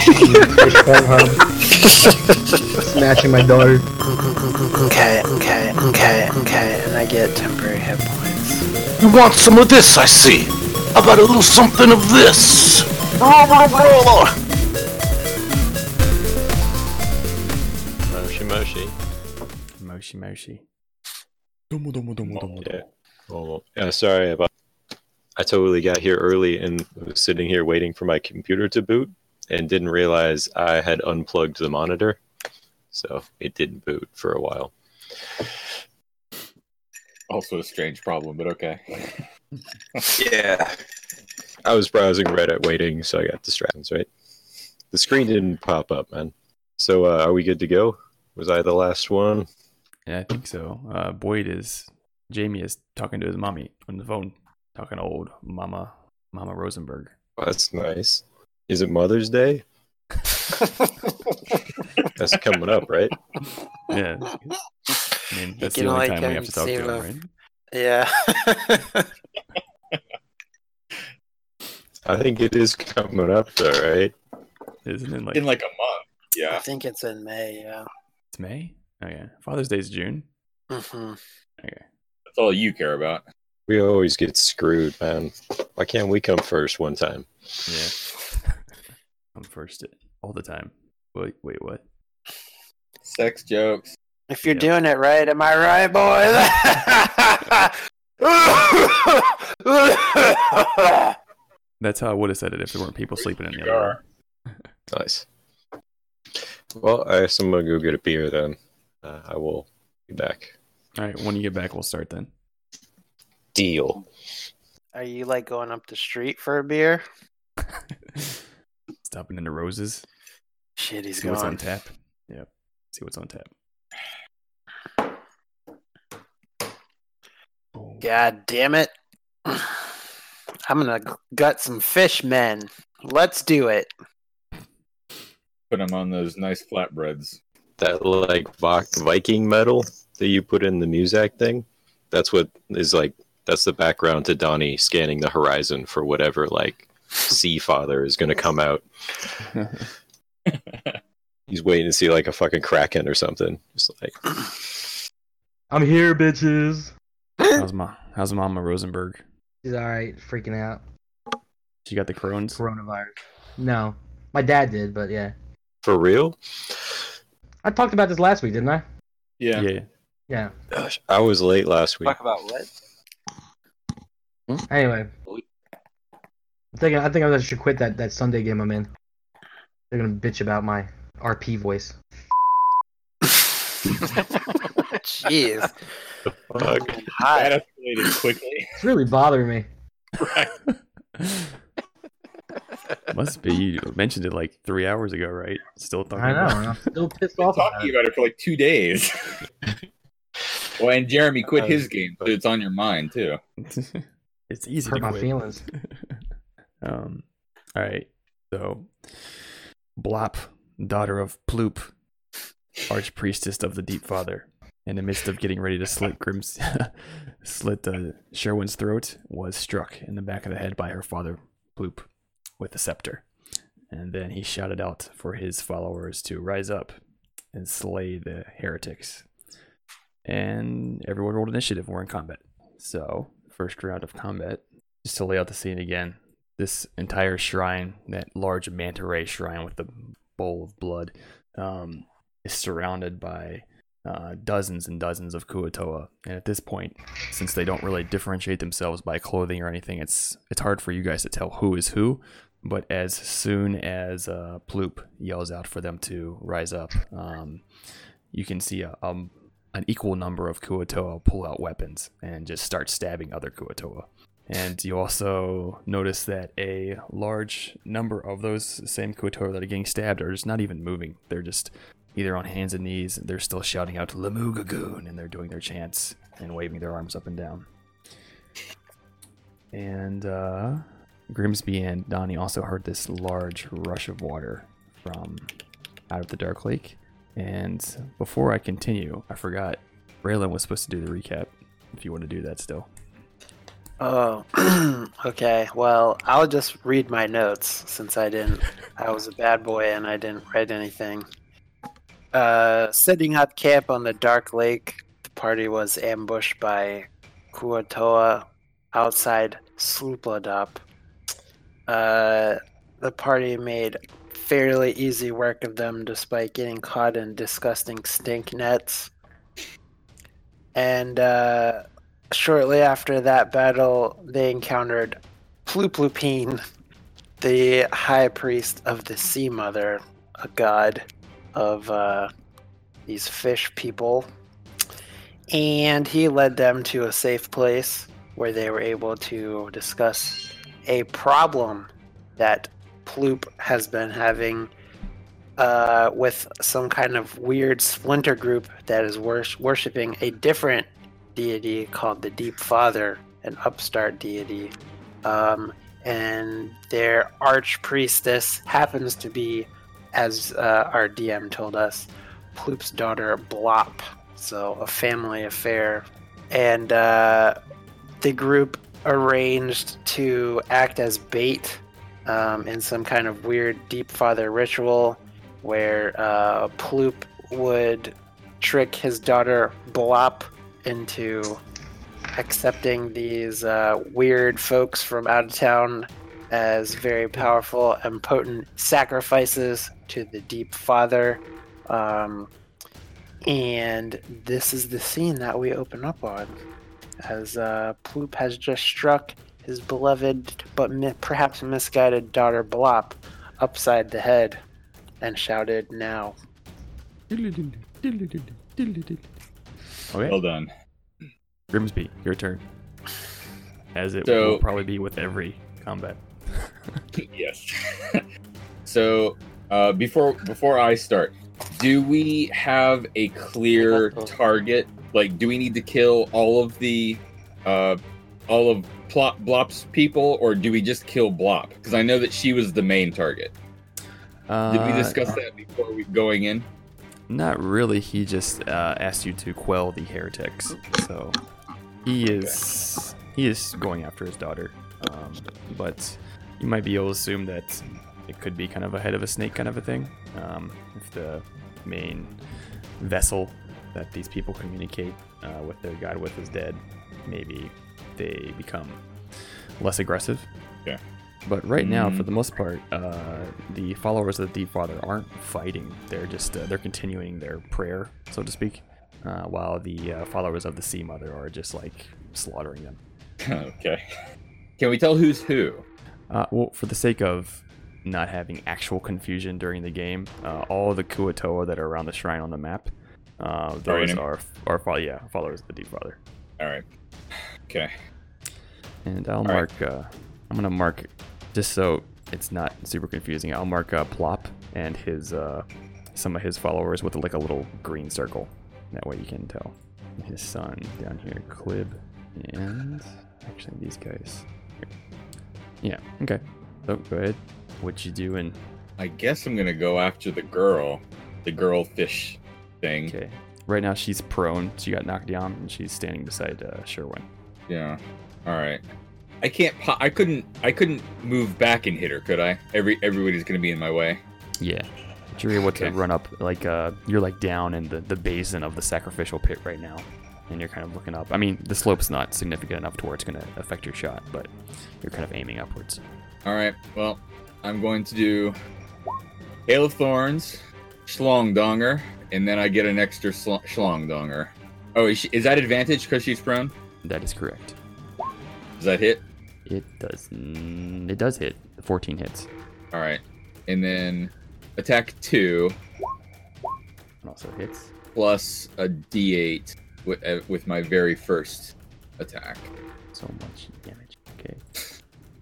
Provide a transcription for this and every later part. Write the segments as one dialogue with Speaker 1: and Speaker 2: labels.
Speaker 1: Smashing my daughter.
Speaker 2: Okay, okay, okay, okay, and I get temporary hit points.
Speaker 3: You want some of this, I see. How about a little something of this? Roar, roar, roar.
Speaker 4: Moshi Moshi.
Speaker 5: Moshi Moshi.
Speaker 4: Yeah. Well, yeah, sorry about I totally got here early and was sitting here waiting for my computer to boot and didn't realize I had unplugged the monitor. So it didn't boot for a while.
Speaker 6: Also a strange problem, but okay.
Speaker 3: Yeah.
Speaker 4: I was browsing Reddit waiting, so I got distractions, right? The screen didn't pop up, man. So uh, are we good to go? Was I the last one?
Speaker 5: Yeah, I think so. Uh, Boyd is Jamie is talking to his mommy on the phone, talking to old Mama Mama Rosenberg.
Speaker 4: Well, that's nice. Is it Mother's Day? That's coming up, right?
Speaker 5: Yeah, I mean that's the
Speaker 2: can
Speaker 5: only
Speaker 2: like
Speaker 5: time we
Speaker 2: him
Speaker 5: have to talk
Speaker 2: say
Speaker 5: to him,
Speaker 2: love.
Speaker 5: right?
Speaker 2: Yeah.
Speaker 4: I think it is coming up, though, right?
Speaker 5: Isn't it like,
Speaker 6: In like a month.
Speaker 2: I
Speaker 6: Yeah.
Speaker 2: think it's in May, yeah.
Speaker 5: it's May? Oh yeah, Father's Day's June.
Speaker 2: hmm
Speaker 5: Okay,
Speaker 6: That's all you care about.
Speaker 4: We always get screwed, man. Why can't we come first one time?
Speaker 5: yeah. I'm first it all the time. Wait, wait, what?
Speaker 6: Sex jokes.
Speaker 2: If you're
Speaker 5: Yep.
Speaker 2: doing it right, am I right, boys?
Speaker 5: That's how I would have said it if there weren't people sleeping in the other room.
Speaker 6: Cigar.
Speaker 4: Nice. Well, I guess I'm gonna go get a beer then. Uh, I will be back.
Speaker 5: All right, when you get back, we'll start then.
Speaker 4: Deal.
Speaker 2: Are you like going up the street for a beer?
Speaker 5: Stopping into Roses,
Speaker 2: Shit, he's
Speaker 5: see what's on
Speaker 2: gone.
Speaker 5: tap. Yep, see what's on tap. Oh,
Speaker 2: God damn it. I'm gonna gut some fish men. Let's do it.
Speaker 6: Put them on those nice flatbreads.
Speaker 4: That like Vok Viking metal that you put in the Muzak thing. That's what is like. That's the background to Donnie scanning the horizon for whatever like sea father is gonna come out. He's waiting to see like a fucking kraken or something. Just like
Speaker 1: I'm here, bitches.
Speaker 5: How's ma? How's Mama Rosenberg?
Speaker 1: She's alright, freaking out.
Speaker 5: She got the Crohn's.
Speaker 1: Coronavirus. No. My dad did, but yeah.
Speaker 4: for real.
Speaker 1: I talked about this last week, didn't I?
Speaker 6: Yeah.
Speaker 5: yeah.
Speaker 1: Yeah.
Speaker 4: Gosh, I was late last week.
Speaker 2: about what?
Speaker 1: Anyway. I think I think I should quit that, that Sunday game I'm in. They're gonna bitch about my RP voice.
Speaker 2: Jeez.
Speaker 4: Fuck.
Speaker 2: Hot.
Speaker 6: That escalated quickly.
Speaker 1: It's really bothering me.
Speaker 5: Must be you mentioned it like three hours ago, right? Still talking.
Speaker 1: I know.
Speaker 5: about-
Speaker 1: and I'm still pissed
Speaker 6: Been
Speaker 1: off. about
Speaker 6: talking
Speaker 1: it.
Speaker 6: about it for like two days. well, and Jeremy quit his game, so it's on your mind too.
Speaker 5: it's easy
Speaker 1: Hurt
Speaker 5: to
Speaker 1: my
Speaker 5: quit.
Speaker 1: feelings.
Speaker 5: um, all right. So, Blop, daughter of Ploop, archpriestess of the Deep Father, in the midst of getting ready to slit Grim's, slit uh, Sherwin's throat, was struck in the back of the head by her father, Ploop, with the scepter. And then he shouted out for his followers to rise up and slay the heretics. And everyone rolled initiative. We're in combat. So, first round of combat just to lay out the scene again, this entire shrine, that large manta ray shrine with the bowl of blood, um, is surrounded by uh, dozens and dozens of Kuatoa. And at this point, since they don't really differentiate themselves by clothing or anything, it's it's hard for you guys to tell who is who. But as soon as uh, Ploop yells out for them to rise up, um, you can see a, um, an equal number of Kuatoa pull out weapons and just start stabbing other Kuatoa. And you also notice that a large number of those same Kotor that are getting stabbed are just not even moving. They're just either on hands and knees, they're still shouting out Lamugagoon, and they're doing their chants and waving their arms up and down. And uh, Grimsby and Donnie also heard this large rush of water from out of the Dark Lake. And before I continue, I forgot Raylan was supposed to do the recap, if you want to do that still.
Speaker 2: Oh, okay. Well, I'll just read my notes since I didn't. I was a bad boy and I didn't write anything. Uh, setting up camp on the dark lake, the party was ambushed by Kuatoa outside Slupladop. Uh, the party made fairly easy work of them despite getting caught in disgusting stink nets. And uh, shortly after that battle, they encountered Pluplupine, the high priest of the Sea Mother, a god of uh, these fish people. And he led them to a safe place where they were able to discuss a problem that Ploop has been having uh, with some kind of weird splinter group that is wors- worshipping a different deity called the Deep Father, an upstart deity. Um, and their arch priestess happens to be, as uh, our DM told us, Ploop's daughter Blop. So a family affair. And uh, the group arranged to act as bait um, in some kind of weird Deep Father ritual where uh, Ploop would trick his daughter Blop into accepting these uh, weird folks from out of town as very powerful and potent sacrifices to the Deep Father. Um, and this is the scene that we open up on as uh, Ploop has just struck his beloved but mi- perhaps misguided daughter Blop upside the head and shouted, Now.
Speaker 5: Okay.
Speaker 6: Well done.
Speaker 5: Grimsby, your turn. As it
Speaker 6: So-
Speaker 5: will probably be with every combat.
Speaker 6: yes. so, uh, before before I start, do we have a clear target? Like, do we need to kill all of the, uh, all of Plop Blop's people, or do we just kill Blop? Because I know that she was the main target.
Speaker 5: Uh,
Speaker 6: Did we discuss that before we going in?
Speaker 5: Not really. He just uh, asked you to quell the heretics. So he is he is going after his daughter. Um, but you might be able to assume that it could be kind of a head of a snake kind of a thing. Um, if the main vessel that these people communicate uh, with their god with is dead, maybe they become less aggressive.
Speaker 6: Yeah.
Speaker 5: But right now,
Speaker 6: Mhm.
Speaker 5: for the most part, uh, the followers of the Deep Father aren't fighting. They're just uh, they're continuing their prayer, so to speak, uh, while the uh, followers of the Sea Mother are just like slaughtering them.
Speaker 6: okay. Can we tell who's who?
Speaker 5: Uh, well, for the sake of not having actual confusion during the game, uh, all the Kuatoa that are around the shrine on the map, uh, those
Speaker 6: in-
Speaker 5: are are fo- yeah followers of the Deep Father.
Speaker 6: All right. Okay.
Speaker 5: And I'll
Speaker 6: right.
Speaker 5: mark. Uh, I'm gonna mark just so it's not super confusing. I'll mark uh, Plop and his uh, some of his followers with like a little green circle. That way you can tell. His son down here, Clib, and actually these guys. Here. Yeah. Okay. So go ahead. What you doing?
Speaker 6: I guess I'm gonna go after the girl, the girl fish thing.
Speaker 5: Okay. Right now she's prone. She got knocked down and she's standing beside uh, Sherwin.
Speaker 6: Yeah. All right. I can't. Po- I couldn't. I couldn't move back and hit her, could I? Every everybody's gonna be in my way.
Speaker 5: Yeah. But you're able to
Speaker 6: Okay.
Speaker 5: run up like uh you're like down in the, the basin of the sacrificial pit right now. And you're kind of looking up. I mean, the slope's not significant enough to where it's gonna affect your shot, but you're kind of aiming upwards.
Speaker 6: All right. Well, I'm going to do hail of thorns, schlong donger, and then I get an extra sl- schlong donger. Oh, is, she, is that advantage because she's prone?
Speaker 5: That is correct.
Speaker 6: Does that hit?
Speaker 5: It does n- it does hit. The fourteen hits.
Speaker 6: All right. And then attack two
Speaker 5: It also hits.
Speaker 6: plus a d8 with, uh, with my very first attack.
Speaker 5: So much damage. Okay.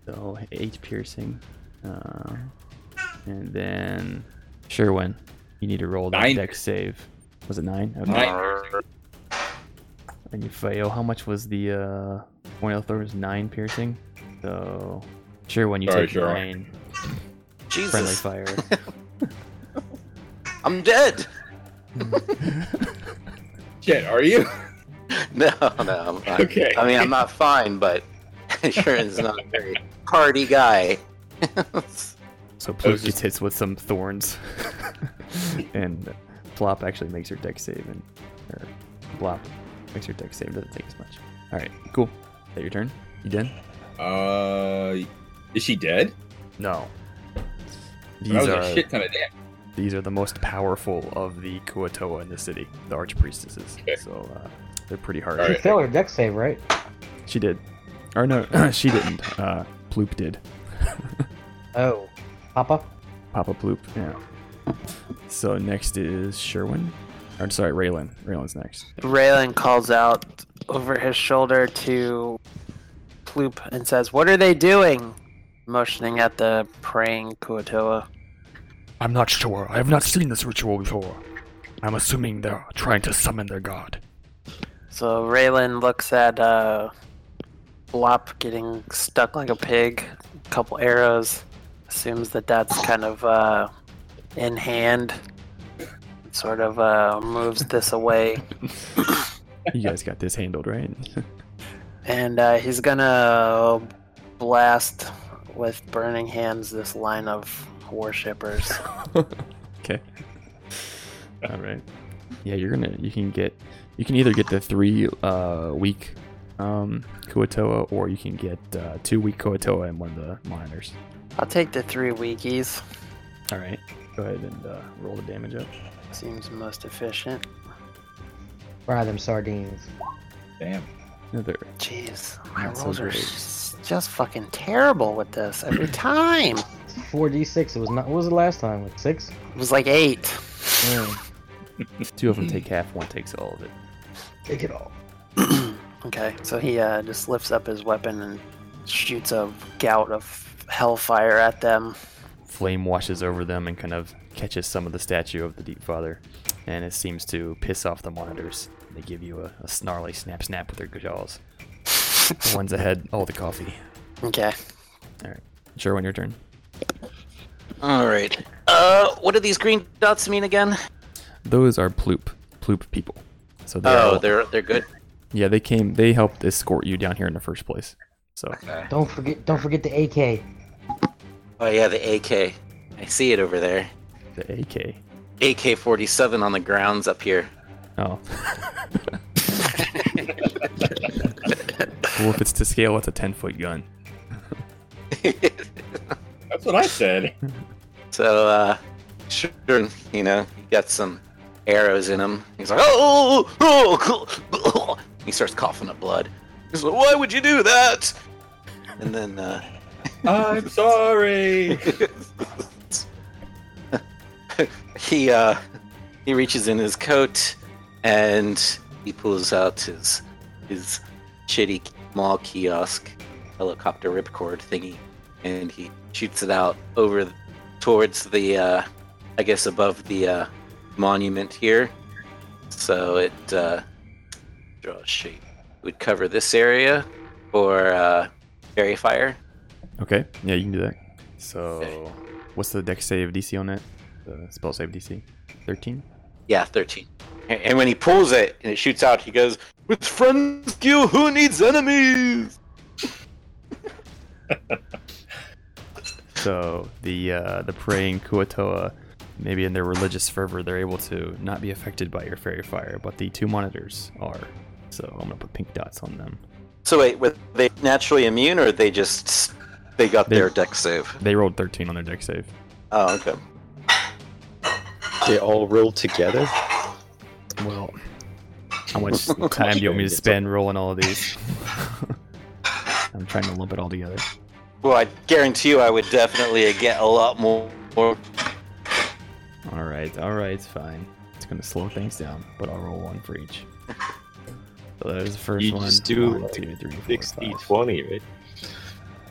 Speaker 5: So eight piercing. Uh, and then Sherwin. You need to roll that
Speaker 6: Nine.
Speaker 5: dex save. Was it nine? Okay.
Speaker 6: Nine.
Speaker 5: And you fail. How much was the uh one of thorns? Nine piercing. So sure when you
Speaker 6: Sorry,
Speaker 5: take
Speaker 6: Cheryl.
Speaker 5: nine friendly
Speaker 3: Jesus,
Speaker 5: fire.
Speaker 3: I'm dead.
Speaker 6: Shit, are you?
Speaker 3: No, no. I'm fine.
Speaker 6: Okay.
Speaker 3: I mean, I'm not fine, but
Speaker 7: sure is not a very hardy guy.
Speaker 5: So
Speaker 6: was
Speaker 5: Pluke
Speaker 6: just-
Speaker 5: gets hit with some thorns, and Plop actually makes her deck save, and or Blop makes her deck save. Doesn't take as much. All right, cool. Is that your turn? You done?
Speaker 6: Uh, is she dead?
Speaker 5: No.
Speaker 6: that
Speaker 5: These
Speaker 6: was
Speaker 5: are
Speaker 6: a shit ton of damage.
Speaker 5: these are the most powerful of the Kuatoa in the city, the archpriestesses.
Speaker 6: Okay.
Speaker 5: So uh, they're pretty hard.
Speaker 6: All
Speaker 1: She
Speaker 6: right.
Speaker 1: failed her deck save, right?
Speaker 5: She did, or no, she didn't. Uh, Ploop did.
Speaker 1: Oh, Papa.
Speaker 5: Papa Ploop. Yeah. So next is Sherwin. I'm sorry, Raylan. Raylan's next.
Speaker 2: Raylan calls out over his shoulder to Ploop and says, What are they doing? Motioning at the praying Kuatoa.
Speaker 8: I'm not sure. I have not seen this ritual before. I'm assuming they're trying to summon their god.
Speaker 2: So Raylan looks at uh, Blop getting stuck like a pig, a couple arrows, assumes that that's kind of uh, in hand, sort of uh, moves this away,
Speaker 5: You guys got this handled, right?
Speaker 2: and uh, he's gonna blast with burning hands this line of worshippers.
Speaker 5: okay. All right. Yeah, you're gonna. You can get. You can either get the three uh, weak um, Kuatoa, or you can get uh, two weak Kuatoa and one of the monitors.
Speaker 2: I'll take the three weekies.
Speaker 5: All right. Go ahead and uh, roll the damage up.
Speaker 2: Seems most efficient.
Speaker 1: Fry them sardines.
Speaker 6: Damn.
Speaker 5: Another.
Speaker 2: Jeez, my
Speaker 5: Not so
Speaker 2: rolls are
Speaker 5: great.
Speaker 2: s- just fucking terrible with this every time.
Speaker 1: Four d six. It was not. What was it last time? Like six.
Speaker 2: It was like eight.
Speaker 1: Yeah.
Speaker 5: Two of them take half. One takes all of it.
Speaker 1: Take it all.
Speaker 2: okay, so he uh, just lifts up his weapon and shoots a gout of hellfire at them.
Speaker 5: Flame washes over them and kind of catches some of the statue of the Deep Father, and it seems to piss off the monitors. They give you a, a snarly snap snap with their jaws. the ones ahead, all the coffee.
Speaker 2: Okay.
Speaker 5: All right. Sherwin, your turn.
Speaker 7: All right. Uh, what do these green dots mean again?
Speaker 5: Those are Ploop, Ploop people. So they
Speaker 7: Oh,
Speaker 5: all-
Speaker 7: they're they're good.
Speaker 5: yeah, they came. They helped escort you down here in the first place. So
Speaker 1: Don't forget. Don't forget the AK.
Speaker 7: Oh yeah, the AK. I see it over there.
Speaker 5: the AK.
Speaker 7: AK-47 on the grounds up here.
Speaker 5: Oh. well, if it's to scale, it's a ten foot gun.
Speaker 6: That's what I said.
Speaker 7: So, uh, sure, you know, he got some arrows in him. He's like, oh, oh, oh, oh." he starts coughing up blood. He's like, why would you do that? And then, uh,
Speaker 6: I'm sorry.
Speaker 7: he uh he reaches in his coat and he pulls out his his shitty mall kiosk helicopter ripcord thingy and he shoots it out over towards the uh i guess above the uh monument here so it uh draw a shape would cover this area for uh fairy fire
Speaker 5: Okay. Yeah, you can do that. So, what's the deck save DC on that? The spell save DC, thirteen.
Speaker 7: Yeah, 13. And, and when he pulls it and it shoots out, he goes, With friends, you who needs enemies?
Speaker 5: So the uh, the praying Kuatoa, maybe in their religious fervor, they're able to not be affected by your fairy fire, but the two monitors are. So I'm gonna put pink dots on them.
Speaker 7: So, wait, were they naturally immune or they just. They got
Speaker 5: They-
Speaker 7: their deck save?
Speaker 5: They rolled 13 on their deck save.
Speaker 7: Oh, okay.
Speaker 4: They all roll together.
Speaker 5: Well, how much time do you want me to spend rolling all of these? I'm trying to lump it all together.
Speaker 7: Well, I guarantee you I would definitely get a lot more.
Speaker 5: All right, all right, fine. It's gonna slow things down, but I'll roll one for each. So that was the first
Speaker 4: You
Speaker 5: one.
Speaker 4: just do
Speaker 5: One,
Speaker 4: like
Speaker 5: two, three, four,
Speaker 4: 60,
Speaker 5: five.
Speaker 4: 20, right?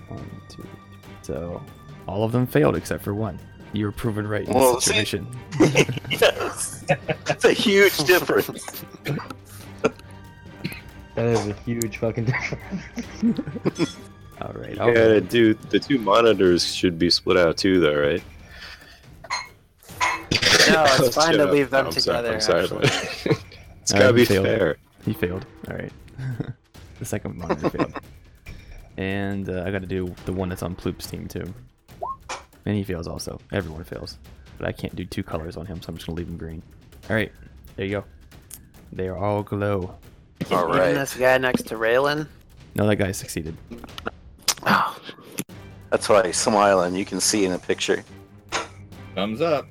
Speaker 5: One, two, three. So all of them failed except for one. You were proven right in
Speaker 7: Well,
Speaker 5: this
Speaker 7: see-
Speaker 5: situation.
Speaker 7: yes! It's a huge difference.
Speaker 1: That is a huge fucking difference.
Speaker 5: All right. All
Speaker 4: Yeah,
Speaker 5: right.
Speaker 4: dude, the two monitors should be split out too, though, right?
Speaker 2: No, it's fine
Speaker 4: Shut
Speaker 2: to
Speaker 4: up.
Speaker 2: leave them
Speaker 4: No, I'm
Speaker 2: together.
Speaker 4: Sorry, I'm sorry,
Speaker 2: actually.
Speaker 4: but it's
Speaker 5: All
Speaker 4: gotta
Speaker 5: right,
Speaker 4: be
Speaker 5: failed.
Speaker 4: fair.
Speaker 5: He failed. All right. the second monitor failed. and uh, I got to do the one that's on Ploop's team too. And he fails also. Everyone fails, but I can't do two colors on him, so I'm just gonna leave him green. All right, there you go. They are all glow.
Speaker 7: All
Speaker 2: Even
Speaker 7: right.
Speaker 2: this guy next to Raylan.
Speaker 5: No, that guy succeeded.
Speaker 7: Oh, that's why Smiling, you can see in a picture.
Speaker 6: Thumbs up.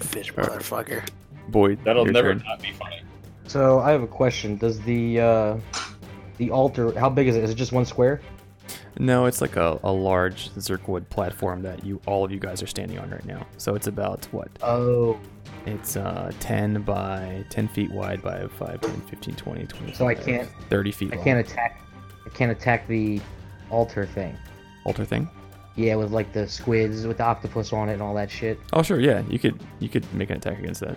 Speaker 2: Fish motherfucker.
Speaker 5: Boyd,
Speaker 6: That'll
Speaker 5: your
Speaker 6: never
Speaker 5: turn.
Speaker 6: not be funny.
Speaker 1: So I have a question. Does the uh, the altar? How big is it? Is it just one square?
Speaker 5: No, it's like a, a large zirkwood platform that you all of you guys are standing on right now. So it's about what?
Speaker 1: Oh,
Speaker 5: It's uh, 10 by 10 feet wide by 5, 10, 15, 20, 20.
Speaker 1: So I can't-
Speaker 5: 30 feet
Speaker 1: I
Speaker 5: long.
Speaker 1: can't attack. I can't attack the altar thing.
Speaker 5: Alter thing?
Speaker 1: Yeah, with like the squids with the octopus on it and all that shit.
Speaker 5: Oh, sure, yeah. You could you could make an attack against that.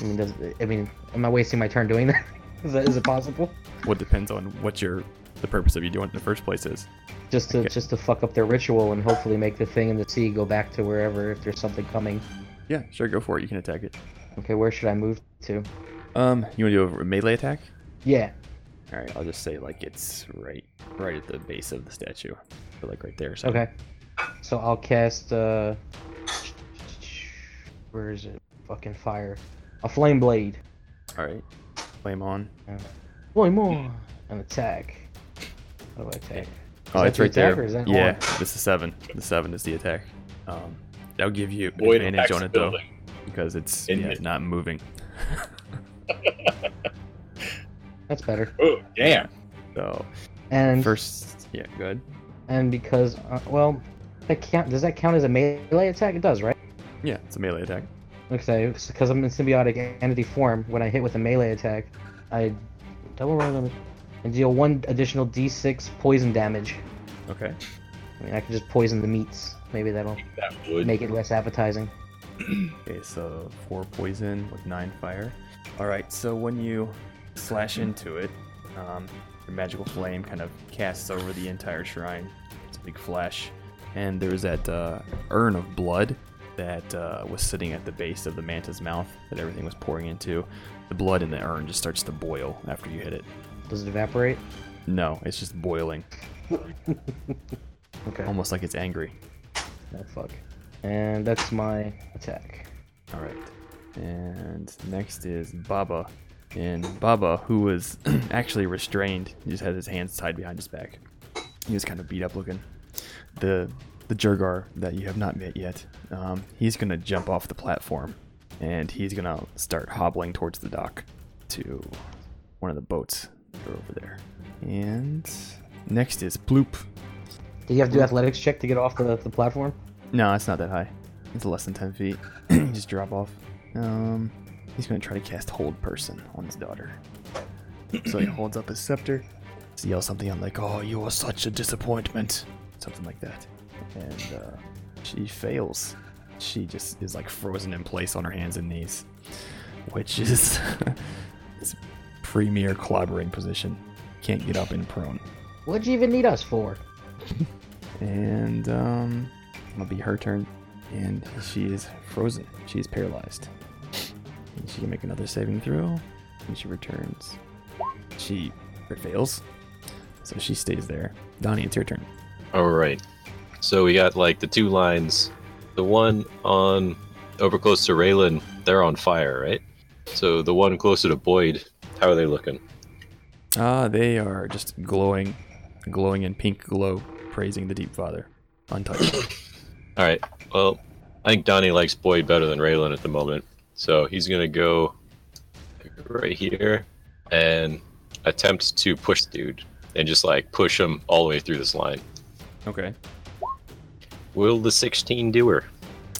Speaker 1: I mean, does I mean, am I wasting my turn doing that? is that is it possible?
Speaker 5: What depends on what your the purpose of you doing it in the first place is.
Speaker 1: Just to
Speaker 5: Okay.
Speaker 1: just to fuck up their ritual and hopefully make the thing in the sea go back to wherever if there's something coming.
Speaker 5: Yeah, sure, go for it. You can attack it.
Speaker 1: Okay, where should I move to?
Speaker 5: Um, you want to do a melee attack?
Speaker 1: Yeah.
Speaker 5: All right, I'll just say like it's right right at the base of the statue, or like right there. Or something.
Speaker 1: Okay. So I'll cast uh where is it? Fucking fire. A flame blade.
Speaker 5: All right. Flame on.
Speaker 1: Flame more. An attack. How do I attack?
Speaker 5: Oh,
Speaker 1: that
Speaker 5: it's
Speaker 1: your
Speaker 5: right there.
Speaker 1: attack or is that
Speaker 5: yeah, this is seven. The seven is the attack. Um, that'll give you an
Speaker 6: Boyd attacks
Speaker 5: advantage on it though,
Speaker 6: building.
Speaker 5: because it's
Speaker 6: In
Speaker 5: yeah,
Speaker 6: it.
Speaker 5: not moving.
Speaker 1: That's better.
Speaker 6: Oh, damn.
Speaker 5: So
Speaker 1: And
Speaker 5: first, yeah, good.
Speaker 1: and because uh, well, that count does that count as a melee attack? It does, right?
Speaker 5: Yeah, it's a melee attack.
Speaker 1: Okay, because I'm in symbiotic entity form, when I hit with a melee attack, I double roll damage and deal one additional d6 poison damage.
Speaker 5: Okay.
Speaker 1: I mean, I can just poison the meats. Maybe that'll
Speaker 6: That would.
Speaker 1: make it less appetizing.
Speaker 5: Okay, so uh, four poison with nine fire. All right, so when you slash into it, um, your magical flame kind of casts over the entire shrine. It's a big flash, and there's that uh, urn of blood that uh, was sitting at the base of the manta's mouth that everything was pouring into. The blood in the urn just starts to boil after you hit it.
Speaker 1: Does it evaporate?
Speaker 5: No, it's just boiling,
Speaker 1: Okay.
Speaker 5: almost like it's angry.
Speaker 1: Oh, fuck. And that's my attack.
Speaker 5: All right. And next is Baba. And Baba, who was actually restrained, he just had his hands tied behind his back. He was kind of beat up looking. The the Jurgar that you have not met yet, um, he's gonna jump off the platform, and he's gonna start hobbling towards the dock to one of the boats that are over there. And next is Bloop.
Speaker 1: Do you have to do athletics check to get off the, the platform?
Speaker 5: No, it's not that high. It's less than 10 feet. Just drop off. Um, he's going to try to cast Hold Person on his daughter. so he holds up his scepter, so yells something out like, Oh, you are such a disappointment. Something like that. And uh, she fails. She just is like frozen in place on her hands and knees, which is this premier clobbering position. Can't get up and prone.
Speaker 1: What'd you even need us for?
Speaker 5: And um, it'll be her turn. And she is frozen. She is paralyzed. And she can make another saving throw. And she returns. She fails. So she stays there. Donnie, it's your turn.
Speaker 4: All right. So we got like the two lines. The one on over close to Raylan, they're on fire, right? So the one closer to Boyd, how are they looking?
Speaker 5: Ah, they are just glowing, glowing in pink glow, praising the Deep Father. Untouched.
Speaker 4: All right. Well, I think Donnie likes Boyd better than Raylan at the moment, so he's gonna go right here and attempt to push dude and just like push him all the way through this line.
Speaker 5: okay.
Speaker 4: Will the 16 do her?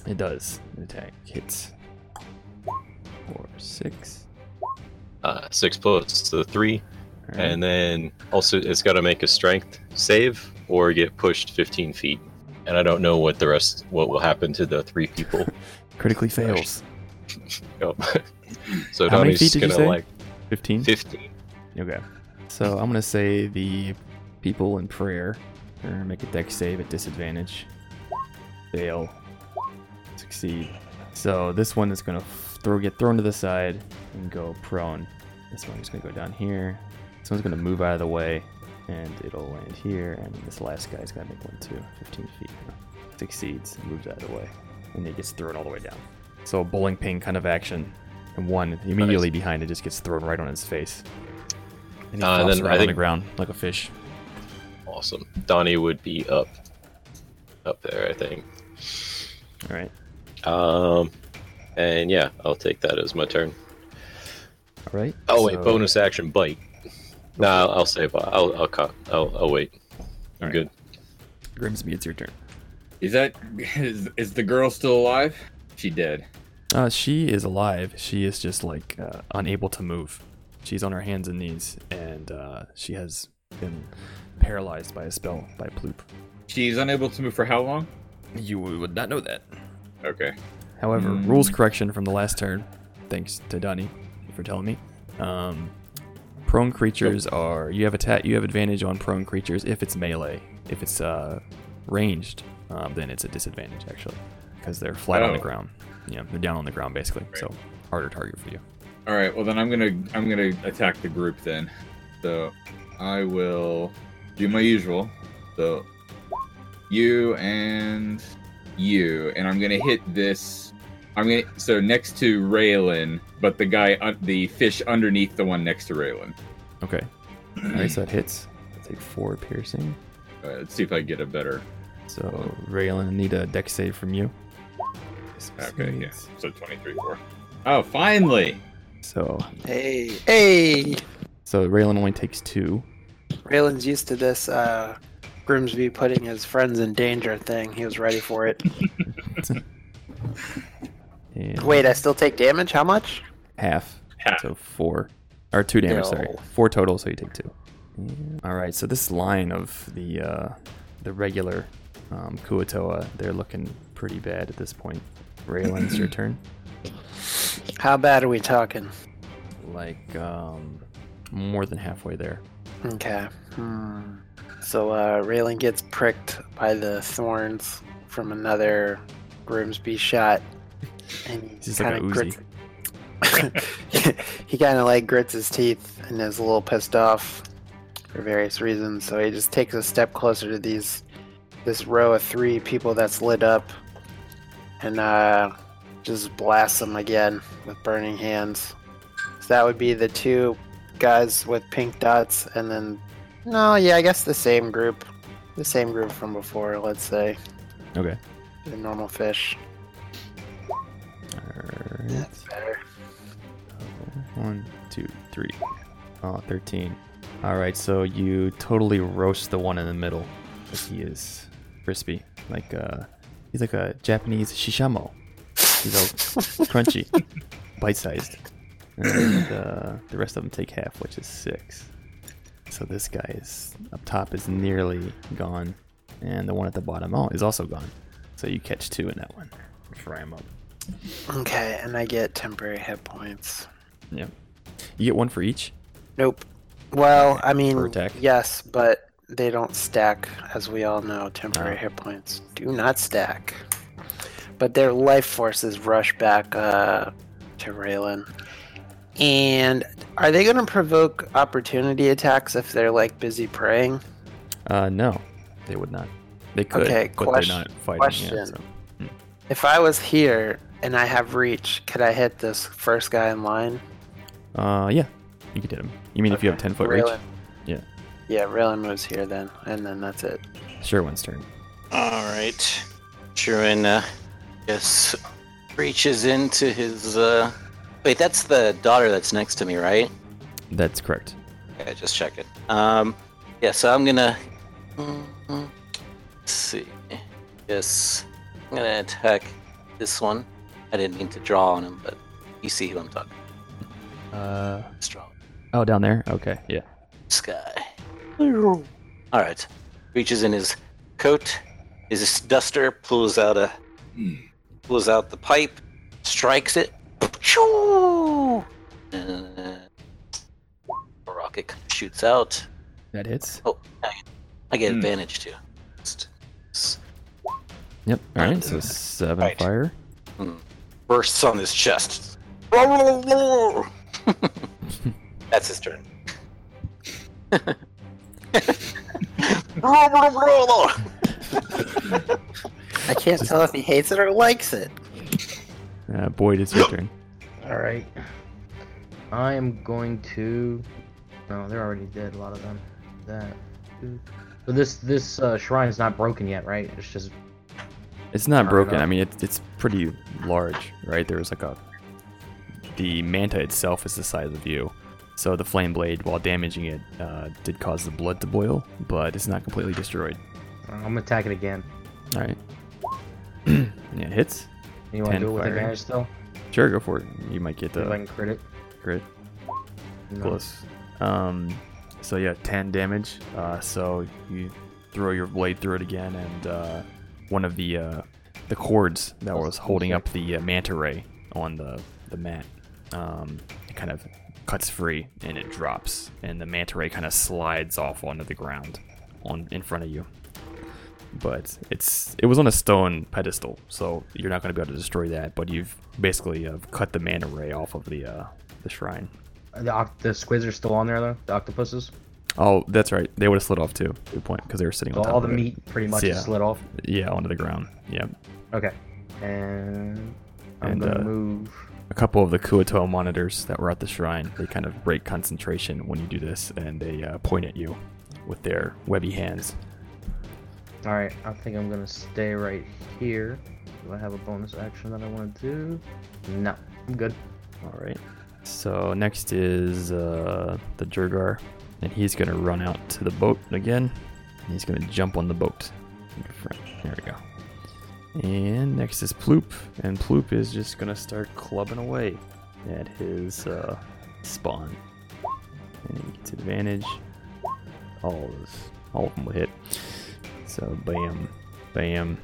Speaker 5: It does. An attack hits. Four, six.
Speaker 4: Uh, six plus the three,
Speaker 5: All right.
Speaker 4: and then also it's got to make a strength save or get pushed 15 feet. And I don't know what the rest, what will happen to the three people.
Speaker 5: critically fails.
Speaker 4: Oh. so
Speaker 5: How many
Speaker 4: Donnie's
Speaker 5: feet did you
Speaker 4: gonna
Speaker 5: say?
Speaker 4: like
Speaker 5: 15?
Speaker 4: 15.
Speaker 5: Okay. So I'm gonna say the people in prayer are gonna make a deck save at disadvantage. Fail. Succeed. So this one is gonna f- throw get thrown to the side, and go prone. This one's gonna go down here. This one's gonna move out of the way, and it'll land here. And this last guy's gonna make one too, 15 feet. Succeeds, moves out of the way, and it gets thrown all the way down. So a bowling pin kind of action, and one immediately behind it just gets thrown right on his face. And he
Speaker 4: Uh,
Speaker 5: flops
Speaker 4: then I
Speaker 5: around on the
Speaker 4: think-
Speaker 5: ground like a fish.
Speaker 4: Awesome. Donnie would be up, up there, I think.
Speaker 5: All right,
Speaker 4: Um, and yeah, I'll take that as my turn.
Speaker 5: all right.
Speaker 4: Oh wait,
Speaker 5: so-
Speaker 4: bonus action bite. Nah, I'll save. I'll I'll cut. I'll, I'll wait. I'm good.
Speaker 5: Grimsby, it's your turn.
Speaker 6: Is that is, is the girl still alive? She dead.
Speaker 5: Uh, she is alive. She is just like uh, unable to move. She's on her hands and knees, and uh, she has been paralyzed by a spell by Ploop.
Speaker 6: She's unable to move for how long?
Speaker 5: You would not know that.
Speaker 6: Okay.
Speaker 5: However,
Speaker 6: Hmm.
Speaker 5: rules correction from the last turn. Thanks to Donnie for telling me. Um, prone creatures are you have attack you have advantage on prone creatures if it's melee. If it's uh, ranged, um, then it's a disadvantage actually because they're flat on the
Speaker 6: Oh.
Speaker 5: ground. Yeah, they're down on the ground basically, so harder target for you.
Speaker 6: All right. Well, then I'm gonna I'm gonna attack the group then. So I will do my usual. So you and you, and I'm gonna hit this. I'm gonna so next to Raylan, but the guy un- the fish underneath the one next to Raylan.
Speaker 5: Okay. All right, so that hits. Take four piercing.
Speaker 6: Uh, let's see if I get a better.
Speaker 5: So Raylan need a deck save from you.
Speaker 6: Okay. Yeah. So 23 4. Oh, finally.
Speaker 5: So
Speaker 2: Hey, hey!
Speaker 5: so Raylan only takes two.
Speaker 2: Raylan's used to this uh, Grimsby putting his friends in danger thing. He was ready for it.
Speaker 5: And
Speaker 2: Wait, I still take damage? How much?
Speaker 5: half.
Speaker 6: Half.
Speaker 5: So four. Or two damage, sorry.
Speaker 2: No.
Speaker 5: Four total, so you take two. All right, so this line of the uh, the regular um, Kuatoa, they're looking pretty bad at this point. Raylan's your turn.
Speaker 2: How bad are we talking?
Speaker 5: Like um, more than halfway there.
Speaker 2: Okay. Hmm. So uh, Raylan gets pricked by the thorns from another Grimsby shot, and he
Speaker 5: He's like
Speaker 2: kind
Speaker 5: a
Speaker 2: of
Speaker 5: Uzi.
Speaker 2: grits. he kind of like grits his teeth and is a little pissed off for various reasons. So he just takes a step closer to these this row of three people that's lit up, and uh, just blasts them again with burning hands. So that would be the two guys with pink dots, and then no, yeah, I guess the same group, the same group from before. Let's say
Speaker 5: Okay.
Speaker 2: the normal fish.
Speaker 5: All right.
Speaker 2: That's better.
Speaker 5: One, two, three. Oh, 13. All right, so you totally roast the one in the middle. 'cause He is crispy. Like, uh, he's like a Japanese shishamo. He's all crunchy, bite sized. And uh, the rest of them take half, which is six. So this guy is up top is nearly gone. And the one at the bottom oh, is also gone. So you catch two in that one. Fry him up.
Speaker 2: Okay, and I get temporary hit points.
Speaker 5: Yeah. You get one for each.
Speaker 2: Nope. Well, I mean,
Speaker 5: Per attack?
Speaker 2: yes, but they don't stack, as we all know. Temporary
Speaker 5: Oh.
Speaker 2: hit points do not stack. But their life forces rush back uh, to Raylan. And are they going to provoke opportunity attacks if they're like busy praying?
Speaker 5: Uh, no, they would not. They could,
Speaker 2: Okay,
Speaker 5: but
Speaker 2: question-
Speaker 5: they're not fighting. Yeah,
Speaker 2: question.
Speaker 5: so.
Speaker 2: If I was here and I have reach, could I hit this first guy in line?
Speaker 5: Uh, yeah, you could hit him. You mean if you have ten foot reach?
Speaker 2: Raylan-
Speaker 5: Yeah.
Speaker 2: Yeah, Raylan moves here then, and then that's it.
Speaker 5: Sherwin's turn.
Speaker 7: All right. Shurin uh, just reaches into his. Uh... Wait, that's the daughter that's next to me, right?
Speaker 5: That's correct.
Speaker 7: Yeah, just check it. Um, yeah, so I'm gonna. Mm, Let's see. Yes, I'm gonna attack this one. I didn't mean to draw on him, but you see who I'm talking.
Speaker 5: Uh,
Speaker 7: about. Let's draw
Speaker 5: oh, down there. Okay, yeah.
Speaker 7: this guy. All right, reaches in his coat, his duster, pulls out a pulls out the pipe, strikes it. Choo! And a rocket shoots out.
Speaker 5: That hits.
Speaker 7: Oh, I- I get
Speaker 6: Hmm.
Speaker 7: advantage too. Just s-
Speaker 5: Yep. All right, so seven
Speaker 7: Right.
Speaker 5: fire.
Speaker 7: Bursts on his chest. Roar, roar, roar. That's his turn. oh my ruler!
Speaker 2: I can't tell if he hates it or likes it.
Speaker 5: Uh, Boyd, it's your turn.
Speaker 1: All right. I am going to. No, they're already dead. A lot of them. That. So this this uh, shrine is not broken yet, right? It's just
Speaker 5: It's not
Speaker 1: Fair
Speaker 5: broken. I
Speaker 1: enough.
Speaker 5: mean, it's it's pretty large, right? There was like a the manta itself is the size of you, so the flame blade, while damaging it, uh, did cause the blood to boil, but it's not completely destroyed.
Speaker 1: I'm gonna attack it again.
Speaker 5: All right. yeah, it hits.
Speaker 1: You want to
Speaker 5: Ten
Speaker 1: do it with
Speaker 5: firing.
Speaker 1: advantage still?
Speaker 5: Sure, go for it. You might get
Speaker 1: See if I can
Speaker 5: the
Speaker 1: crit it.
Speaker 5: crit.
Speaker 1: No.
Speaker 5: Close. Um, so yeah, 10 damage. Uh, so you throw your blade through it again, and uh, one of the uh, the cords that was holding up the uh, manta ray on the the mat, um, it kind of cuts free and it drops, and the manta ray kind of slides off onto the ground, on in front of you. But it's it was on a stone pedestal, so you're not going to be able to destroy that. But you've basically uh, cut the manta ray off of the uh, the shrine.
Speaker 1: The, oct- the squids are still on there though. The octopuses.
Speaker 5: Oh, that's right. They would have slid off too. Good point, because they were sitting
Speaker 1: So
Speaker 5: on top
Speaker 1: all the
Speaker 5: of it.
Speaker 1: meat pretty much
Speaker 5: Yeah.
Speaker 1: is slid off.
Speaker 5: Yeah, onto the ground. Yeah,
Speaker 1: Okay. And I'm
Speaker 5: And,
Speaker 1: gonna
Speaker 5: uh,
Speaker 1: move.
Speaker 5: a couple of the Kuato monitors that were at the shrine. They kind of break concentration when you do this, and they uh, point at you with their webby hands.
Speaker 1: All right. I think I'm gonna stay right here. Do I have a bonus action that I want to do? No. I'm good.
Speaker 5: All right. So next is uh, the Jurgar, and he's gonna run out to the boat again. And he's gonna jump on the boat. in front. There we go. And next is Ploop, and Ploop is just gonna start clubbing away at his uh, spawn, and he gets advantage. All of those, all of them will hit. So bam, bam.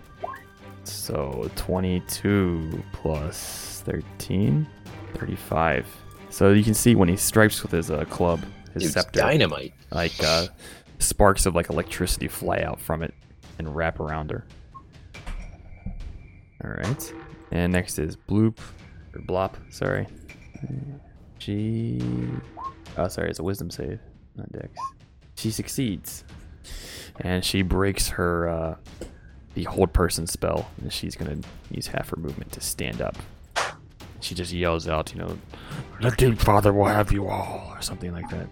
Speaker 5: So 22 plus 13. 35. So you can see when he strikes with his uh, club, his
Speaker 4: Dude's
Speaker 5: scepter,
Speaker 4: dynamite.
Speaker 5: like uh, sparks of like electricity fly out from it and wrap around her. All right. And next is bloop or blop. Sorry. She. Oh, sorry. It's a wisdom save, not dex. She succeeds, and she breaks her uh, behold person spell, and she's gonna use half her movement to stand up. She just yells out, you know,
Speaker 8: The deep father will have you all.
Speaker 5: or something like that.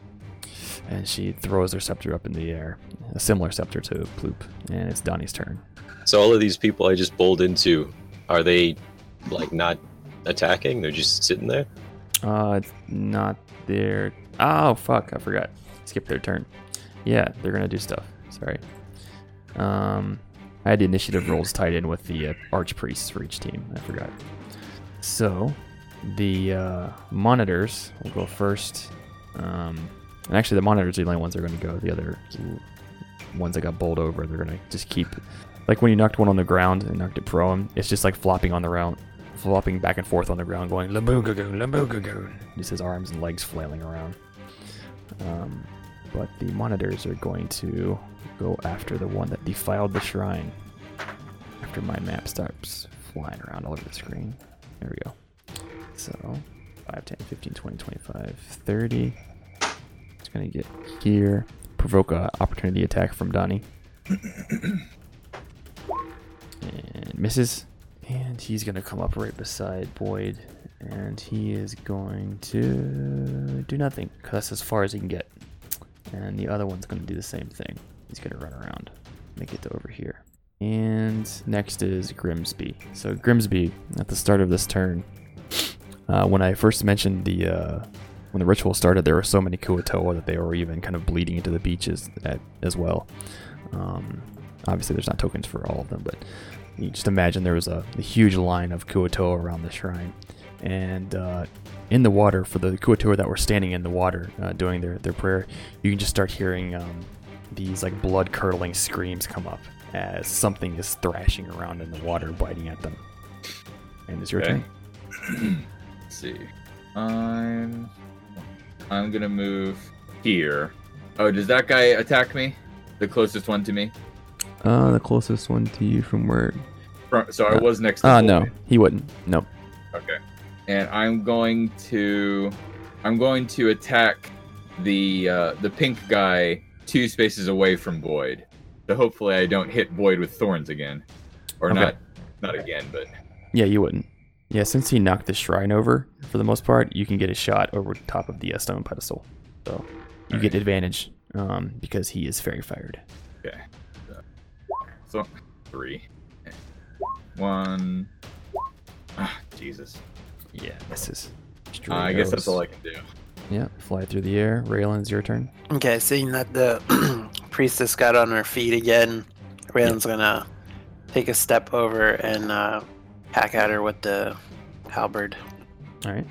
Speaker 5: And she throws her scepter up in the air, a similar scepter to Ploop, and it's Donnie's turn.
Speaker 4: So all of these people I just bowled into, are they like not attacking? They're just sitting there.
Speaker 5: Uh, it's not their. Oh fuck! I forgot. Skip their turn. Yeah, they're gonna do stuff. Sorry. Um, I had the initiative rolls tied in with the uh, archpriests for each team. I forgot. So, the uh, monitors will go first. Um, and actually, the monitors are the only ones that are going to go. The other ones that got bowled over, they're going to just keep. Like when you knocked one on the ground and knocked it prone, it's just like flopping on the ground, flopping back and forth on the ground, going
Speaker 8: Labugagoon, labugagoon.
Speaker 5: just his arms and legs flailing around. Um, but the monitors are going to go after the one that defiled the shrine. After my map starts flying around all over the screen. There we go. So 5, 10, 15, 20, 25, 30. It's going to get here. Provoke a opportunity attack from Donnie. and misses. And he's going to come up right beside Boyd. And he is going to do nothing, because that's as far as he can get. And the other one's going to do the same thing. He's going to run around, make it to over here. And next is Grimsby. So, Grimsby, at the start of this turn, uh, when I first mentioned the uh, when the ritual started, there were so many Kuatoa that they were even kind of bleeding into the beaches at, as well. Um, obviously, there's not tokens for all of them, but you just imagine there was a, a huge line of Kuatoa around the shrine, and uh, in the water for the Kuatoa that were standing in the water uh, doing their their prayer, you can just start hearing um, these like blood curdling screams come up as something is thrashing around in the water, biting at them. And it's your
Speaker 6: Okay.
Speaker 5: turn.
Speaker 6: Let's see. I'm I'm gonna move here. Oh, does that guy attack me? The closest one to me.
Speaker 5: Uh, the closest one to you from where?
Speaker 6: Fro- So I
Speaker 5: Uh,
Speaker 6: was next. to
Speaker 5: Ah,
Speaker 6: Boyd.
Speaker 5: no, he wouldn't. Nope.
Speaker 6: Okay. And I'm going to I'm going to attack the uh, the pink guy two spaces away from Boyd. So hopefully I don't hit Boyd with thorns again, or
Speaker 5: Okay.
Speaker 6: not not again, but
Speaker 5: Yeah, you wouldn't. Yeah, since he knocked the shrine over, for the most part, you can get a shot over top of the uh, stone pedestal. So you get advantage um, because he is fairy fired.
Speaker 6: so three, one. Ah, Jesus.
Speaker 5: Yeah, this is.
Speaker 6: Uh, I guess that's all I can do.
Speaker 5: Yeah, fly through the air. Raylan's your turn.
Speaker 2: Okay, seeing that the priestess got on her feet again, Raylan's gonna take a step over and uh, hack at her with the halberd.
Speaker 5: All right.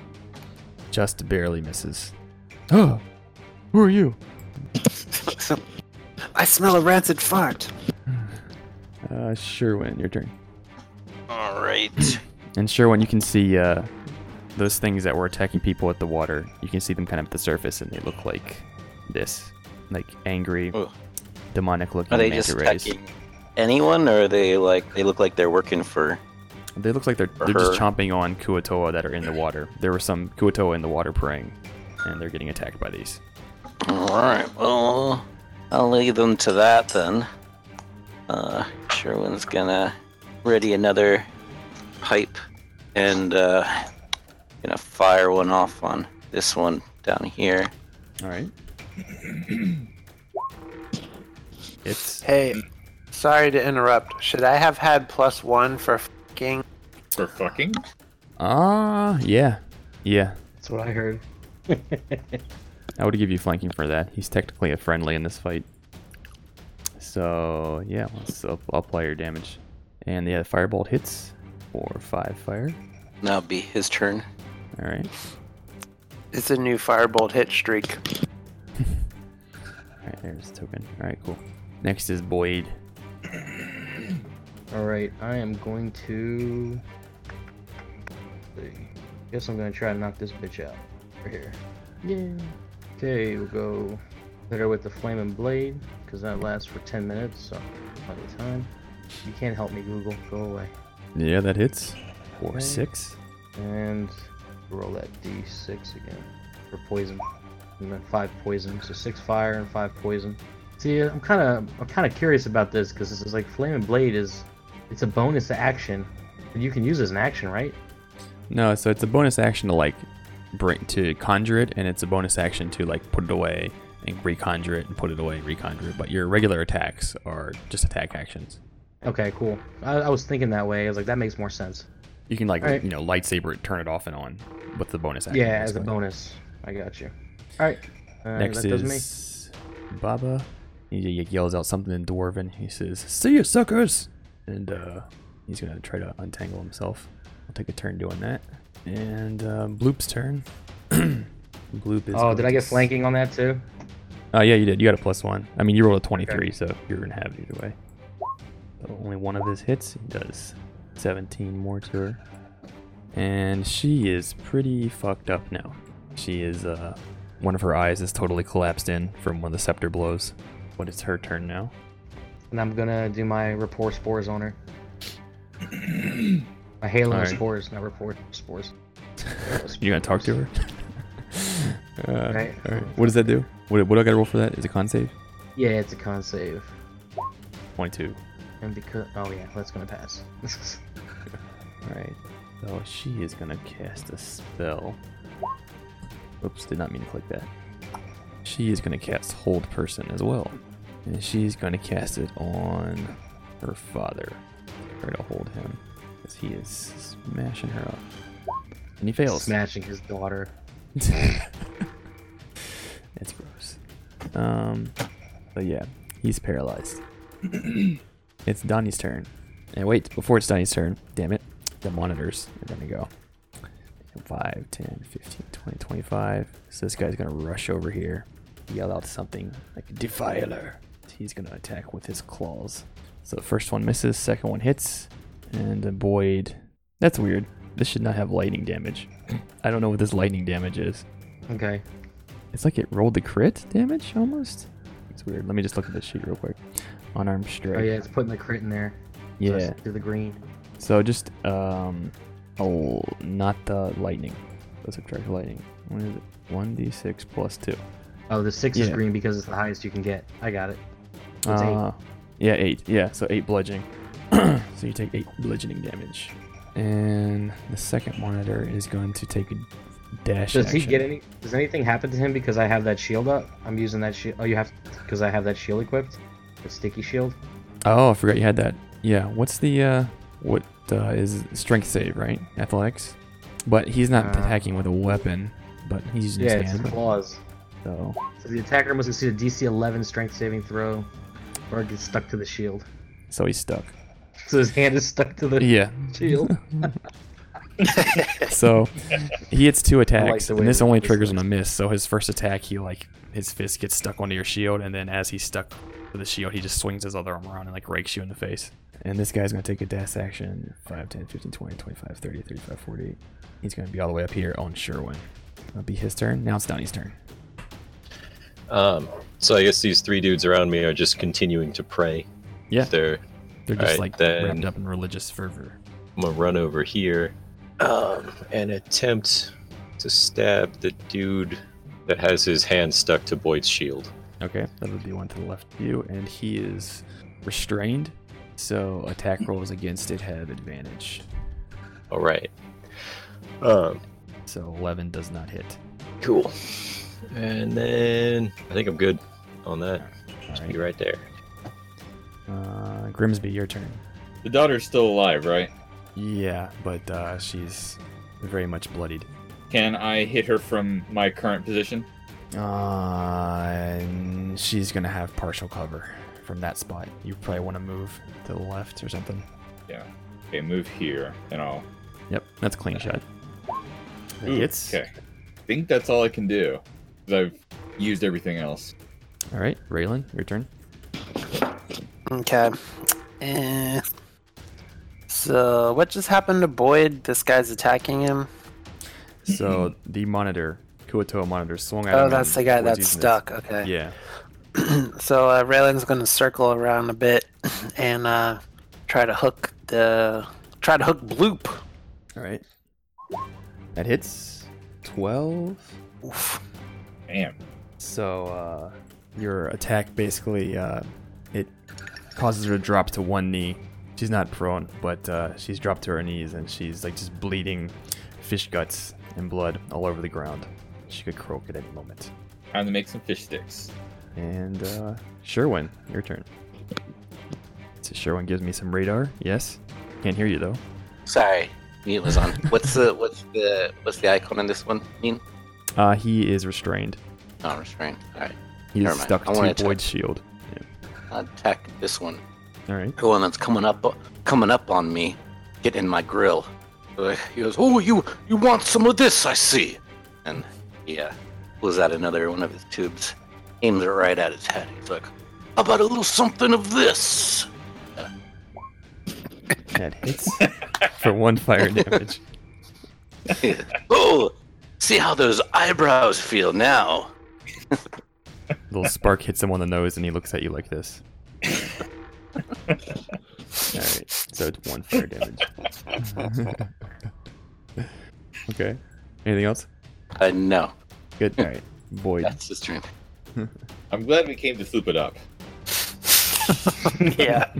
Speaker 5: Just barely misses. Oh, who are you?
Speaker 2: I smell a rancid fart.
Speaker 5: Uh, Sherwin, your turn.
Speaker 7: All right.
Speaker 5: And Sherwin, you can see uh, those things that were attacking people at the water. You can see them kind of at the surface, and they look like this, like angry,
Speaker 7: Oh.
Speaker 5: demonic-looking
Speaker 7: Are they
Speaker 5: manta
Speaker 7: just
Speaker 5: rays.
Speaker 7: attacking anyone, or are they like they look like they're working for?
Speaker 5: They look like they're
Speaker 7: Or
Speaker 5: they're just
Speaker 7: her.
Speaker 5: chomping on Kuatoa that are in the water. There were some Kuatoa in the water praying, and they're getting attacked by these.
Speaker 7: All right. Well, I'll leave them to that then. Uh, Sherwin's gonna ready another pipe and uh, gonna fire one off on this one down here.
Speaker 5: All right. it's
Speaker 2: Hey, sorry to interrupt. Should I have had plus one for fucking?
Speaker 6: For fucking.
Speaker 5: ah yeah yeah.
Speaker 1: That's what I heard.
Speaker 5: I would give you flanking for that. He's technically a friendly in this fight. So yeah, let's up- apply your damage. And the firebolt hits four five fire.
Speaker 7: Now be his turn.
Speaker 5: All right.
Speaker 2: It's a new firebolt hit streak.
Speaker 5: All right. There's the token. All right. Cool. Next is Boyd.
Speaker 1: All right, I am going to. see. Guess I'm gonna try to knock this bitch out. Right here. Yeah. Okay, we'll go hit her with the flaming blade because that lasts for 10 minutes, so plenty of time. You can't help me, Google. Go away.
Speaker 5: Yeah, that hits. Four
Speaker 1: Okay.
Speaker 5: six.
Speaker 1: And roll that d6 again for poison. And then five poison, so six fire and five poison. See, I'm kind of I'm kind of curious about this because this is like flaming blade is it's a bonus action. And you can use it as an action, right?
Speaker 5: No, so it's a bonus action to like bring to conjure it, and it's a bonus action to like put it away and reconjure it and put it away and reconjure it. But your regular attacks are just attack actions.
Speaker 1: Okay, cool. I, I was thinking that way. I was like, that makes more sense.
Speaker 5: You can like
Speaker 1: Alright.
Speaker 5: you know lightsaber it, turn it off and on with the bonus action.
Speaker 1: yeah, as a
Speaker 5: basically.
Speaker 1: bonus. I got you. All right. Uh,
Speaker 5: Next
Speaker 1: that does me.
Speaker 5: is Baba. He y- yells out something in Dwarven. He says, "See you, suckers!" And uh, he's gonna try to untangle himself. I'll take a turn doing that. And um, Bloop's turn. Bloop is.
Speaker 1: Oh, did I get
Speaker 5: flanked?
Speaker 1: flanking on that too?
Speaker 5: Oh yeah, you did. You got a plus one. I mean, you rolled a twenty-three, so you're gonna have it either way. But only one of his hits. He does seventeen more to her, and she is pretty fucked up now. She is. Uh, one of her eyes is totally collapsed in from one of the scepter blows. But it's her turn now.
Speaker 1: And I'm gonna do my rapport spores on her. my halo
Speaker 5: All right.
Speaker 1: spores, not rapport spores.
Speaker 5: You gonna talk to her? uh,
Speaker 1: Right.
Speaker 5: All right. What does that do? What, what do I gotta roll for that? Is it con save?
Speaker 1: Yeah, it's a con save.
Speaker 5: Twenty-two.
Speaker 1: And because oh yeah, that's gonna pass.
Speaker 5: Alright. So she is gonna cast a spell. Oops, did not mean to click that. She is gonna cast Hold Person as well. And she's gonna cast it on her father. Try to hold him. Because he is smashing her up. And he fails.
Speaker 1: Smashing his daughter.
Speaker 5: That's gross. Um, but yeah, he's paralyzed. it's Donnie's turn. And wait, before it's Donnie's turn, damn it, the monitors are going to go. 5, 10, 15, 20, 25. So this guy's going to rush over here, yell out something like Defiler. He's going to attack with his claws. So the first one misses, second one hits, and avoid. That's weird. This should not have lightning damage. I don't know what this lightning damage is.
Speaker 1: Okay. Oh
Speaker 5: It's like it rolled the crit damage almost. It's weird. Let me just look at this sheet real quick. Unarmed strike.
Speaker 1: Oh yeah, it's putting the crit in there. So
Speaker 5: Yeah.
Speaker 1: it's To the green.
Speaker 5: So just um, oh, not the lightning. Let's subtract the lightning. What is it? 1d6 plus 2.
Speaker 1: Oh, the six is
Speaker 5: Yeah.
Speaker 1: green because it's the highest you can get. I got it. So it's
Speaker 5: Uh, Yeah, eight. Yeah, so eight bludgeoning. so you take eight bludgeoning damage. And the second monitor is going to take a dash.
Speaker 1: Does he
Speaker 5: action.
Speaker 1: get any? Does anything happen to him because I have that shield up? I'm using that shield. Oh, you have because I have that shield equipped. The sticky shield.
Speaker 5: Oh, I forgot you had that. Yeah, what's the uh what uh is strength save, right? Athletics. But he's not
Speaker 1: Uh,
Speaker 5: attacking with a weapon, but he's using
Speaker 1: Yeah,
Speaker 5: his
Speaker 1: it's his
Speaker 5: hand.
Speaker 1: claws.
Speaker 5: So
Speaker 1: So the attacker must succeed a DC 11 strength saving throw, or get stuck to the shield.
Speaker 5: so he's stuck.
Speaker 1: So his hand is stuck to the
Speaker 5: Yeah.
Speaker 1: shield.
Speaker 5: So he hits two attacks,
Speaker 1: the way
Speaker 5: and this
Speaker 1: we
Speaker 5: only
Speaker 1: did this
Speaker 5: triggers on a miss. So his first attack, he like his fist gets stuck onto your shield, and then as he's stuck to the shield, he just swings his other arm around and like rakes you in the face. And this guy's gonna take a dash action 5, 10, 15, 20, 25, 30, 35, 40. He's gonna be all the way up here on Sherwin. That'll be his turn. Now it's Donnie's turn.
Speaker 4: Um, so I guess these three dudes around me are just continuing to pray.
Speaker 5: Yeah.
Speaker 4: They're,
Speaker 5: They're just
Speaker 4: Alright,
Speaker 5: like
Speaker 4: then-
Speaker 5: wrapped up in religious fervor.
Speaker 4: I'm going to run over here um, and attempt to stab the dude that has his hand stuck to Boyd's shield.
Speaker 5: Okay, that would be one to the left of you, and he is restrained. So attack rolls against it have advantage.
Speaker 4: All right. Um,
Speaker 5: So 11 does not hit.
Speaker 4: cool. And then I think I'm good on that.
Speaker 5: All
Speaker 4: Just
Speaker 5: right.
Speaker 4: be right there.
Speaker 5: Uh, Grimsby, your turn.
Speaker 6: The daughter's still alive, right?
Speaker 5: Yeah, but uh, she's very much bloodied.
Speaker 6: Can I hit her from my current position?
Speaker 5: Uh, and she's gonna have partial cover from that spot. You probably want to move to the left or something.
Speaker 6: Okay, move here, and I'll.
Speaker 5: Yep, that's a clean shot. That
Speaker 6: Ooh,
Speaker 5: hits.
Speaker 6: Okay. I think that's all I can do. 'cause I've used everything else.
Speaker 5: All right, Raylan, your turn.
Speaker 2: Okay. Eh. So, what just happened to Boyd? This guy's attacking him.
Speaker 5: So the monitor, Kuotoa monitor, swung at him
Speaker 2: Oh,
Speaker 5: and
Speaker 2: that's the guy
Speaker 5: was
Speaker 2: that's
Speaker 5: using his-
Speaker 2: stuck. Okay.
Speaker 5: Yeah.
Speaker 2: So uh, Raylan's going to circle around a bit and uh, try to hook the try to hook Bloop.
Speaker 5: All right. That hits. Twelve.
Speaker 2: Oof.
Speaker 6: Damn.
Speaker 5: So uh, your attack basically uh, it causes her to drop to one knee. She's not prone, but uh, she's dropped to her knees and she's like just bleeding fish guts and blood all over the ground. She could croak at any moment.
Speaker 6: Time to make some fish sticks.
Speaker 5: And uh, Sherwin, your turn. So Sherwin gives me some radar. Yes, can't hear you though.
Speaker 7: Sorry, mute was on. what's the what's the what's the icon on this one mean?
Speaker 5: Uh, he is restrained.
Speaker 7: Oh, restraint. All right,
Speaker 5: He's
Speaker 7: Never mind.
Speaker 5: stuck
Speaker 7: I wanna
Speaker 5: to
Speaker 7: attack.
Speaker 5: Boyd's shield.
Speaker 7: I'll attack this one.
Speaker 5: All right.
Speaker 7: The one that's coming up coming up on me. Get in my grill. Uh, He goes, "Oh, you you want some of this? I see." And he uh, pulls out another one of his tubes, aims it right at his head. He's like,
Speaker 3: How about a little something of this?
Speaker 5: That hits for one fire damage.
Speaker 7: "Oh, see how those eyebrows feel now."
Speaker 5: little spark hits him on the nose and he looks at you like this. Alright, so it's one fire damage. okay. Anything else?
Speaker 7: Uh, no,
Speaker 5: Good. Alright. Boyd.
Speaker 7: that's his turn.
Speaker 6: I'm glad we came to soup it up.
Speaker 2: Yeah.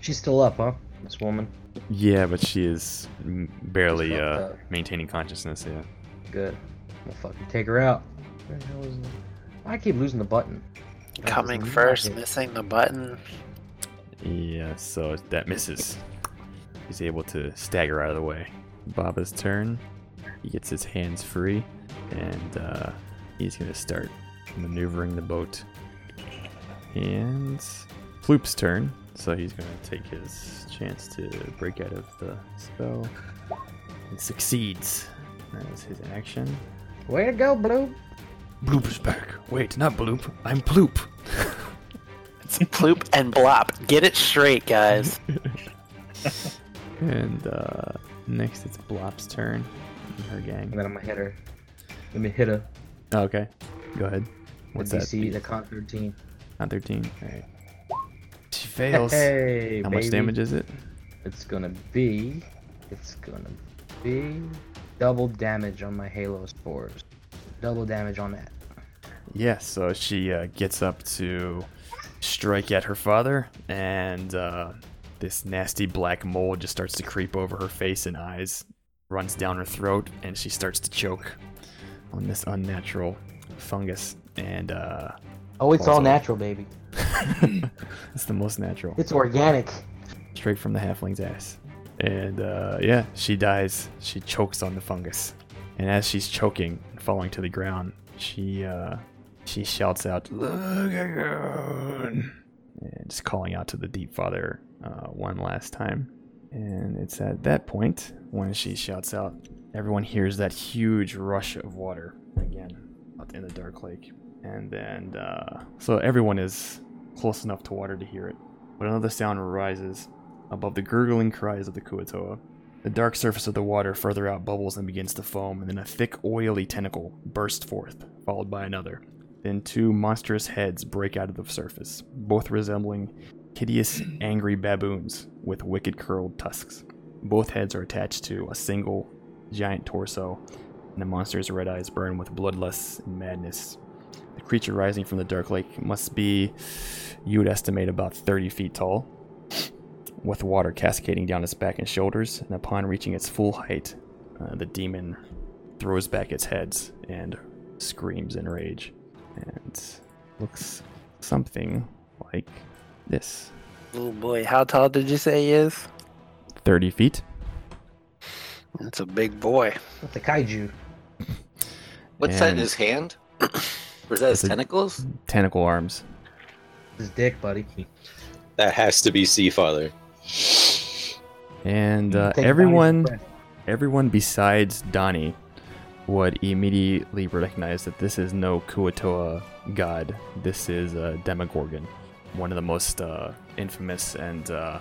Speaker 1: She's still up, huh? This woman.
Speaker 5: Yeah, but she is m- barely
Speaker 1: Fucked
Speaker 5: uh,
Speaker 1: up.
Speaker 5: maintaining consciousness, yeah.
Speaker 1: Good. I'll fucking take her out. Where the hell is it? I keep losing the button.
Speaker 2: Coming
Speaker 1: Not
Speaker 5: Mm-hmm.
Speaker 2: first,
Speaker 1: it.
Speaker 2: missing the button.
Speaker 5: Yeah, so that misses. He's able to stagger out of the way. Baba's turn. He gets his hands free, and uh, he's going to start maneuvering the boat. And Ploop's turn, so he's going to take his chance to break out of the spell. And succeeds. That was his action.
Speaker 1: Way to go, Blue.
Speaker 8: Bloop is back. Wait, not Bloop. I'm Ploop.
Speaker 2: It's Bloop and Blop. Get it straight, guys.
Speaker 5: And uh, next it's Blop's turn. and Her
Speaker 1: And
Speaker 5: gang.
Speaker 1: then I'm gonna hit her. Let me hit her.
Speaker 5: okay, go ahead. What's
Speaker 1: the
Speaker 5: that?
Speaker 1: DC, the con 13.
Speaker 5: On 13. Alright. She fails.
Speaker 1: Hey,
Speaker 5: How
Speaker 1: baby.
Speaker 5: much damage is it?
Speaker 1: It's gonna be. It's gonna be. double damage on my halo spores. Double damage on that.
Speaker 5: Yeah, so she uh, gets up to strike at her father, and uh, this nasty black mold just starts to creep over her face and eyes, runs down her throat, and she starts to choke on this unnatural fungus. And uh,
Speaker 1: Oh, it's all
Speaker 5: Also-
Speaker 1: natural, baby.
Speaker 5: it's the most natural.
Speaker 1: It's organic.
Speaker 5: straight from the halfling's ass. And uh, yeah, she dies. She chokes on the fungus, and as she's choking, and falling to the ground, she uh, she shouts out, "Look again!" and just calling out to the deep father uh, one last time. And it's at that point when she shouts out, everyone hears that huge rush of water again out in the dark lake, and then uh, so everyone is close enough to water to hear it. But another sound rises above the gurgling cries of the Kuatoa. The dark surface of the water further out bubbles and begins to foam, and then a thick, oily tentacle bursts forth, followed by another. Then two monstrous heads break out of the surface, both resembling hideous, angry baboons with wicked curled tusks. Both heads are attached to a single giant torso, and the monster's red eyes burn with bloodlust and madness. The creature rising from the dark lake must be, you would estimate, about 30 feet tall, with water cascading down its back and shoulders. And upon reaching its full height, uh, the demon throws back its head and screams in rage. And looks something like this
Speaker 2: Oh boy, how tall did you say he is?
Speaker 5: 30 feet.
Speaker 2: That's a big boy.
Speaker 1: With the kaiju.
Speaker 7: What's that in
Speaker 5: And-
Speaker 7: his hand? Or is that
Speaker 5: It's
Speaker 7: his
Speaker 5: a-
Speaker 7: tentacles?
Speaker 5: Tentacle arms.
Speaker 1: His dick, buddy.
Speaker 5: Uh,
Speaker 4: That has to be Sea Father.
Speaker 5: And uh,
Speaker 1: Take Bonnie's
Speaker 5: everyone.
Speaker 1: breath.
Speaker 5: Everyone besides Donnie would immediately recognize that this is no Kuatoa god. This is a Demogorgon, one of the most uh, infamous and uh,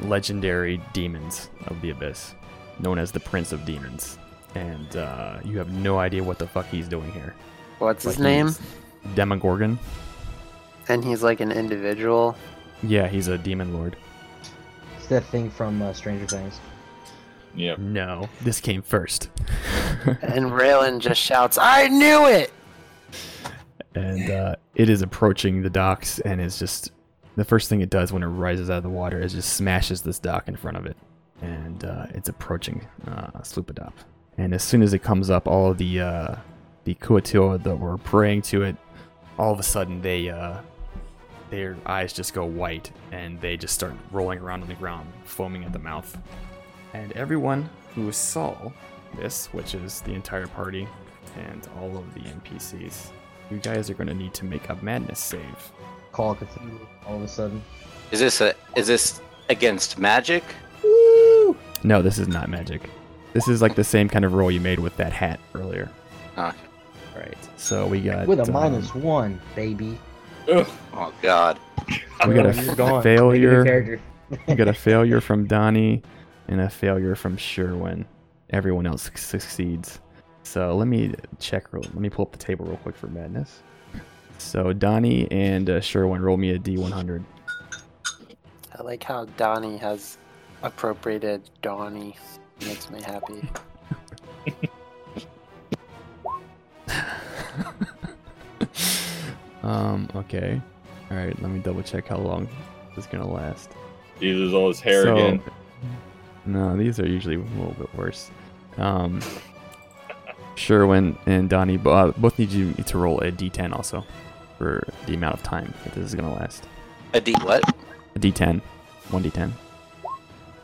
Speaker 5: legendary demons of the Abyss, known as the Prince of Demons. And uh, you have no idea what the fuck he's doing here.
Speaker 2: What's his
Speaker 5: Like,
Speaker 2: name?
Speaker 5: he's Demogorgon.
Speaker 2: And he's like an individual.
Speaker 5: Yeah, he's a demon lord.
Speaker 1: It's that thing from uh, Stranger Things.
Speaker 6: Yeah.
Speaker 5: No, this came first.
Speaker 2: And Raylan just shouts, I knew it!
Speaker 5: and uh, it is approaching the docks and is just the first thing it does when it rises out of the water is just smashes this dock in front of it and uh, it's approaching uh, Slupadop. And as soon as it comes up, all of the uh, the Kuatua that were praying to it, all of a sudden they uh, their eyes just go white and they just start rolling around on the ground, foaming at the mouth. And everyone who saw this, which is the entire party and all of the NPCs, you guys are going to need to make a madness save.
Speaker 1: Call of Cthulhu. All of a sudden.
Speaker 7: Is this a is this against magic?
Speaker 5: No, this is not magic. This is like the same kind of roll you made with that hat earlier.
Speaker 7: Ah.
Speaker 5: All right. So we got
Speaker 1: With a
Speaker 5: um,
Speaker 1: minus one, baby.
Speaker 6: Ugh.
Speaker 7: Oh god.
Speaker 5: We got a
Speaker 1: You're
Speaker 5: f-
Speaker 1: gone. Make a new
Speaker 5: failure.
Speaker 1: character.
Speaker 5: We got a failure from Donnie, and a failure from Sherwin. Everyone else suc- succeeds. So let me check. Real, let me pull up the table real quick for madness. So Donnie and uh, Sherwin, roll me a D100.
Speaker 2: I like how Donnie has appropriated Donnie. Makes me happy.
Speaker 5: um. Okay. All right. Let me double check how long this is gonna last.
Speaker 6: He loses all his hair
Speaker 5: So-
Speaker 6: again.
Speaker 5: No, these are usually a little bit worse. Um, Sherwin and Donnie bo- uh, both need you to roll a d10 also for the amount of time that this is going to last.
Speaker 7: A D what?
Speaker 5: A d10. 1d10.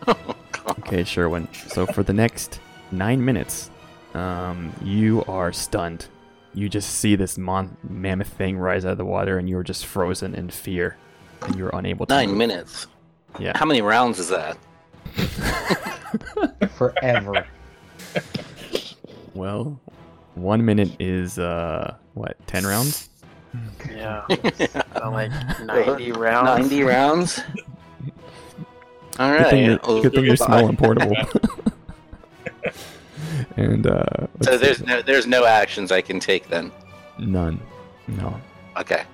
Speaker 7: Oh, God.
Speaker 5: Okay, Sherwin. So for the next nine minutes, um, you are stunned. You just see this mon- mammoth thing rise out of the water, and you are just frozen in fear, and you're unable to.
Speaker 7: Nine
Speaker 5: move.
Speaker 7: minutes.
Speaker 5: Yeah.
Speaker 7: How many rounds is that?
Speaker 1: Forever.
Speaker 5: Well, one minute is uh, what? Ten rounds.
Speaker 2: Yeah. So like 90 rounds.
Speaker 7: 90 rounds?
Speaker 5: Good thing,
Speaker 7: Alright.
Speaker 5: you're, good thing you're small and portable. and uh, let's
Speaker 7: So
Speaker 5: see.
Speaker 7: there's no there's no actions I can take then.
Speaker 5: none. No.
Speaker 7: Okay.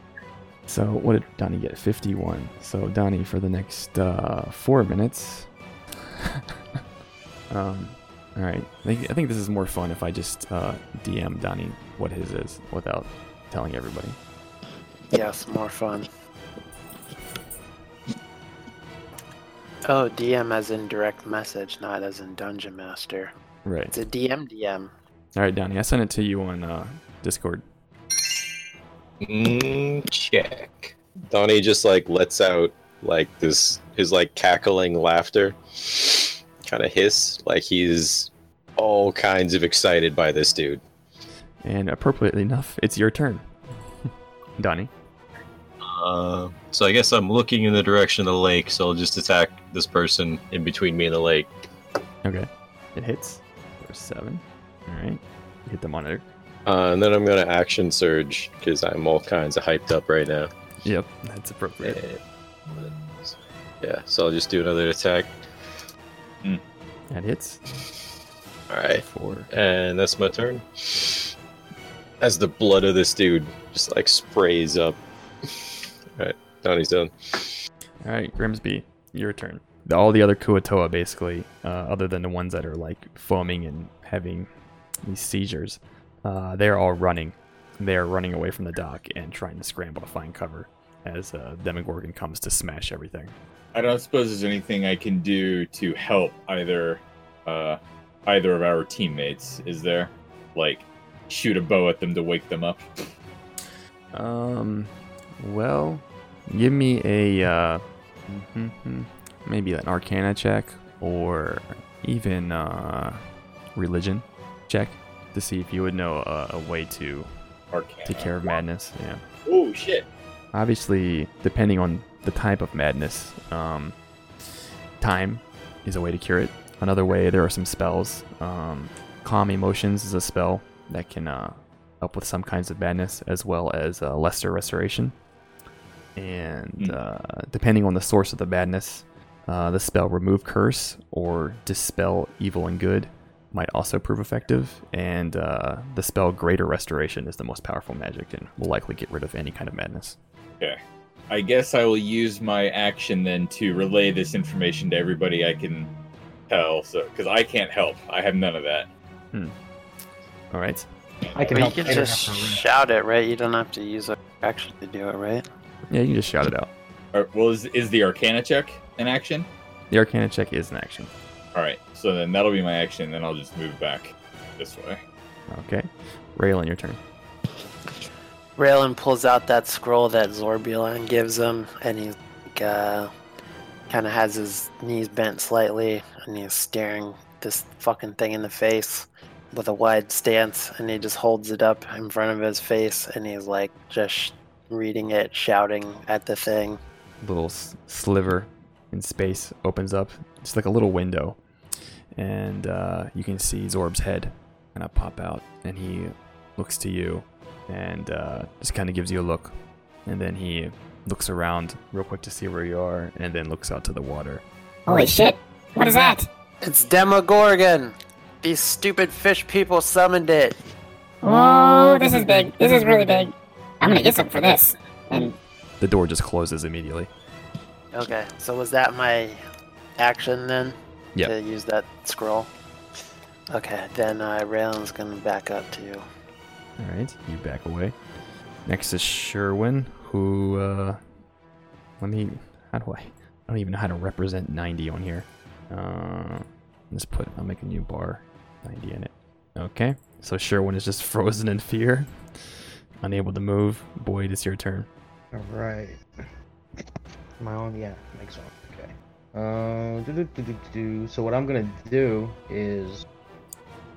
Speaker 5: So what did Donnie get? 51. So Donnie, for the next uh, four minutes, um, All right. I think, I think this is more fun if I just uh, DM Donnie what his is without telling everybody.
Speaker 2: Yes, more fun. Oh, DM as in direct message, not as in Dungeon Master.
Speaker 5: Right.
Speaker 2: It's a DM DM.
Speaker 5: All right, Donnie. I sent it to you on uh, Discord.
Speaker 4: Mm, check. Donnie just like lets out like this his like cackling laughter, kind of hiss. Like he's all kinds of excited by this dude.
Speaker 5: And appropriately enough, it's your turn, Donnie.
Speaker 4: Uh, so I guess I'm looking in the direction of the lake. So I'll just attack this person in between me and the lake.
Speaker 5: Okay. It hits. For seven. All right. You hit the monitor.
Speaker 4: Uh, and then I'm gonna action surge because I'm all kinds of hyped up right now.
Speaker 5: Yep. That's appropriate.
Speaker 4: Yeah, so I'll just do another attack.
Speaker 5: That hits.
Speaker 4: All right,
Speaker 5: Four.
Speaker 4: and that's my turn. As the blood of this dude just like sprays up. All right, Donnie's done.
Speaker 5: All right, Grimsby, your turn. The- All the other Kuatoa, basically, uh, other than the ones that are like foaming and having these seizures, uh, they're all running. They are running away from the dock and trying to scramble to find cover as uh, Demogorgon comes to smash everything.
Speaker 6: I don't suppose there's anything I can do to help either uh, either of our teammates, is there? Like shoot a bow at them to wake them up.
Speaker 5: Um, well, give me a uh, mhm, maybe an Arcana check or even uh, religion check to see if you would know a, a way to
Speaker 6: Arcana.
Speaker 5: take care of madness. Yeah.
Speaker 6: Oh shit.
Speaker 5: obviously depending on the type of madness um, time is a way to cure it another way there are some spells um, calm emotions is a spell that can uh, help with some kinds of madness as well as uh, lesser restoration and
Speaker 6: Hmm.
Speaker 5: uh, depending on the source of the madness uh, the spell remove curse or dispel evil and good might also prove effective, and uh, the spell Greater Restoration is the most powerful magic and will likely get rid of any kind of madness.
Speaker 6: I guess I will use my action then to relay this information to everybody I can tell. So, because I can't help, I have none of that.
Speaker 5: All right.
Speaker 1: I can
Speaker 2: Or you
Speaker 1: help.
Speaker 2: can
Speaker 1: I
Speaker 2: just
Speaker 1: help.
Speaker 2: shout it, right? You don't have to use a action to do it, right?
Speaker 5: Yeah, you can just shout it out.
Speaker 6: All right, well, is, is the Arcana check an action?
Speaker 5: The Arcana check is an action.
Speaker 6: All right, so then that'll be my action. Then I'll just move back this way.
Speaker 5: Okay. Raylan, your turn.
Speaker 2: Raylan pulls out that scroll that Zorbion gives him, and he's like, uh, kind of has his knees bent slightly, and he's staring this fucking thing in the face with a wide stance, and he just holds it up in front of his face, and he's like just reading it, shouting at the thing.
Speaker 5: Little s- sliver in space opens up. It's like a little window. And uh, you can see Zorb's head kind of pop out, and he looks to you and uh, just kind of gives you a look. And then he looks around real quick to see where you are, and then looks out to the water.
Speaker 9: Holy shit. What is that?
Speaker 2: It's Demogorgon! These stupid fish people summoned it!
Speaker 9: Whoa, this is big. This is really big. I'm gonna get some for this. And
Speaker 5: The door just closes immediately.
Speaker 2: Okay, so was that my action then?
Speaker 5: Yep.
Speaker 2: To use that scroll? Okay, then uh, Raylan's gonna back up to you.
Speaker 5: All right, you back away. Next is Sherwin, who uh, let me. How do I? I don't even know how to represent 90 on here. Uh, let's put. I'll make a new bar, 90 in it. Okay. So Sherwin is just frozen in fear, unable to move. Boyd, it's your turn.
Speaker 1: All right. My own, yeah, makes sense. Okay. Uh, do, do, do, do, do. so what I'm gonna do is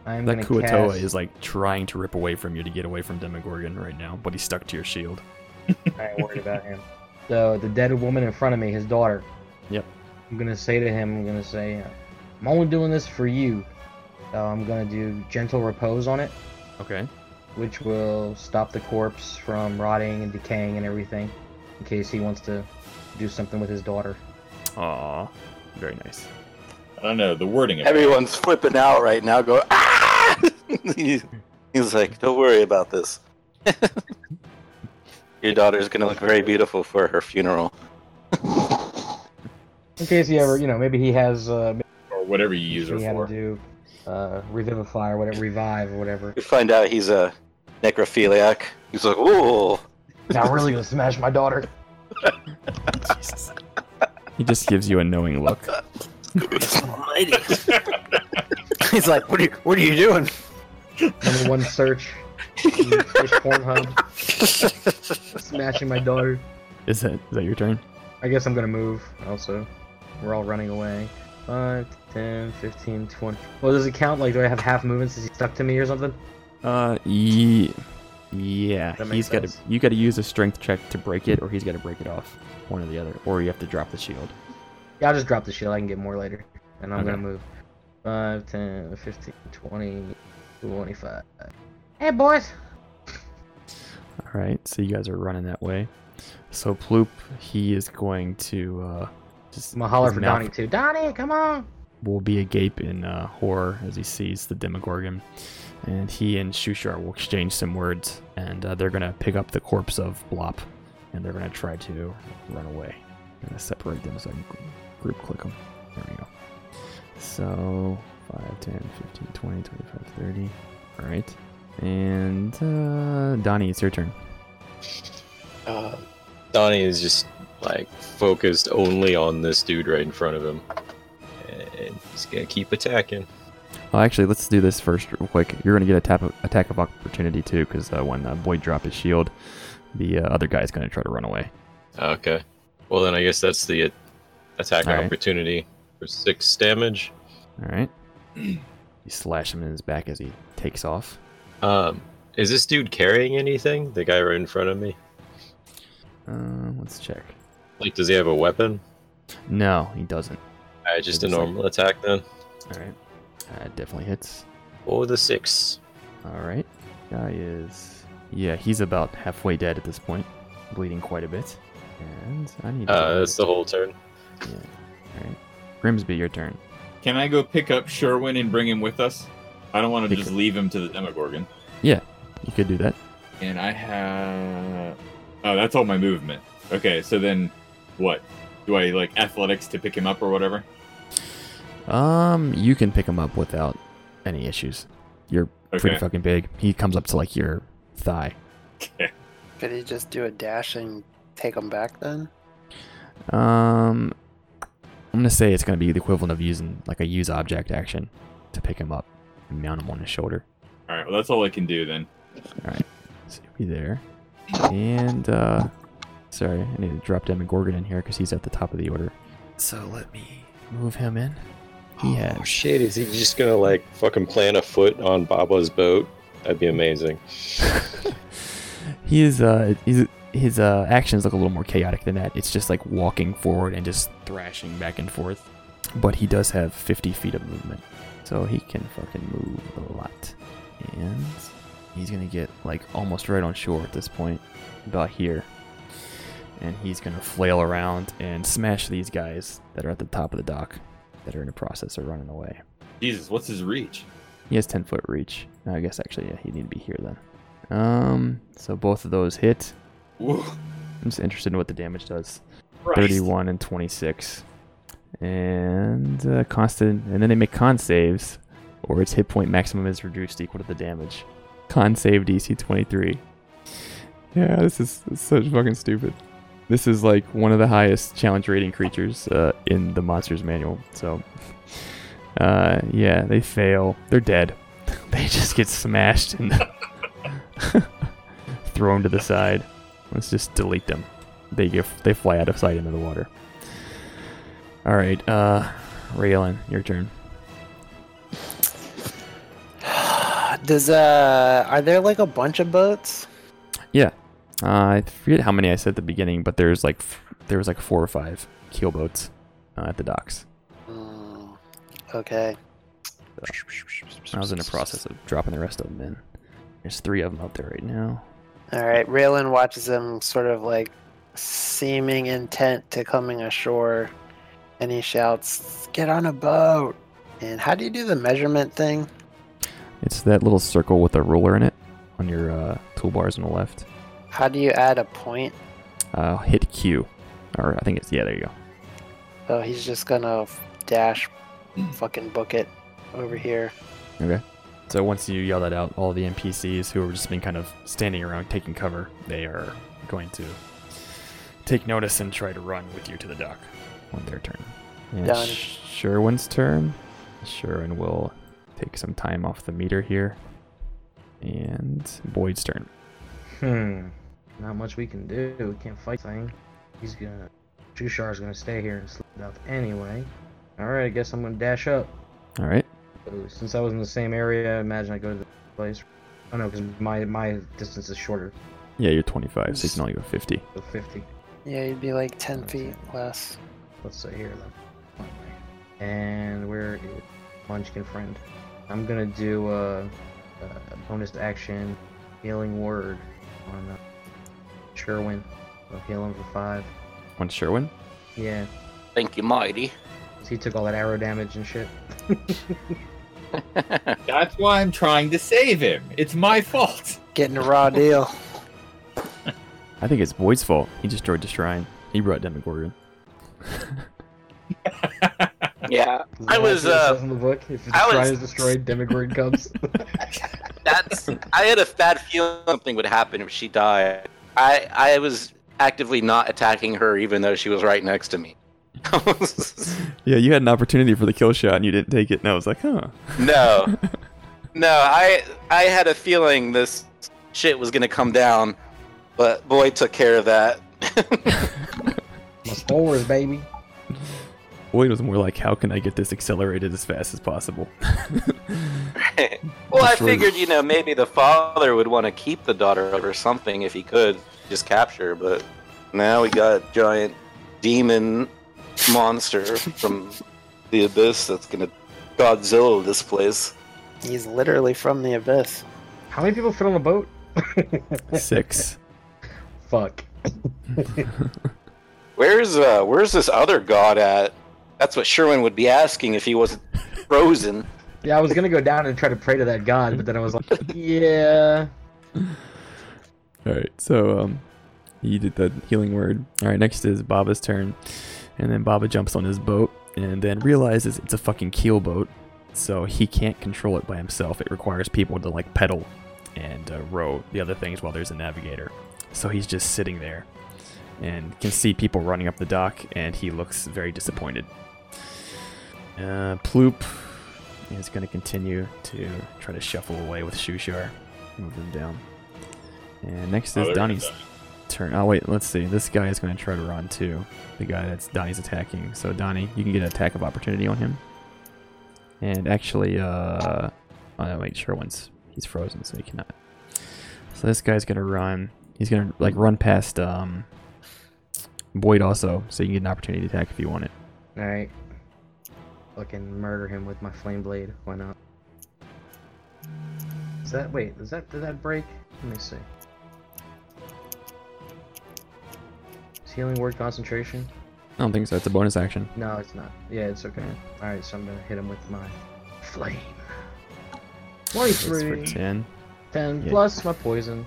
Speaker 1: I'm
Speaker 5: That
Speaker 1: gonna
Speaker 5: Kuatoa
Speaker 1: cast.
Speaker 5: is like trying to rip away from you to get away from Demogorgon right now, but he's stuck to your shield.
Speaker 1: I ain't worried about him. So the dead woman in front of me, his daughter.
Speaker 5: Yep.
Speaker 1: I'm gonna say to him, I'm gonna say, uh, I'm only doing this for you. So I'm gonna do gentle repose on it,
Speaker 5: Okay.
Speaker 1: which will stop the corpse from rotting and decaying and everything, in case he wants to do something with his daughter.
Speaker 5: Aw, very nice.
Speaker 6: I don't know the wording of it.
Speaker 7: Everyone's flipping out right now, going, ah! He- He's like, don't worry about this. Your daughter's going to look very beautiful for her funeral.
Speaker 1: In case he ever, you know, maybe he has uh,
Speaker 6: or whatever you use
Speaker 1: He
Speaker 6: her
Speaker 1: had
Speaker 6: for.
Speaker 1: to do uh, revivify or whatever, revive or whatever.
Speaker 7: We find out he's a necrophiliac. He's like, ooh.
Speaker 1: now I'm really gonna smash my daughter.
Speaker 5: He just gives you a knowing look.
Speaker 2: He's like, what are you, what are you doing?
Speaker 1: Number one search. in Pornhub. Smashing my daughter.
Speaker 5: Is that is that your turn?
Speaker 1: I guess I'm gonna move also. We're all running away. 5, 10, 15, 20. Well, does it count? Like, do I have half movement since he's stuck to me or something?
Speaker 5: Uh, ye- yeah.
Speaker 1: That
Speaker 5: He's
Speaker 1: makes
Speaker 5: got to.
Speaker 1: sense.
Speaker 5: You got to use a strength check to break it, or he's got to break it off. One or the other, or you have to drop the shield.
Speaker 1: Yeah, I'll just drop the shield. I can get more later. And I'm
Speaker 5: Okay.
Speaker 1: gonna move. 5, 10, 15, 20, 25. Hey, boys!
Speaker 5: All right, so you guys are running that way. So Ploop, he is going to uh, just
Speaker 1: I'm gonna holler
Speaker 5: his
Speaker 1: for
Speaker 5: mouth
Speaker 1: Donnie, too. Donnie, come on!
Speaker 5: Will be agape in uh, horror as he sees the Demogorgon, and he and Shushar will exchange some words, and uh, they're gonna pick up the corpse of Blop, and they're gonna try to run away. I'm gonna separate them so I can group click them. There we go. So 5, 10, 15, 20, 25, 30. All right, and uh, Donnie, it's your turn.
Speaker 4: Uh, Donnie is just like focused only on this dude right in front of him, and he's gonna keep attacking.
Speaker 5: Well, Oh, actually, let's do this first real quick. You're going to get a tap of, attack of opportunity too, because uh, when uh, Boyd dropped his shield, the uh, other guy's going to try to run away.
Speaker 4: Okay. Well, then I guess that's the uh, attack
Speaker 5: All right.
Speaker 4: opportunity for six damage.
Speaker 5: All right. You slash him in his back as he takes off.
Speaker 4: Um, is this dude carrying anything? The guy right in front of me.
Speaker 5: Uh, let's check.
Speaker 4: Like, does he have a weapon?
Speaker 5: No, he doesn't.
Speaker 4: Uh, just a
Speaker 5: It looks like-
Speaker 4: normal attack then.
Speaker 5: All right. Uh, definitely hits.
Speaker 4: Oh, the six.
Speaker 5: All right. Guy is. Yeah, he's about halfway dead at this point, bleeding quite a bit. And I need.
Speaker 4: Uh, that's the whole turn.
Speaker 5: All right. Grimsby, your turn.
Speaker 6: Can I go pick up Sherwin and bring him with us? I don't want to
Speaker 5: Pick
Speaker 6: just
Speaker 5: up-
Speaker 6: leave him to the Demogorgon.
Speaker 5: You could do that.
Speaker 6: And I have. Oh, that's all my movement. Okay, so then what? Do I like athletics to pick him up or whatever?
Speaker 5: Um, you can pick him up without any issues. You're pretty
Speaker 6: Okay.
Speaker 5: fucking big. He comes up to like your thigh.
Speaker 2: Could he just do a dash and take him back then?
Speaker 5: Um, I'm gonna say it's gonna be the equivalent of using like a use object action to pick him up and mount him on his shoulder.
Speaker 6: All right, well, that's all I can do then.
Speaker 5: So he'll be there. And uh, sorry, I need to drop Demogorgon in here because he's at the top of the order. So let me move him in. He has
Speaker 4: Oh shit! Is he just gonna like fucking plant a foot on Baba's boat? That'd be amazing.
Speaker 5: he is uh he's, his uh actions look a little more chaotic than that. It's just like walking forward and just thrashing back and forth. But he does have 50 feet of movement, so he can fucking move a lot. And he's gonna get like almost right on shore at this point, about here. And he's gonna flail around and smash these guys that are at the top of the dock, that are in the process of running away.
Speaker 6: Jesus, what's his reach?
Speaker 5: He has 10 foot reach. I guess actually, yeah, he'd need to be here then. Um, so both of those hit.
Speaker 6: Whoa,
Speaker 5: I'm just interested in what the damage does.
Speaker 6: Christ.
Speaker 5: 31 and 26. And uh, constant. And then they make con saves, or its hit point maximum is reduced equal to the damage. Con save DC 23. Yeah, this is such fucking stupid. This is like one of the highest challenge rating creatures uh, in the monsters manual. So, uh, yeah, they fail. They're dead. they just get smashed and thrown to the side. Let's just delete them they get, they fly out of sight into the water. All right, uh, Raylan, your turn.
Speaker 2: Does uh are there like a bunch of boats?
Speaker 5: Uh, I forget how many I said at the beginning, but there's like f- there was like four or five keelboats uh, at the docks.
Speaker 2: Hmm, okay.
Speaker 5: I was in the process of dropping the rest of them in. There's three of them out there right now.
Speaker 2: All right, Raylan watches him sort of like seeming intent to coming ashore, and he shouts, "Get on a boat!" And how do you do the measurement thing?
Speaker 5: It's that little circle with a ruler in it on your uh, toolbars on the left.
Speaker 2: How do you add a point?
Speaker 5: Uh, hit Q, or I think it's yeah. There you go.
Speaker 2: Oh, he's just gonna f- dash, fucking book it over here.
Speaker 5: So once you yell that out, all the NPCs who have just been kind of standing around taking cover, they are going to take notice and try to run with you to the dock on their turn. And
Speaker 2: Done.
Speaker 5: Sh- Sherwin's turn. Sherwin will take some time off the meter here. And Boyd's turn.
Speaker 1: Hmm. Not much we can do. We can't fight thing. He's gonna. Shushar's gonna stay here and sleep it up anyway. Alright, I guess I'm gonna dash up.
Speaker 5: All right.
Speaker 1: So, since I was in the same area, I imagine I go to the place. Oh no, because my, my distance is shorter.
Speaker 5: Yeah, you're 25, so you can only go 50.
Speaker 1: So 50.
Speaker 2: Yeah, you'd be like 10 feet less.
Speaker 1: Let's say here, then. And where is Munchkin Friend? I'm gonna do a, a bonus action healing word on uh, Sherwin. I'll heal him for five.
Speaker 5: On Sherwin?
Speaker 1: Yeah,
Speaker 7: Thank you, mighty.
Speaker 1: 'cause he took all that arrow damage and shit.
Speaker 6: That's why I'm trying to save him. It's my fault.
Speaker 2: Getting a raw deal.
Speaker 5: I think it's Boyd's fault. He destroyed the shrine. He brought Demogorgon.
Speaker 7: yeah, I was,
Speaker 1: That's what it
Speaker 7: uh,
Speaker 1: says in the book. If the
Speaker 7: I
Speaker 1: shrine
Speaker 7: was-
Speaker 1: is destroyed, Demogorgon comes.
Speaker 7: that's. I had a bad feeling something would happen if she died. I I was actively not attacking her, even though she was right next to me.
Speaker 5: Yeah, you had an opportunity for the kill shot and you didn't take it, and I was like, huh.
Speaker 7: No. No, I I had a feeling this shit was gonna come down, but boy took care of that.
Speaker 1: My spores, baby.
Speaker 5: Boyd was more like, how can I get this accelerated as fast as possible?
Speaker 7: well, I
Speaker 5: Sure.
Speaker 7: figured, you know, maybe the father would want to keep the daughter or something if he could just capture, her, but now we got giant demon monster from the abyss that's gonna Godzilla this place.
Speaker 2: He's literally from the abyss.
Speaker 1: How many people fit on a boat?
Speaker 5: Six.
Speaker 1: Fuck.
Speaker 7: Where's uh where's this other god at? That's what Sherwin would be asking if he wasn't frozen.
Speaker 1: Yeah, I was gonna go down and try to pray to that god, but then I was like, yeah.
Speaker 5: All right, so um, you did the healing word. All right, next is Baba's turn, and then Baba jumps on his boat and then realizes it's a fucking keel boat, so he can't control it by himself. It requires people to like pedal and uh, row the other things while there's a navigator. So he's just sitting there and can see people running up the dock, and he looks very disappointed. Uh, Ploop is going to continue to try to shuffle away with Shushar, move them down. And next
Speaker 6: Oh,
Speaker 5: is
Speaker 6: they're gonna
Speaker 5: Donnie's turn. Oh wait, let's see. This guy is going to try to run too. The guy that's Donnie's attacking. So Donnie, you can get an attack of opportunity on him. And actually, uh, oh no, wait, sure. Once he's frozen, so he cannot. So this guy's gonna run. He's gonna like run past um, Boyd also, so you can get an opportunity to attack if you want it.
Speaker 1: Alright. Fucking murder him with my flame blade. Why not? Is that wait, is that did that break? Let me see. Is healing word concentration?
Speaker 5: I don't think so. It's a bonus action.
Speaker 1: No, it's not. Yeah, it's okay. Alright, so I'm gonna hit him with my flame.
Speaker 5: So it's for
Speaker 1: 23. 10,
Speaker 5: ten. yeah.
Speaker 1: plus my poison.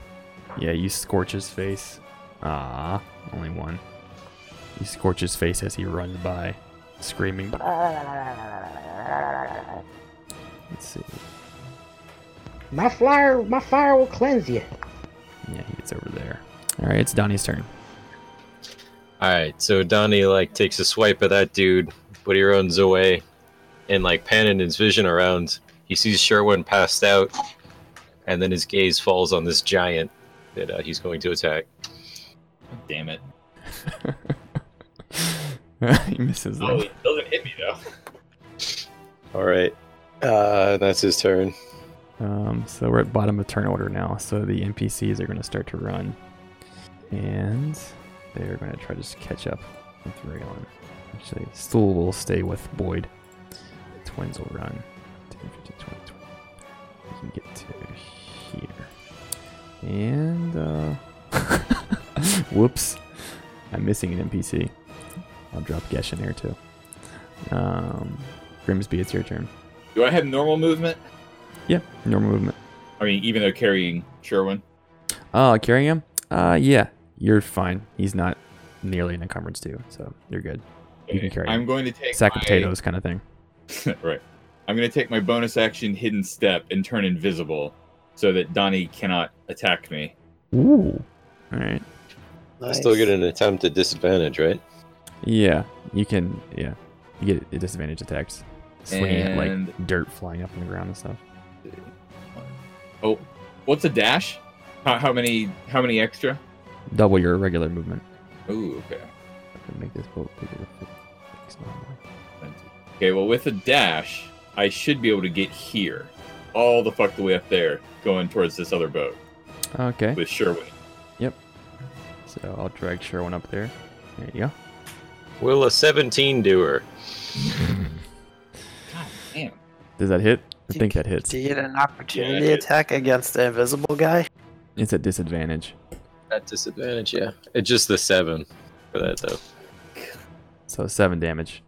Speaker 5: Yeah, you scorch his face. Ah, only one. You scorch his face as he runs by, screaming. Let's see.
Speaker 1: My flyer my fire will cleanse you.
Speaker 5: Yeah, he gets over there. All right, it's Donnie's turn.
Speaker 4: All right, so Donnie like takes a swipe at that dude, but he runs away, and like panning his vision around, he sees Sherwin passed out, and then his gaze falls on this giant that uh, he's going to attack.
Speaker 6: Damn it.
Speaker 5: he misses.
Speaker 6: Oh,
Speaker 5: Them.
Speaker 6: it doesn't hit me though.
Speaker 4: All right, uh, that's his turn.
Speaker 5: Um, so we're at bottom of turn order now. So the NPCs are going to start to run, and they're going to try to just catch up with Raylan. Actually, Stool will stay with Boyd. The twins will run. 10, 15, 20, 20. We can get to here, and uh, whoops, I'm missing an NPC. I'll drop Gesh in there too. Um, Grimsby, it's your turn.
Speaker 6: Do I have normal movement?
Speaker 5: Yeah, normal movement.
Speaker 6: I mean, even though carrying Sherwin.
Speaker 5: Oh, carrying him? Uh, yeah. You're fine. He's not nearly an encumbrance to you, so you're good. You can
Speaker 6: Okay,
Speaker 5: carry
Speaker 6: I'm
Speaker 5: him.
Speaker 6: going to take
Speaker 5: Sack
Speaker 6: my-
Speaker 5: of potatoes kind of thing.
Speaker 6: right. I'm going to take my bonus action hidden step and turn invisible so that Donnie cannot attack me.
Speaker 5: Ooh. All right.
Speaker 4: I still get an attempt at disadvantage, right?
Speaker 5: Yeah, you can. Yeah, you get a disadvantage attacks, swinging at
Speaker 6: And-
Speaker 5: like dirt flying up on the ground and stuff.
Speaker 6: Oh, what's a dash? How, how many how many extra?
Speaker 5: Double your regular movement.
Speaker 6: Ooh, okay.
Speaker 5: I can make this boat bigger. if it makes no more.
Speaker 6: Okay, well with a dash, I should be able to get here. All the fuck the way up there going towards this other boat
Speaker 5: Okay,
Speaker 6: with Sherwin.
Speaker 5: so I'll drag Sherwin up there. There you go.
Speaker 4: Will a 17 do her?
Speaker 6: Damn.
Speaker 5: Does that hit? I
Speaker 2: Do-
Speaker 5: think that hits.
Speaker 2: Do you get an opportunity
Speaker 6: Yeah, it-
Speaker 2: attack against the invisible guy?
Speaker 5: It's at disadvantage.
Speaker 4: At disadvantage, yeah. It's just the 7 for that, though.
Speaker 5: So seven damage.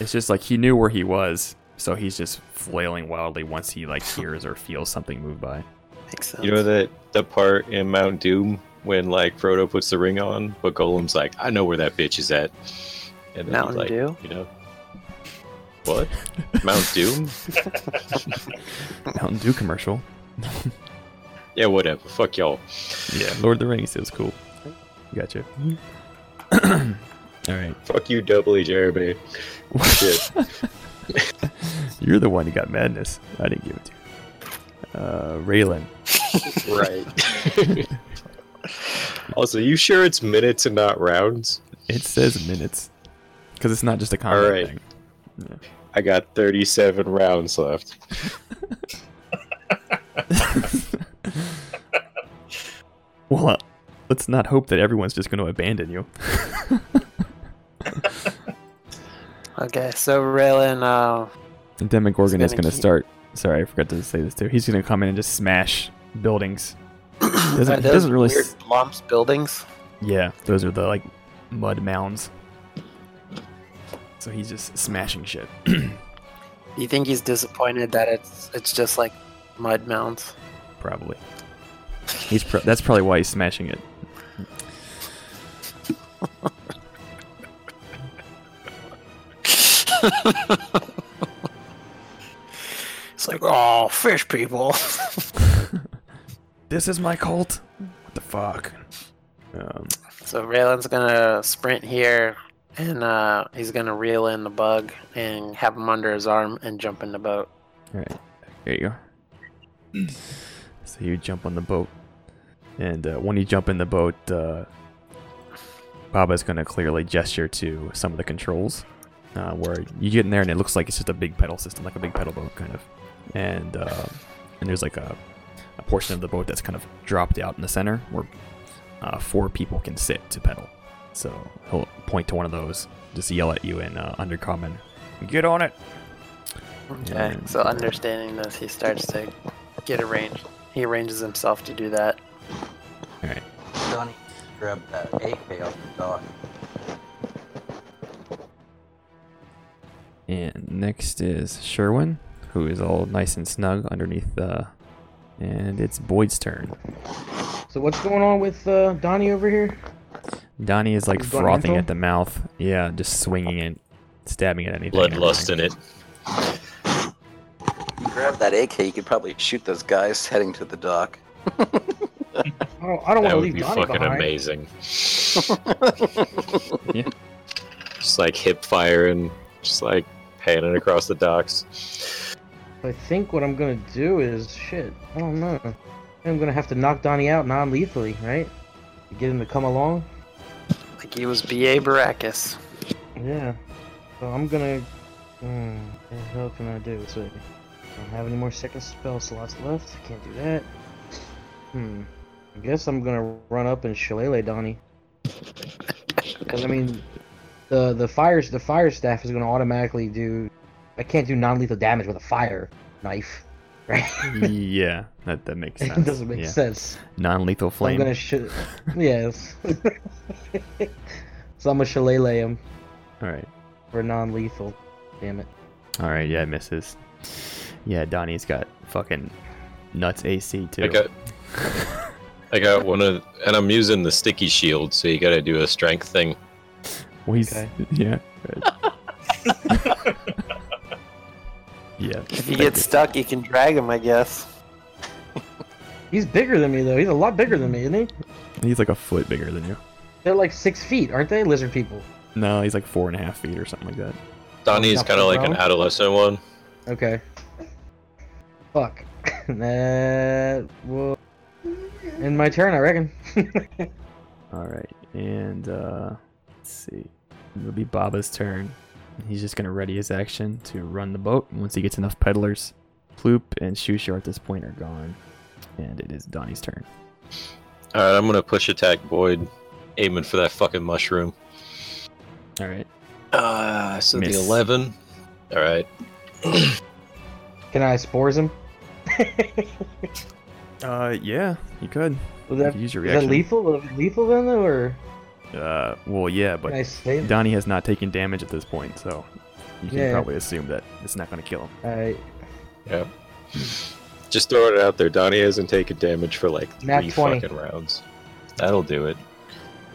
Speaker 5: It's just like he knew where he was, so he's just flailing wildly once he like hears or feels something move by.
Speaker 2: Makes sense.
Speaker 4: You know that the part in Mount Doom when like Frodo puts the ring on, but Golem's like, I know where that bitch is at. And he's
Speaker 2: Mountain
Speaker 4: like,
Speaker 2: Dew?
Speaker 4: You know. What? Mount Doom?
Speaker 5: Mountain Dew commercial.
Speaker 4: Yeah, whatever. Fuck y'all.
Speaker 5: Yeah, Lord of the Rings. It was cool. Gotcha. All right.
Speaker 4: Fuck you doubly, Jeremy. Shit.
Speaker 5: You're the one who got madness. I didn't give it to you. Uh, Raylan.
Speaker 4: right. also, you sure it's minutes and not rounds?
Speaker 5: It says minutes. Because it's not just a combat
Speaker 4: All right.
Speaker 5: thing.
Speaker 4: I got 37 rounds left.
Speaker 5: Well, uh, let's not hope that everyone's just going to abandon you.
Speaker 2: Okay, so Raylan, uh,
Speaker 5: And Demogorgon
Speaker 2: He's
Speaker 5: is
Speaker 2: gonna
Speaker 5: going to
Speaker 2: keep-
Speaker 5: start. Sorry, I forgot to say this too. He's going to come in and just smash buildings.
Speaker 2: are
Speaker 5: Doesn't,
Speaker 2: those
Speaker 5: doesn't really.
Speaker 2: weird
Speaker 5: s-
Speaker 2: lumps buildings.
Speaker 5: Yeah, those are the like mud mounds. So he's just smashing shit.
Speaker 2: Do you think he's disappointed that it's it's just like mud mounds?
Speaker 5: Probably. He's pro- that's probably why he's smashing it.
Speaker 2: It's like, oh, fish people.
Speaker 5: This is my cult. What the fuck? Um,
Speaker 2: so Raylan's gonna sprint here, and uh, he's gonna reel in the bug and have him under his arm and jump in the boat.
Speaker 5: all right, there you go. So you jump on the boat, and uh, when you jump in the boat, uh, Baba's gonna clearly gesture to some of the controls, uh, where you get in there and it looks like it's just a big pedal system, like a big pedal boat kind of, and uh, and there's like a, a portion of the boat that's kind of dropped out in the center where uh, four people can sit to pedal. So he'll point to one of those, just yell at you in uh, undercommon, "Get on it!"
Speaker 2: Okay,
Speaker 5: Yeah.
Speaker 2: so understanding this, he starts to get arranged. He arranges himself to do that.
Speaker 7: Donnie, grab that AK off the dock.
Speaker 5: And next is Sherwin, who is all nice and snug underneath. Uh, and it's Boyd's turn.
Speaker 1: So what's going on with uh, Donnie over here?
Speaker 5: Donnie is like
Speaker 1: He's got
Speaker 5: frothing
Speaker 1: info?
Speaker 5: at the mouth. Yeah, just swinging it, stabbing at anything. and
Speaker 4: Bloodlust
Speaker 5: everything.
Speaker 4: in it.
Speaker 7: Grab that AK, you could probably shoot those guys heading to the dock.
Speaker 1: I don't, I don't want
Speaker 4: That
Speaker 1: to
Speaker 4: would
Speaker 1: leave
Speaker 4: be
Speaker 1: Donnie
Speaker 4: fucking
Speaker 1: behind.
Speaker 4: amazing.
Speaker 5: Yeah.
Speaker 4: Just like hip fire and just like panning across the docks.
Speaker 1: I think what I'm gonna do is shit. I don't know. I'm gonna have to knock Donnie out non-lethally, right? Get him to come along.
Speaker 2: Like he was B.A. Baracus.
Speaker 1: Yeah. So I'm gonna. Hmm, what the hell can I do? Let's see. I don't have any more second spell slots left. I can't do that. Hmm. I guess I'm gonna run up and shillelagh Donnie. Because I mean, the the fire the fire staff is gonna automatically do. I can't do non-lethal damage with a fire knife, right?
Speaker 5: yeah, that, that makes sense.
Speaker 1: it doesn't make
Speaker 5: Mm-hmm. yeah.
Speaker 1: sense.
Speaker 5: Non-lethal
Speaker 1: So I'm
Speaker 5: flame.
Speaker 1: gonna sh- yes. so I'm gonna shillelagh him
Speaker 5: All right,
Speaker 1: for non-lethal. Damn it.
Speaker 5: all right. Yeah, misses. Yeah, Donnie's got fucking nuts AC too.
Speaker 4: I got, I got one of, and I'm using the sticky shield, so you gotta do a strength thing.
Speaker 5: Well, he's
Speaker 1: Okay.
Speaker 5: yeah. Yeah.
Speaker 2: If you get stuck, you can drag him, I guess.
Speaker 1: He's bigger than me though. He's a lot bigger than me, isn't he?
Speaker 5: He's like a foot bigger than you.
Speaker 1: They're like six feet, aren't they, lizard people?
Speaker 5: No, he's like four and a half feet or something like that.
Speaker 4: Donnie's kind of like an
Speaker 1: Bro.
Speaker 4: adolescent one.
Speaker 1: Okay. Fuck. that will end my turn, I reckon.
Speaker 5: All right, and uh, let's see. It'll be Baba's turn. He's just gonna ready his action to run the boat. And Once he gets enough peddlers, Ploop and Shushu at this point are gone, and it is Donnie's turn.
Speaker 4: All right, I'm gonna push attack Boyd, aiming for that fucking mushroom.
Speaker 5: All right,
Speaker 4: Uh, so
Speaker 5: Miss.
Speaker 4: the 11. All right.
Speaker 1: Can I spores him?
Speaker 5: uh, yeah, you could.
Speaker 1: Was
Speaker 5: You
Speaker 1: that,
Speaker 5: could use your
Speaker 1: is that
Speaker 5: reaction.
Speaker 1: lethal? Was it lethal then, though, or
Speaker 5: Uh, well, yeah,
Speaker 1: can
Speaker 5: but
Speaker 1: I save?
Speaker 5: Donnie has not taken damage at this point, so you can
Speaker 1: Yeah.
Speaker 5: probably assume that it's not gonna kill him.
Speaker 1: Alright,
Speaker 4: Yeah. Just throwing it out there. Donnie hasn't taken damage for like
Speaker 1: Nat
Speaker 4: three
Speaker 1: 20.
Speaker 4: fucking rounds. That'll do it.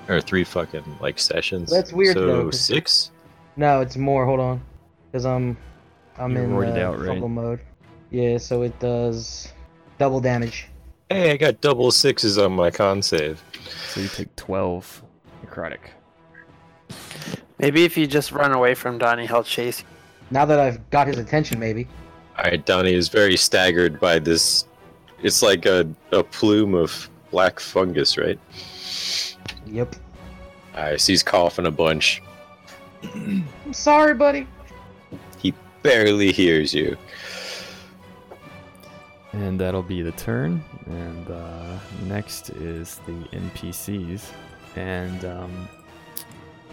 Speaker 4: Or three fucking like sessions.
Speaker 1: That's weird,
Speaker 4: So
Speaker 1: though, 'cause-
Speaker 4: six.
Speaker 1: no, it's more. Hold on, because I'm I'm
Speaker 5: You're
Speaker 1: in
Speaker 5: roided
Speaker 1: uh,
Speaker 5: out, right?
Speaker 1: fumble mode. Yeah, so it does double damage.
Speaker 4: Hey, I got double sixes on my con save.
Speaker 5: So you take twelve necrotic.
Speaker 2: Maybe if you just run away from Donnie, he'll chase you.
Speaker 1: Now that I've got his attention, maybe.
Speaker 4: All right, Donnie is very staggered by this. It's like a, a plume of black fungus, right?
Speaker 1: Yep.
Speaker 4: All right, so he's coughing a bunch.
Speaker 1: I'm sorry, buddy.
Speaker 4: Barely hears you.
Speaker 5: And that'll be the turn. And uh, next is the NPCs. And um,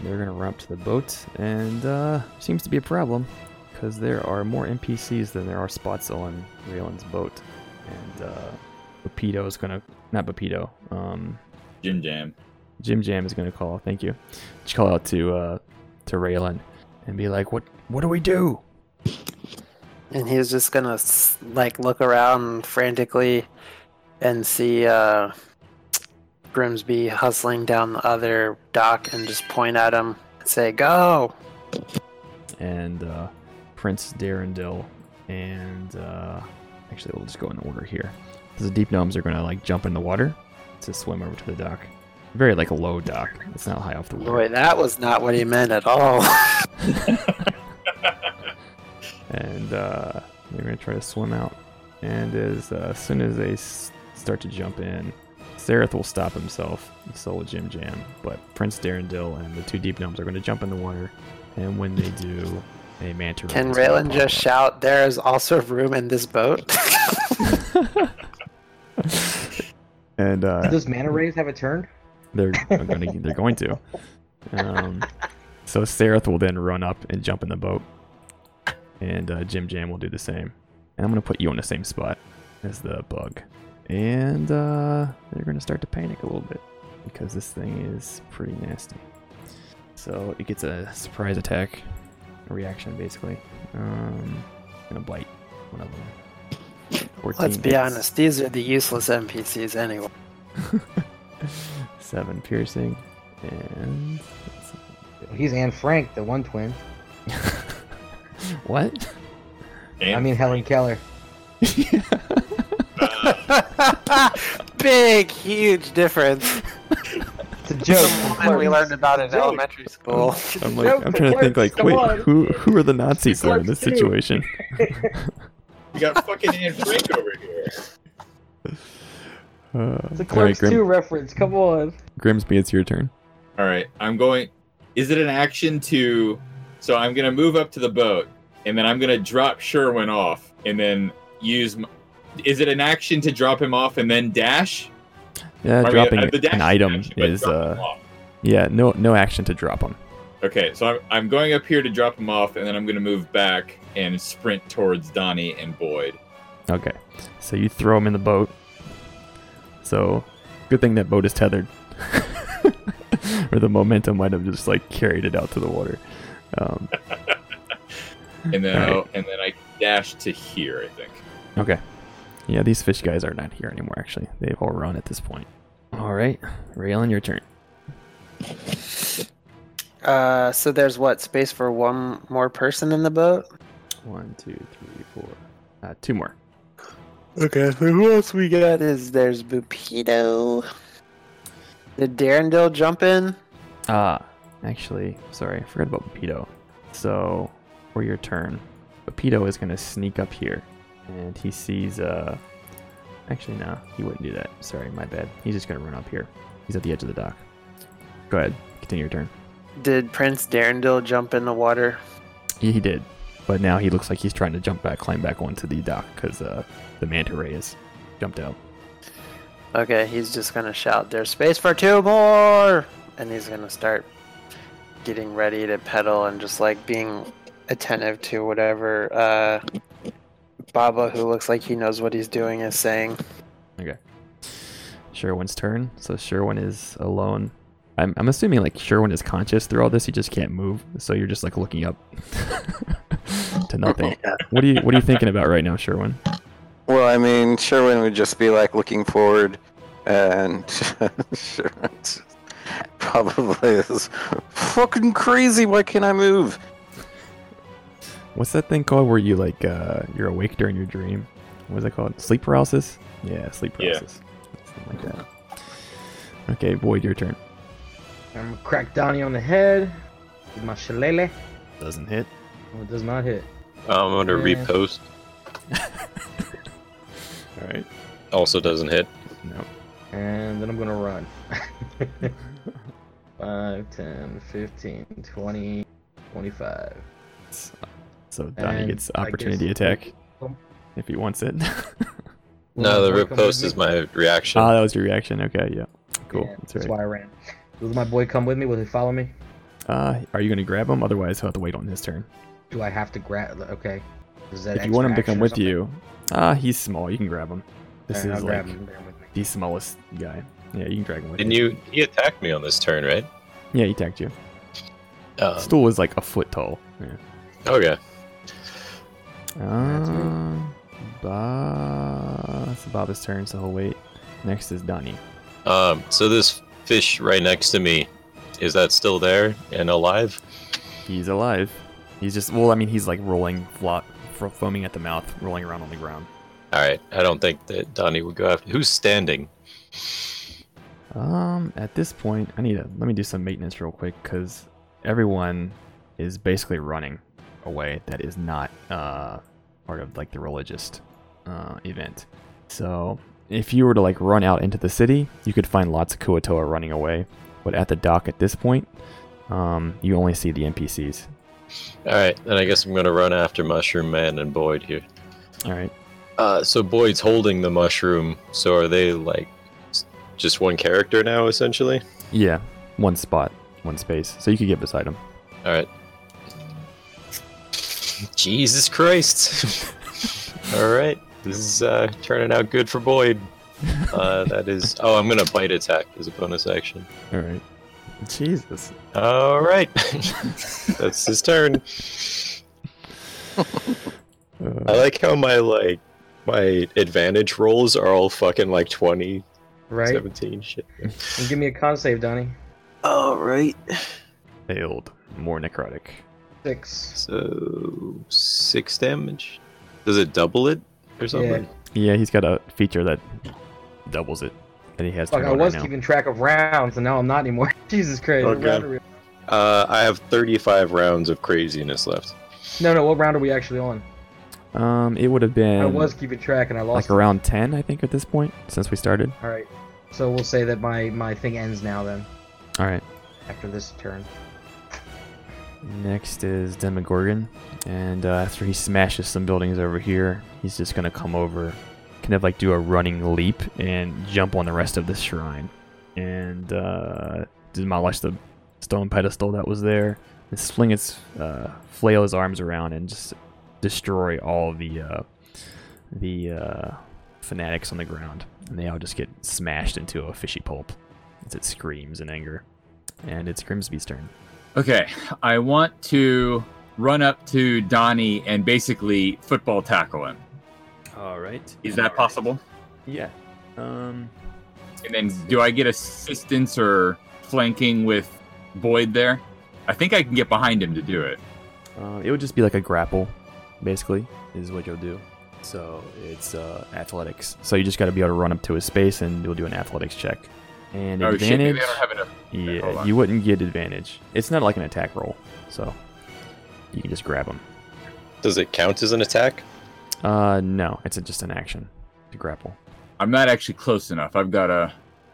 Speaker 5: they're going to run up to the boat. And uh, seems to be a problem because there are more NPCs than there are spots on Raylan's boat. And uh, Pepito is going to. Not Pepito. Um,
Speaker 6: Jim Jam.
Speaker 5: Jim Jam is going to call. Thank you. Just call out to uh, to Raylan and be like, what, what do we do?
Speaker 2: And he's just gonna s- like look around frantically and see uh, Grimsby hustling down the other dock and just point at him and say, "Go!"
Speaker 5: and uh, Prince Darendil, and uh, actually we'll just go in order here. 'Cause the deep gnomes are gonna like jump in the water to swim over to the dock. Very like a low dock. It's not high off the water.
Speaker 2: Boy, that was not what he meant at all.
Speaker 5: And uh, they're gonna try to swim out. And as, uh, as soon as they s- start to jump in, Sereth will stop himself. and So will Jim Jam. But Prince Darendil and the two deep gnomes are gonna jump in the water. And when they do, a manta.
Speaker 2: Can
Speaker 5: is gonna
Speaker 2: Raylan
Speaker 5: pop
Speaker 2: just
Speaker 5: up.
Speaker 2: shout, "There is also room in this boat"?
Speaker 5: And uh,
Speaker 1: Does mana rays have a turn?
Speaker 5: They're going to. They're going to. Um, so Sereth will then run up and jump in the boat, and uh, Jim Jam will do the same. And I'm going to put you in the same spot as the bug, and uh, they're going to start to panic a little bit because this thing is pretty nasty. So it gets a surprise attack, a reaction basically, um, and a bite. One of them. 14
Speaker 2: Let's be
Speaker 5: hits.
Speaker 2: honest; these are the useless NPCs anyway.
Speaker 5: Seven piercing, and
Speaker 1: He's Anne Frank, the one twin.
Speaker 5: what?
Speaker 1: I mean Helen Keller.
Speaker 2: Big, huge difference.
Speaker 1: It's a joke.
Speaker 2: Something we learned about in elementary school.
Speaker 5: I'm like, I'm trying to think. Like, wait, who who are the Nazis that are in this situation?
Speaker 6: You got fucking Anne Frank over here.
Speaker 5: Uh,
Speaker 1: It's a
Speaker 5: all right,
Speaker 1: Clerks
Speaker 5: Grim,
Speaker 1: 2 reference. Come on.
Speaker 5: Grimsby, it's your turn.
Speaker 6: All right, I'm going. Is it an action to? So I'm gonna move up to the boat, and then I'm gonna drop Sherwin off, and then use. m is it an action to drop him off and then dash? I
Speaker 5: Yeah,
Speaker 6: mean,
Speaker 5: dropping
Speaker 6: uh, the dash
Speaker 5: an
Speaker 6: is
Speaker 5: item
Speaker 6: action, but
Speaker 5: is
Speaker 6: drop him
Speaker 5: uh,
Speaker 6: off.
Speaker 5: yeah, no no action to drop them.
Speaker 6: Okay, so I'm, I'm going up here to drop him off, and then I'm gonna move back and sprint towards Donnie and Boyd.
Speaker 5: Okay, so you throw them in the boat. So, good thing that boat is tethered, or the momentum might have just like carried it out to the water. Um,
Speaker 6: and then
Speaker 5: All right.
Speaker 6: I'll, and then I dash to here. I think.
Speaker 5: Okay. Yeah, these fish guys are not here anymore, actually. They've all run at this point. All right. Raylan, your turn.
Speaker 2: Uh, so there's what space for one more person in the boat?
Speaker 5: One, two, three, four. Uh, two more.
Speaker 2: Okay, so who else we got? Is there's Bupito? Did Darendil jump in?
Speaker 5: Ah, actually, sorry, I forgot about Pepito. So, for your turn, Pepito is gonna sneak up here, and he sees. Uh, actually, no, he wouldn't do that. Sorry, my bad. He's just gonna run up here. He's at the edge of the dock. Go ahead, continue your turn.
Speaker 2: Did Prince Darendil jump in the water?
Speaker 5: Yeah, he did, but now he looks like he's trying to jump back, climb back onto the dock because uh, the manta ray has jumped out.
Speaker 2: Okay, he's just gonna shout, "There's space for two more!" And he's gonna start getting ready to pedal and just like being attentive to whatever uh, Baba, who looks like he knows what he's doing, is saying.
Speaker 5: Okay. Sherwin's turn. So Sherwin is alone. I'm, I'm assuming like Sherwin is conscious through all this. He just can't move. So you're just like looking up to nothing. What are you What are you thinking about right now, Sherwin?
Speaker 7: Well, I mean, Sherwin would just be like looking forward, and Sherwin just probably is fucking crazy. Why can't I move?
Speaker 5: What's that thing called where you like uh, you're awake during your dream? What's that called? Sleep paralysis? Yeah, sleep
Speaker 6: Yeah.
Speaker 5: paralysis. Something like that. Okay, Boyd, your turn.
Speaker 1: I'm gonna crack Donnie on the head with my shillelagh.
Speaker 5: Doesn't hit.
Speaker 1: Oh, it does not hit.
Speaker 4: I'm gonna
Speaker 1: Yeah.
Speaker 4: repost.
Speaker 5: All right.
Speaker 4: Also doesn't hit.
Speaker 5: No.
Speaker 1: And then I'm gonna run. 5, 10, 15, 20, 25.
Speaker 5: So Donnie
Speaker 1: And
Speaker 5: gets
Speaker 1: I guess-
Speaker 5: opportunity attack if he wants it.
Speaker 4: No, the
Speaker 1: Will my boy come
Speaker 4: repost
Speaker 1: with
Speaker 4: is
Speaker 1: me?
Speaker 4: my reaction.
Speaker 5: Ah, that was your reaction. Okay, yeah. Cool.
Speaker 1: Yeah,
Speaker 5: that's
Speaker 1: that's
Speaker 5: right.
Speaker 1: why I ran. Will my boy come with me? Will he follow me?
Speaker 5: Uh, are you gonna grab him? Otherwise, he'll have to wait on his turn.
Speaker 1: Do I have to grab? Okay. Is that
Speaker 5: if you want
Speaker 1: extra
Speaker 5: him to come
Speaker 1: action or
Speaker 5: with
Speaker 1: something?
Speaker 5: you, ah, he's small. You can grab him. This
Speaker 1: Alright, I'll
Speaker 5: is
Speaker 1: grab
Speaker 5: like
Speaker 1: him. bear with me.
Speaker 5: the smallest guy. Yeah, you can drag him with
Speaker 4: And you, he attacked me on this turn, right?
Speaker 5: Yeah, he attacked you.
Speaker 4: Um, oh,
Speaker 5: Stool is like a foot tall. Yeah.
Speaker 4: Okay.
Speaker 5: That's
Speaker 1: That's right.
Speaker 5: Bob. Uh, It's Bob's turn, so he'll wait. Next is Donnie.
Speaker 4: Um, so this fish right next to me, is that still there and alive?
Speaker 5: He's alive. He's just well, I mean, he's like rolling, flop, fro- foaming at the mouth, rolling around on the ground.
Speaker 4: All right. I don't think that Donnie would go after. Who's standing?
Speaker 5: Um, at this point, I need to let me do some maintenance real quick because everyone is basically running away. That is not uh part of like the religious uh, event. So if you were to like run out into the city, you could find lots of Kuatoa running away. But at the dock at this point, um, you only see the NPCs.
Speaker 4: All right. Then I guess I'm gonna run after Mushroom Man and Boyd here.
Speaker 5: All right.
Speaker 4: Uh, so Boyd's holding the mushroom. So are they like s- just one character now, essentially?
Speaker 5: Yeah, one spot, one space, so you could get beside him.
Speaker 4: All right. Jesus Christ. All right. This is uh, turning out good for Boyd. Uh, that is. Oh, I'm gonna bite attack as a bonus action.
Speaker 5: All right. Jesus.
Speaker 4: All right. That's his turn. I
Speaker 5: Uh,
Speaker 4: like how my like my advantage rolls are all fucking like 20,
Speaker 1: Right?
Speaker 4: 17 shit.
Speaker 1: And give me a con save, Donnie.
Speaker 2: All right.
Speaker 5: failed. More necrotic.
Speaker 1: Six.
Speaker 4: So six damage. Does it double it or something?
Speaker 5: Yeah, he's got a feature that doubles it that he has.
Speaker 1: Fuck,
Speaker 5: turned
Speaker 1: I
Speaker 5: on right
Speaker 1: was
Speaker 5: now.
Speaker 1: keeping track of rounds, and now I'm not anymore. Jesus Christ. what
Speaker 4: Okay.
Speaker 1: round are we-
Speaker 4: Uh, I have 35 rounds of craziness left.
Speaker 1: No, no, what round are we actually on?
Speaker 5: Um, it would have been
Speaker 1: I was keeping track, and I lost. it.
Speaker 5: like around ten, I think, at this point since we started.
Speaker 1: All right. So we'll say that my, my thing ends now, then,
Speaker 5: All right.
Speaker 1: after this turn.
Speaker 5: Next is Demogorgon, and uh, after he smashes some buildings over here, he's just gonna come over, kind of like do a running leap and jump on the rest of the shrine, and uh, demolish the stone pedestal that was there, and sling its uh, flail his arms around and just destroy all the uh, the uh, fanatics on the ground, and they all just get smashed into a fishy pulp as it screams in anger, and it's Grimsby's turn.
Speaker 10: Okay, I want to run up to Donnie and basically football tackle him.
Speaker 5: All right.
Speaker 10: Is that possible?
Speaker 5: Yeah. Um.
Speaker 10: And then do I get assistance or flanking with Boyd there? I think I can get behind him to do it.
Speaker 5: Uh, it would just be like a grapple, basically, is what you'll do. So it's uh, athletics. So you just got to be able to run up to his space, and you'll do an athletics check. And
Speaker 10: Oh shit,
Speaker 5: advantage.
Speaker 10: maybe I don't have enough. hold
Speaker 5: yeah,
Speaker 10: on.
Speaker 5: you wouldn't get advantage. It's not like an attack roll, so you can just grab him.
Speaker 4: Does it count as an attack?
Speaker 5: Uh, no, it's a, just an action to grapple.
Speaker 10: I'm not actually close enough. I've got a.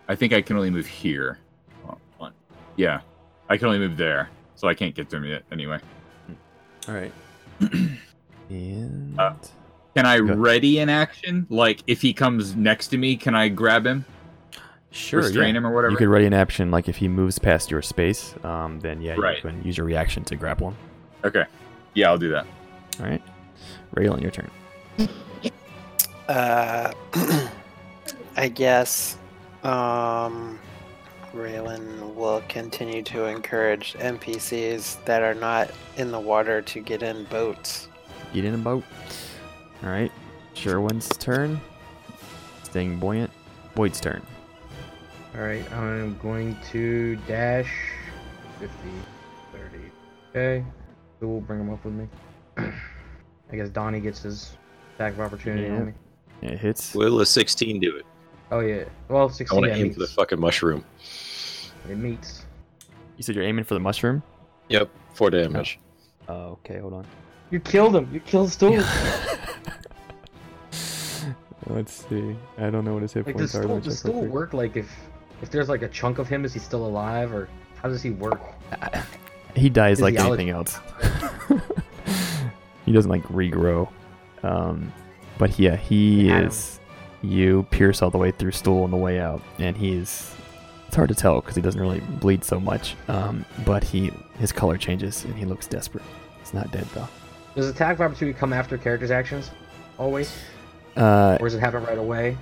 Speaker 10: I think I can only move here. Hold on. Yeah, I can only move there, so I can't get to him yet. Anyway,
Speaker 5: All right. and
Speaker 10: Uh, can I
Speaker 5: Go.
Speaker 10: ready an action? Like if he comes next to me, can I grab him?
Speaker 5: sure,
Speaker 10: restrain
Speaker 5: yeah.
Speaker 10: him or whatever?
Speaker 5: You could ready an action like if he moves past your space, um, then yeah,
Speaker 10: Right.
Speaker 5: you can use your reaction to grapple him.
Speaker 10: Okay. Yeah, I'll do that.
Speaker 5: All right, Raylan, your turn.
Speaker 2: Uh, I guess um, Raylan will continue to encourage NPCs that are not in the water to get in boats.
Speaker 5: Get in a boat. All right, Sherwin's turn. Staying buoyant. Boyd's turn.
Speaker 1: Alright, I'm going to dash 50, 30. Okay. So we'll bring him up with me. I guess Donnie gets his attack of opportunity
Speaker 5: Yeah.
Speaker 1: on me.
Speaker 5: It hits.
Speaker 4: Will a 16 do it?
Speaker 1: Oh, yeah. Well,
Speaker 4: I
Speaker 1: 16
Speaker 4: want
Speaker 1: yeah,
Speaker 4: to
Speaker 1: it
Speaker 4: aim for the
Speaker 1: meets.
Speaker 4: fucking mushroom.
Speaker 1: It meets.
Speaker 5: You said you're aiming for the mushroom.
Speaker 4: Yep, four damage.
Speaker 5: Oh, okay, hold on.
Speaker 1: You killed him. You killed Stool.
Speaker 5: Let's see. I don't know what his hit
Speaker 1: like, does Stool, does Stool work? Like, if if there's like a chunk of him, is he still alive, or how does he work?
Speaker 5: He dies like
Speaker 1: Physiology.
Speaker 5: anything else. he doesn't like regrow. Um, but yeah, he
Speaker 1: I don't-
Speaker 5: is. You pierce all the way through stool on the way out, and he's. It's hard to tell because he doesn't really bleed so much. Um, but he his color changes and he looks desperate. He's not dead though.
Speaker 1: Does attack of opportunity come after characters' actions, always,
Speaker 5: Uh,
Speaker 1: or does it happen right away?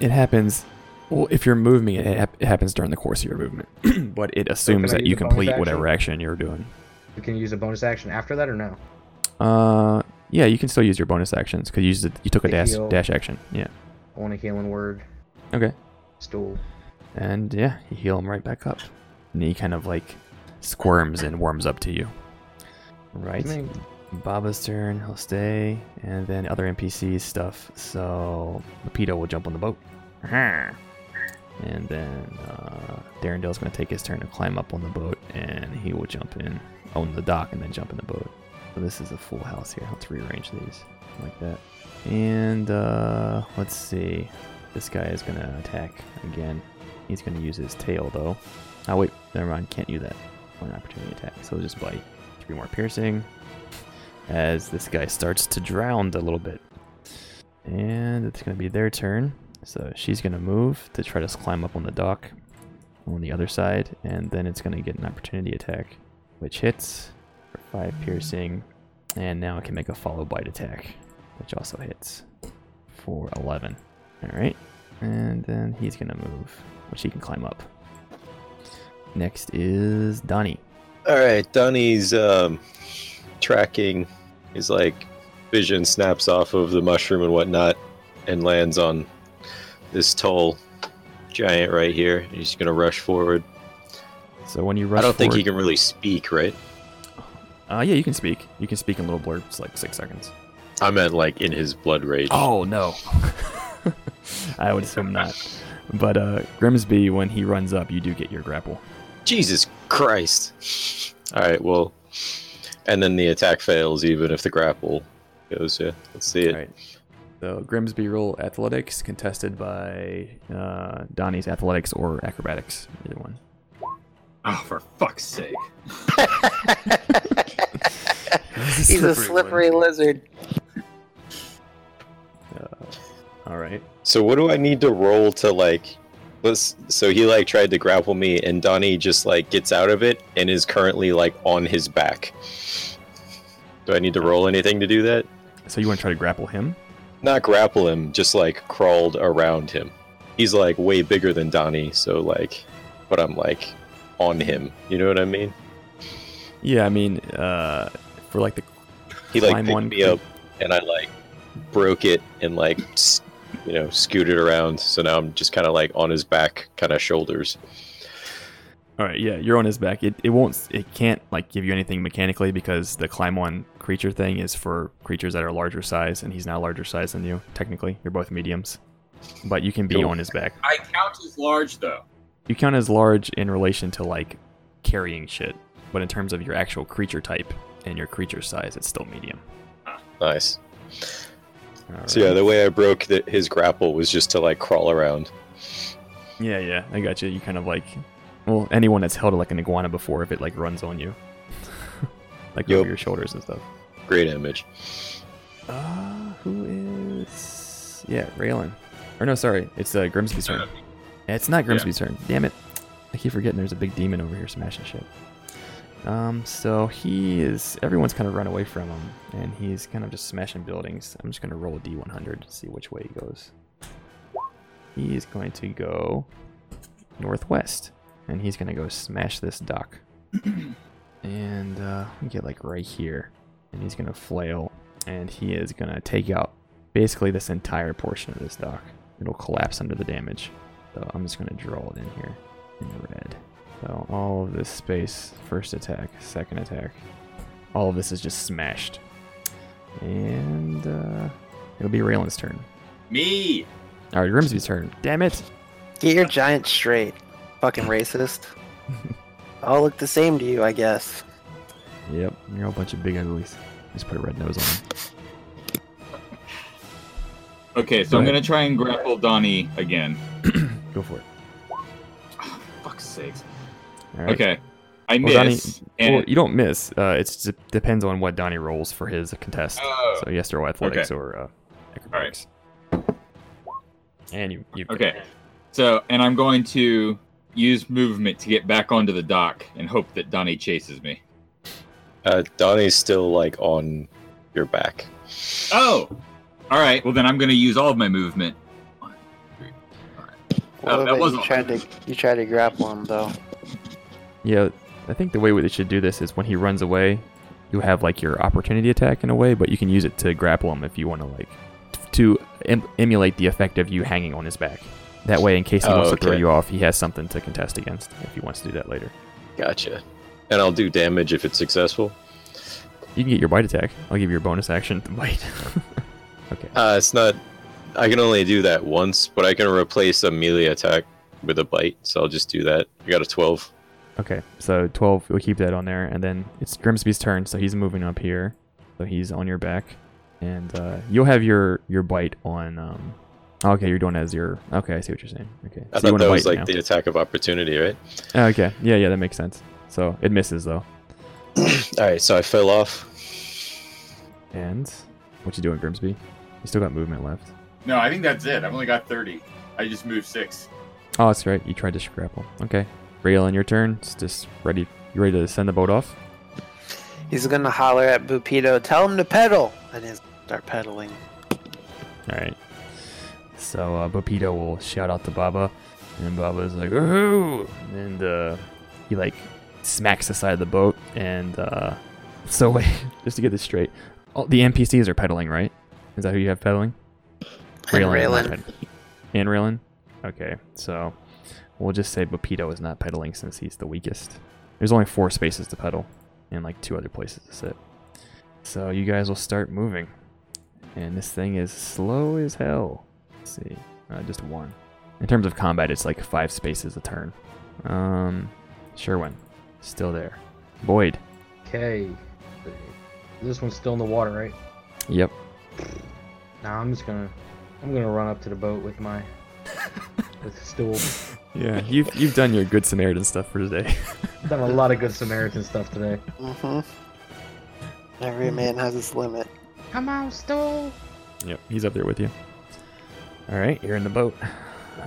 Speaker 5: it happens. Well, if you're moving, it, hap- it happens during the course of your movement. but it assumes
Speaker 1: I
Speaker 5: that
Speaker 1: use
Speaker 5: you
Speaker 1: a bonus
Speaker 5: complete
Speaker 1: action?
Speaker 5: whatever action you're doing.
Speaker 1: You can use a bonus action after that, or no?
Speaker 5: Uh, yeah, you can still use your bonus actions because you used it, you took a
Speaker 1: Big
Speaker 5: dash
Speaker 1: deal.
Speaker 5: dash action. Yeah.
Speaker 1: I want a healing word.
Speaker 5: Okay.
Speaker 1: Stool.
Speaker 5: And yeah, you heal him right back up. And he kind of like squirms and warms up to you. Right.
Speaker 1: Can
Speaker 5: Baba's turn, he'll stay, and then other NPC stuff. So Lepido will jump on the boat. And then uh, Darendale's going to take his turn to climb up on the boat, and he will jump in, own the dock, and then jump in the boat. So this is a full house here. Let's rearrange these like that. And uh, let's see. This guy is going to attack again. He's going to use his tail, though. Oh, wait. Never mind. Can't do that for an opportunity attack. So he'll just bite. Three more piercing as this guy starts to drown a little bit. And it's going to be their turn. So she's going to move to try to climb up on the dock on the other side. And then it's going to get an opportunity attack, which hits for five piercing. And now it can make a follow bite attack, which also hits for 11. All right. And then he's going to move, which he can climb up. Next is Donnie.
Speaker 4: All right, Donnie's um, tracking. His like vision snaps off of the mushroom and whatnot, and lands on this tall giant right here. He's gonna rush forward.
Speaker 5: So when you rush
Speaker 4: I don't think he
Speaker 5: forward-
Speaker 4: can really speak, right?
Speaker 5: Uh, yeah, you can speak. You can speak in little blurbs, like six seconds.
Speaker 4: I meant like in his blood rage.
Speaker 5: Oh no, I would assume not. But uh, Grimsby, when he runs up, you do get your grapple.
Speaker 4: Jesus Christ! All right, well, and then the attack fails even if the grapple goes. Yeah, let's see it.
Speaker 5: All right. So Grimsby roll athletics, contested by uh, Donnie's athletics or acrobatics, either one.
Speaker 10: Oh, for fuck's sake!
Speaker 2: He's a slippery lizard.
Speaker 5: All right.
Speaker 4: So what do I need to roll to like? Let's. So he like tried to grapple me, and Donnie just like gets out of it and is currently like on his back. Do I need to roll anything to do that?
Speaker 5: So you want to try to grapple him?
Speaker 4: Not grapple him, just like crawled around him. He's like way bigger than Donnie, so like, but I'm like on him. You know what I mean?
Speaker 5: Yeah, I mean, uh, for like the
Speaker 4: He like
Speaker 5: Climb
Speaker 4: picked
Speaker 5: one
Speaker 4: me
Speaker 5: creep.
Speaker 4: up, and I like broke it and like s- you know scooted around. So now I'm just kind of like on his back, kind of shoulders.
Speaker 5: All right, yeah, you're on his back. It, it won't it can't like give you anything mechanically because the climb on creature thing is for creatures that are larger size, and he's now larger size than you. Technically, you're both mediums, but you can be
Speaker 4: Cool.
Speaker 5: on his back.
Speaker 10: I count as large though.
Speaker 5: You count as large in relation to like carrying shit, but in terms of your actual creature type and your creature size, it's still medium.
Speaker 4: Nice.
Speaker 5: All
Speaker 4: So yeah,
Speaker 5: right.
Speaker 4: the way I broke the, his grapple was just to like crawl around.
Speaker 5: yeah, yeah, I got you. You kind of like, well, anyone that's held like an iguana before, if it like runs on you, like
Speaker 4: Yup.
Speaker 5: over your shoulders and stuff.
Speaker 4: Great image.
Speaker 5: Uh, who is? Yeah, Raylan. Or no, sorry, it's uh, Grimsby's turn. It's not Grimsby's turn. Damn it! I keep forgetting there's a big demon over here smashing shit. Um, so he is. Everyone's kind of run away from him, and he's kind of just smashing buildings. I'm just gonna roll a d100 to see which way he goes. He is going to go northwest, and he's gonna go smash this dock. and uh, we get like right here, and he's gonna flail, and he is gonna take out basically this entire portion of this dock. It'll collapse under the damage. So I'm just gonna draw it in here in the red. So all of this space, first attack, second attack, all of this is just smashed. And uh, it'll be Raylan's turn.
Speaker 10: Me.
Speaker 5: All right, Grimsby's turn. Damn it!
Speaker 2: Get your giant straight, fucking racist. All look the same to you, I guess.
Speaker 5: Yep, you're all a bunch of big uglies. Just put a red nose on him.
Speaker 10: Okay, so I'm
Speaker 5: Right.
Speaker 10: gonna try and grapple Donnie again.
Speaker 5: Go for it.
Speaker 10: Fuck's sakes.
Speaker 5: All right.
Speaker 10: Okay, I
Speaker 5: Well, Donnie-
Speaker 10: miss. and
Speaker 5: well, you don't miss. Uh, it depends on what Donnie rolls for his contest.
Speaker 10: Oh.
Speaker 5: so yes, or athletics or uh, acrobatics. And you, you
Speaker 10: Okay. So, and I'm going to use movement to get back onto the dock and hope that Donnie chases me.
Speaker 4: Uh, Donnie's still like on your back.
Speaker 10: Oh! All right. Well, then I'm going to use all of my movement. One, three. All right.
Speaker 2: What
Speaker 10: that
Speaker 2: about
Speaker 10: wasn't-
Speaker 2: you tried to you tried to grapple him though.
Speaker 5: Yeah, I think the way they should do this is when he runs away, you have like your opportunity attack in a way, but you can use it to grapple him if you want to like t- to em- emulate the effect of you hanging on his back. That way, in case he
Speaker 4: Oh,
Speaker 5: wants to throw
Speaker 4: okay.
Speaker 5: you off, he has something to contest against if he wants to do that later.
Speaker 4: Gotcha. And I'll do damage if it's successful.
Speaker 5: You can get your bite attack. I'll give you your bonus action to bite. okay.
Speaker 4: Uh, it's not. I can only do that once, but I can replace a melee attack with a bite, so I'll just do that. I got a 12.
Speaker 5: Okay, so 12, we'll keep that on there. And then it's Grimsby's turn, so he's moving up here. So he's on your back. And uh, you'll have your, your bite on. Um, okay, you're doing as your. Okay, I see what you're saying. Okay.
Speaker 4: I
Speaker 5: so you
Speaker 4: thought
Speaker 5: want to
Speaker 4: that
Speaker 5: bite
Speaker 4: was like
Speaker 5: now.
Speaker 4: the attack of opportunity, right?
Speaker 5: Oh, okay, yeah, yeah, that makes sense. So it misses, though.
Speaker 4: All right, so I fell off.
Speaker 5: And what you doing, Grimsby? You still got movement left.
Speaker 10: No, I think that's it. I've only got 30. I just moved six.
Speaker 5: Oh, that's right. You tried to grapple. Okay. Raylan, your turn. It's just ready. You ready to send the boat off?
Speaker 2: He's gonna holler at Bupito, tell him to pedal and he'll start pedaling.
Speaker 5: All right. So uh, Bapito will shout out to Baba, and Baba's like, "Ooh!" and uh, he like smacks the side of the boat. And uh, so wait, just to get this straight, all the NPCs are pedaling, right? Is that who you have pedaling?
Speaker 2: And
Speaker 5: is
Speaker 2: Raylan.
Speaker 5: not ped- And Raylan. Okay, so we'll just say Bapito is not pedaling since he's the weakest. There's only four spaces to pedal, and like two other places to sit. So you guys will start moving. And this thing is slow as hell. Let's see, uh, just one. In terms of combat, it's like five spaces a turn. Um, Sherwin, still there. Boyd,
Speaker 1: Okay. This one's still in the water, right?
Speaker 5: yep.
Speaker 1: Nah, I'm just gonna, I'm gonna run up to the boat with my, with stool.
Speaker 5: Yeah, you've you've done your good Samaritan stuff for today.
Speaker 1: I've done a lot of good Samaritan stuff today.
Speaker 2: Mm-hmm. Every man has his limit.
Speaker 1: Come on, stool.
Speaker 5: Yep, he's up there with you. All right, you're in the boat.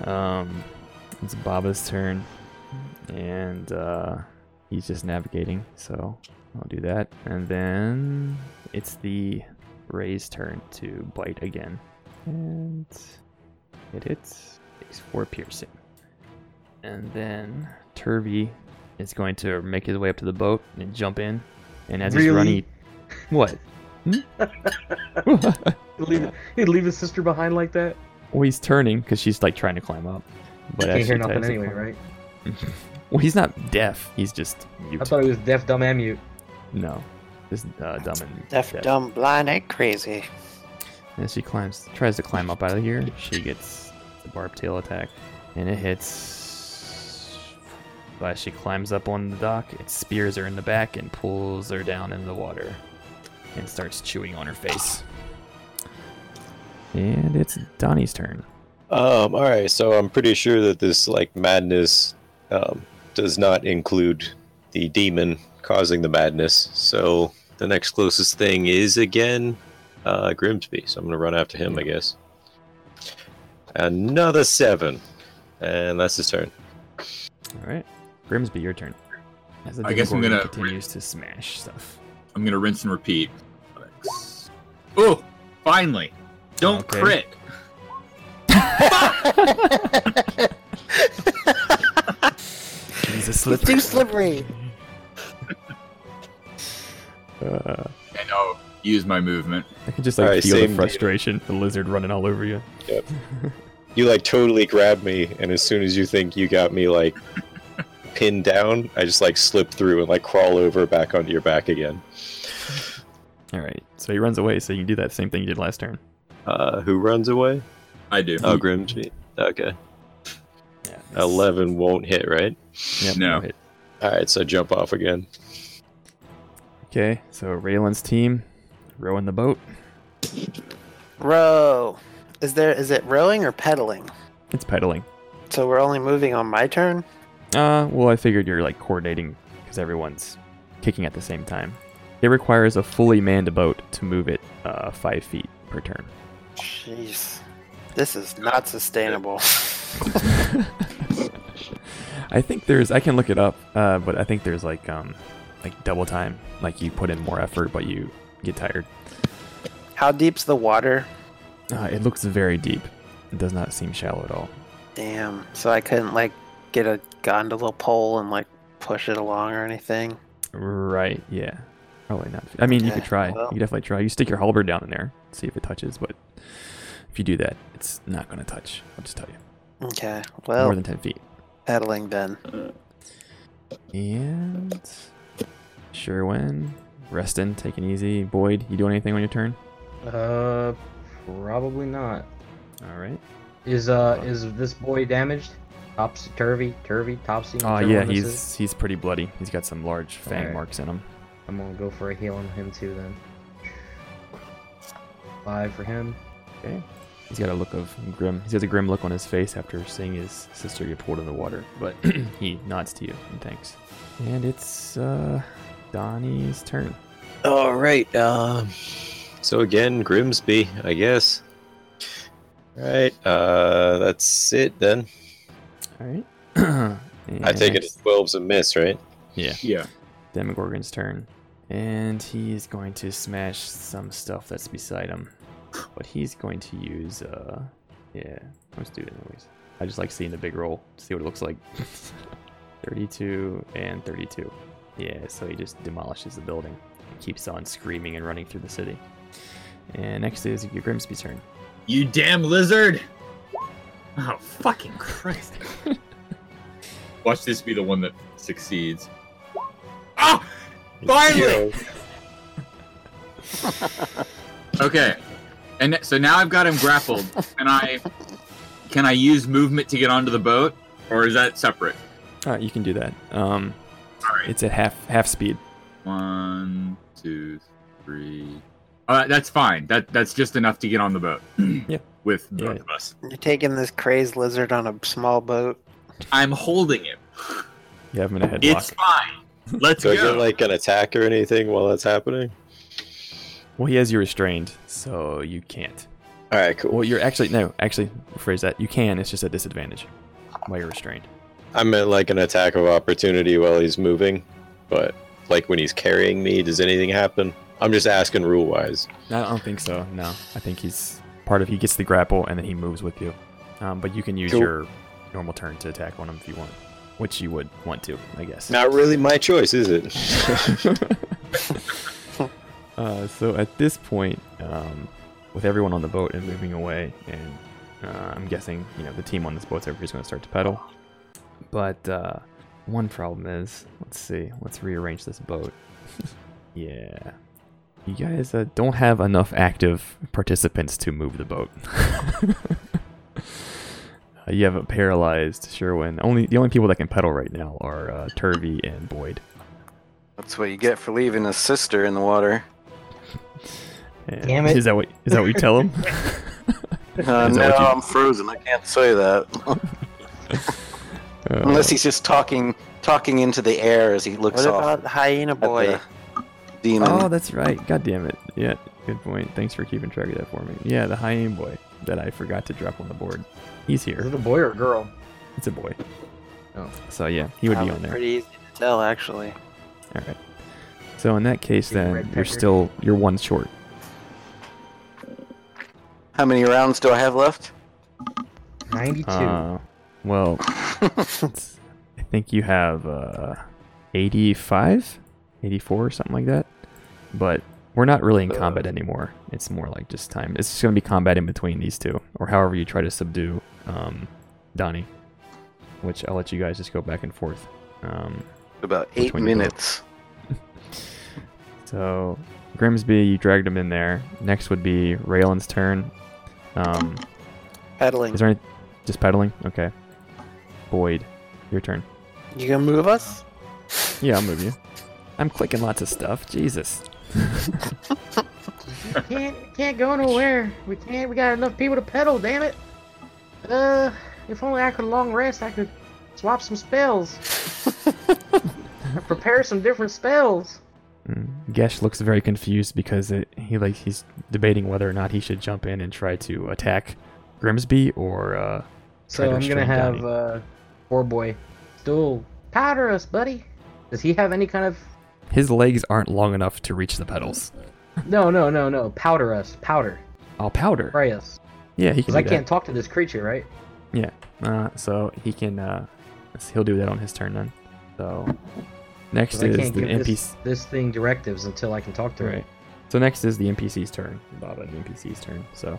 Speaker 5: Um, it's Baba's turn, and uh, he's just navigating. So I'll do that, and then it's the Ray's turn to bite again, and it hits. Takes four piercing, and then Turvy is going to make his way up to the boat and jump in, and as he's
Speaker 1: Really?
Speaker 5: running, he- what? Hmm?
Speaker 1: He'd leave, he'd leave his sister behind like that.
Speaker 5: Well, he's turning because she's like trying to climb up. But
Speaker 1: Can't
Speaker 5: as
Speaker 1: hear
Speaker 5: she tries
Speaker 1: nothing
Speaker 5: to
Speaker 1: anyway,
Speaker 5: climb-
Speaker 1: right?
Speaker 5: Well, he's not deaf. He's just mute.
Speaker 1: I thought he was deaf, dumb, and mute.
Speaker 5: No, just uh, dumb and
Speaker 2: Deaf,
Speaker 5: deaf.
Speaker 2: dumb, blind, and crazy.
Speaker 5: And she climbs, tries to climb up out of here. She gets the barb tail attack, and it hits. But she climbs up on the dock. It spears her in the back and pulls her down in the water, and starts chewing on her face. And it's Donnie's turn.
Speaker 4: Um, all right, so I'm pretty sure that this like madness um, does not include the demon causing the madness. So the next closest thing is again uh, Grimsby. So I'm gonna run after him, I guess. Another seven, and that's his turn.
Speaker 5: All right, Grimsby, your turn. As the
Speaker 10: I guess I'm
Speaker 5: Demogorgon
Speaker 10: gonna-
Speaker 5: continues to smash stuff.
Speaker 10: I'm gonna rinse and repeat. Oh, finally! Don't
Speaker 5: Okay.
Speaker 10: crit.
Speaker 5: He's a
Speaker 2: It's
Speaker 5: slippery.
Speaker 2: too slippery.
Speaker 5: Uh,
Speaker 10: And I'll use my movement.
Speaker 5: I can just like
Speaker 4: All right,
Speaker 5: feel
Speaker 4: same
Speaker 5: the
Speaker 4: deal.
Speaker 5: frustration, the lizard running all over you.
Speaker 4: You like totally grab me, and as soon as you think you got me like pinned down, I just like slip through and like crawl over back onto your back again.
Speaker 5: All right, so he runs away, so you can do that same thing you did last turn.
Speaker 4: Uh, who runs away?
Speaker 10: I do.
Speaker 4: Oh, Grimsby. Okay,
Speaker 5: Yeah,
Speaker 4: eleven won't hit, right?
Speaker 5: Yep,
Speaker 10: No.
Speaker 5: no hit.
Speaker 4: All right, so jump off again.
Speaker 5: Okay, so Raylan's team rowing the boat.
Speaker 2: Row. Is there? Is it rowing or pedaling?
Speaker 5: It's pedaling.
Speaker 2: So we're only moving on my turn.
Speaker 5: Uh, well, I figured you're like coordinating because everyone's kicking at the same time. It requires a fully manned boat to move it uh, five feet per turn.
Speaker 2: Jeez, this is not sustainable.
Speaker 5: I think there's. I can look it up, uh, but I think there's like um, like double time. Like you put in more effort, but you get tired.
Speaker 2: How deep's the water?
Speaker 5: Uh, it looks very deep. It does not seem shallow at all.
Speaker 2: Damn. So I couldn't like get a gondola pole and like push it along or anything.
Speaker 5: Right? Yeah. Probably not. I mean, you could
Speaker 2: Yeah,
Speaker 5: try.
Speaker 2: well.
Speaker 5: you could definitely try. You stick your halberd down in there, see if it touches. But if you do that, it's not going to touch. I'll just tell you.
Speaker 2: Okay. Well,
Speaker 5: More than ten feet.
Speaker 2: pedaling then.
Speaker 5: And Sherwin, Reston, taking easy. Boyd, you doing anything on your turn?
Speaker 1: Uh, probably not.
Speaker 5: All right.
Speaker 1: Is uh is this boy damaged? Topsy turvy, turvy, topsy.
Speaker 5: Oh
Speaker 1: whichever
Speaker 5: yeah,
Speaker 1: one this is?
Speaker 5: he's he's pretty bloody. He's got some large fang
Speaker 1: Alright.
Speaker 5: marks in him.
Speaker 1: I'm gonna go for a heal on him too then. Five for him.
Speaker 5: Okay. He's got a look of grim. He's got a grim look on his face after seeing his sister get pulled in the water. But he nods to you and thanks. And it's uh, Donnie's turn.
Speaker 4: All right. Um. So again, Grimsby, I guess. All right. Uh, that's it then.
Speaker 5: All right. I
Speaker 4: I take it as twelve's a miss, right?
Speaker 5: Yeah.
Speaker 10: Yeah.
Speaker 5: Demogorgon's turn. And he is going to smash some stuff that's beside him. But he's going to use, uh, yeah, let's do it anyways. I just like seeing the big roll, see what it looks like. 32 and 32. Yeah, so he just demolishes the building. He keeps on screaming and running through the city. And next is your Grimsby's turn.
Speaker 10: You damn lizard! Oh fucking Christ!
Speaker 6: Watch this be the one that succeeds.
Speaker 10: Ah! Finally! Okay. And th- so now I've got him grappled. Can I can I use movement to get onto the boat? Or is that separate?
Speaker 5: All right, you can do that. Um,
Speaker 10: Alright.
Speaker 5: it's at half half speed.
Speaker 10: One, two, three. Uh, that's fine. That that's just enough to get on the boat. yeah. With both
Speaker 5: Yeah.
Speaker 10: of us.
Speaker 2: You're taking this crazed lizard on a small boat.
Speaker 10: I'm holding him.
Speaker 5: You have him in a headlock.
Speaker 10: It's fine. Let's
Speaker 4: Do I
Speaker 10: go.
Speaker 4: get like an attack or anything while that's happening?
Speaker 5: Well, he has you restrained, so you can't.
Speaker 4: All right, cool.
Speaker 5: Well, you're actually no, actually rephrase that. You can. It's just a disadvantage while you're restrained.
Speaker 4: I meant like an attack of opportunity while he's moving, but like when he's carrying me, does anything happen? I'm just asking rule wise.
Speaker 5: I don't think so. No, I think he's part of. He gets the grapple and then he moves with you. Um, but you can use
Speaker 4: Cool.
Speaker 5: your normal turn to attack on him if you want, which you would want to, I guess.
Speaker 4: Not really my choice, is it?
Speaker 5: Uh, so at this point, um, with everyone on the boat and moving away, and uh, I'm guessing you know the team on this boat's everybody's going to start to pedal. But uh, One problem is, let's see, let's rearrange this boat. yeah. You guys uh, don't have enough active participants to move the boat. Uh, you have a paralyzed Sherwin. Only the only people that can pedal right now are uh, Turvey and Boyd.
Speaker 7: That's what you get for leaving a sister in the water.
Speaker 5: And
Speaker 1: Damn it.
Speaker 5: Is that what is that what you tell Oh. them?
Speaker 7: Uh,
Speaker 5: Is
Speaker 7: no,
Speaker 5: that what you-
Speaker 7: I'm frozen. I can't say that. Unless he's just talking talking into the air as he looks
Speaker 2: What
Speaker 7: off
Speaker 2: about Hyena
Speaker 7: at
Speaker 2: Boy?
Speaker 7: the demon.
Speaker 5: Oh, that's right. God damn it. Yeah, good point. Thanks for keeping track of that for me. Yeah, the hyena boy that I forgot to drop on the board. He's
Speaker 1: Is
Speaker 5: here.
Speaker 1: it a boy or a girl?
Speaker 5: It's a boy.
Speaker 1: Oh.
Speaker 5: So yeah, he would be
Speaker 2: Probably
Speaker 5: on there.
Speaker 2: Pretty easy to tell, actually.
Speaker 5: All right. So in that case,
Speaker 1: Big
Speaker 5: then
Speaker 1: red
Speaker 5: you're
Speaker 1: pecker.
Speaker 5: still you're one short.
Speaker 7: How many rounds do I have left?
Speaker 1: 92.
Speaker 5: Uh, well, it's- I think you have uh, 85, 84, or something like that. But we're not really
Speaker 7: Uh.
Speaker 5: in combat anymore. It's more like just time. It's just going to be combat in between these two, or however you try to subdue um, Donnie, which I'll let you guys just go back and forth. Um,
Speaker 7: About
Speaker 5: Which
Speaker 7: eight
Speaker 5: one you got?
Speaker 7: minutes.
Speaker 5: So Grimsby, you dragged him in there. Next would be Raylan's turn. Um,
Speaker 2: Pedaling.
Speaker 5: is there any just pedaling? Okay. Boyd, your turn.
Speaker 2: You gonna move us?
Speaker 5: Yeah, I'll move you. I'm clicking lots of stuff. Jesus.
Speaker 1: can't can't go nowhere. We can't. We got enough people to pedal. Damn it. Uh, if only I could long rest. I could swap some spells. prepare some different spells.
Speaker 5: Mm. Gesh looks very confused because it, he like he's debating whether or not he should jump in and try to attack Grimsby or uh,
Speaker 1: So
Speaker 5: Try to
Speaker 1: I'm gonna
Speaker 5: restrain
Speaker 1: have
Speaker 5: Donnie.
Speaker 1: uh, poor boy, still powder us, buddy. Does he have any kind of?
Speaker 5: his legs aren't long enough to reach the pedals.
Speaker 1: No, no, no, no. Powder us. Powder.
Speaker 5: I'll powder.
Speaker 1: Spray us.
Speaker 5: Yeah, he can.
Speaker 1: Because
Speaker 5: Do
Speaker 1: I
Speaker 5: that.
Speaker 1: can't talk to this creature, right?
Speaker 5: Yeah. Uh, so he can. Uh, he'll do that on his turn then. So next
Speaker 1: 'Cause I
Speaker 5: is
Speaker 1: can't
Speaker 5: the
Speaker 1: give
Speaker 5: NPC.
Speaker 1: this, this thing directives until I can talk to it.
Speaker 5: Right. So next is the NPC's turn. Bob and the NPC's turn. So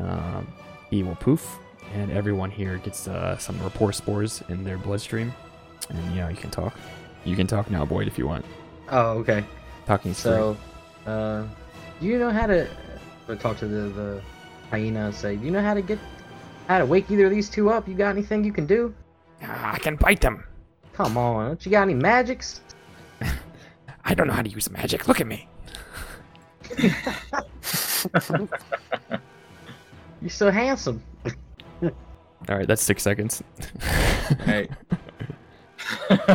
Speaker 5: um, he will poof, and everyone here gets uh, some rapport spores in their bloodstream. And yeah, you can talk. You can talk now, Boyd, if you want.
Speaker 1: Oh, okay.
Speaker 5: Talking is free.
Speaker 1: So, uh, do you know how to uh, talk to the, the hyena and say, do you know how to get, how to wake either of these two up? You got anything you can do?
Speaker 8: Ah, I can bite them.
Speaker 1: Come on, don't you got any magics?
Speaker 8: I don't know how to use magic. Look at me.
Speaker 1: You're so handsome.
Speaker 5: All right, that's six seconds.
Speaker 10: Hey.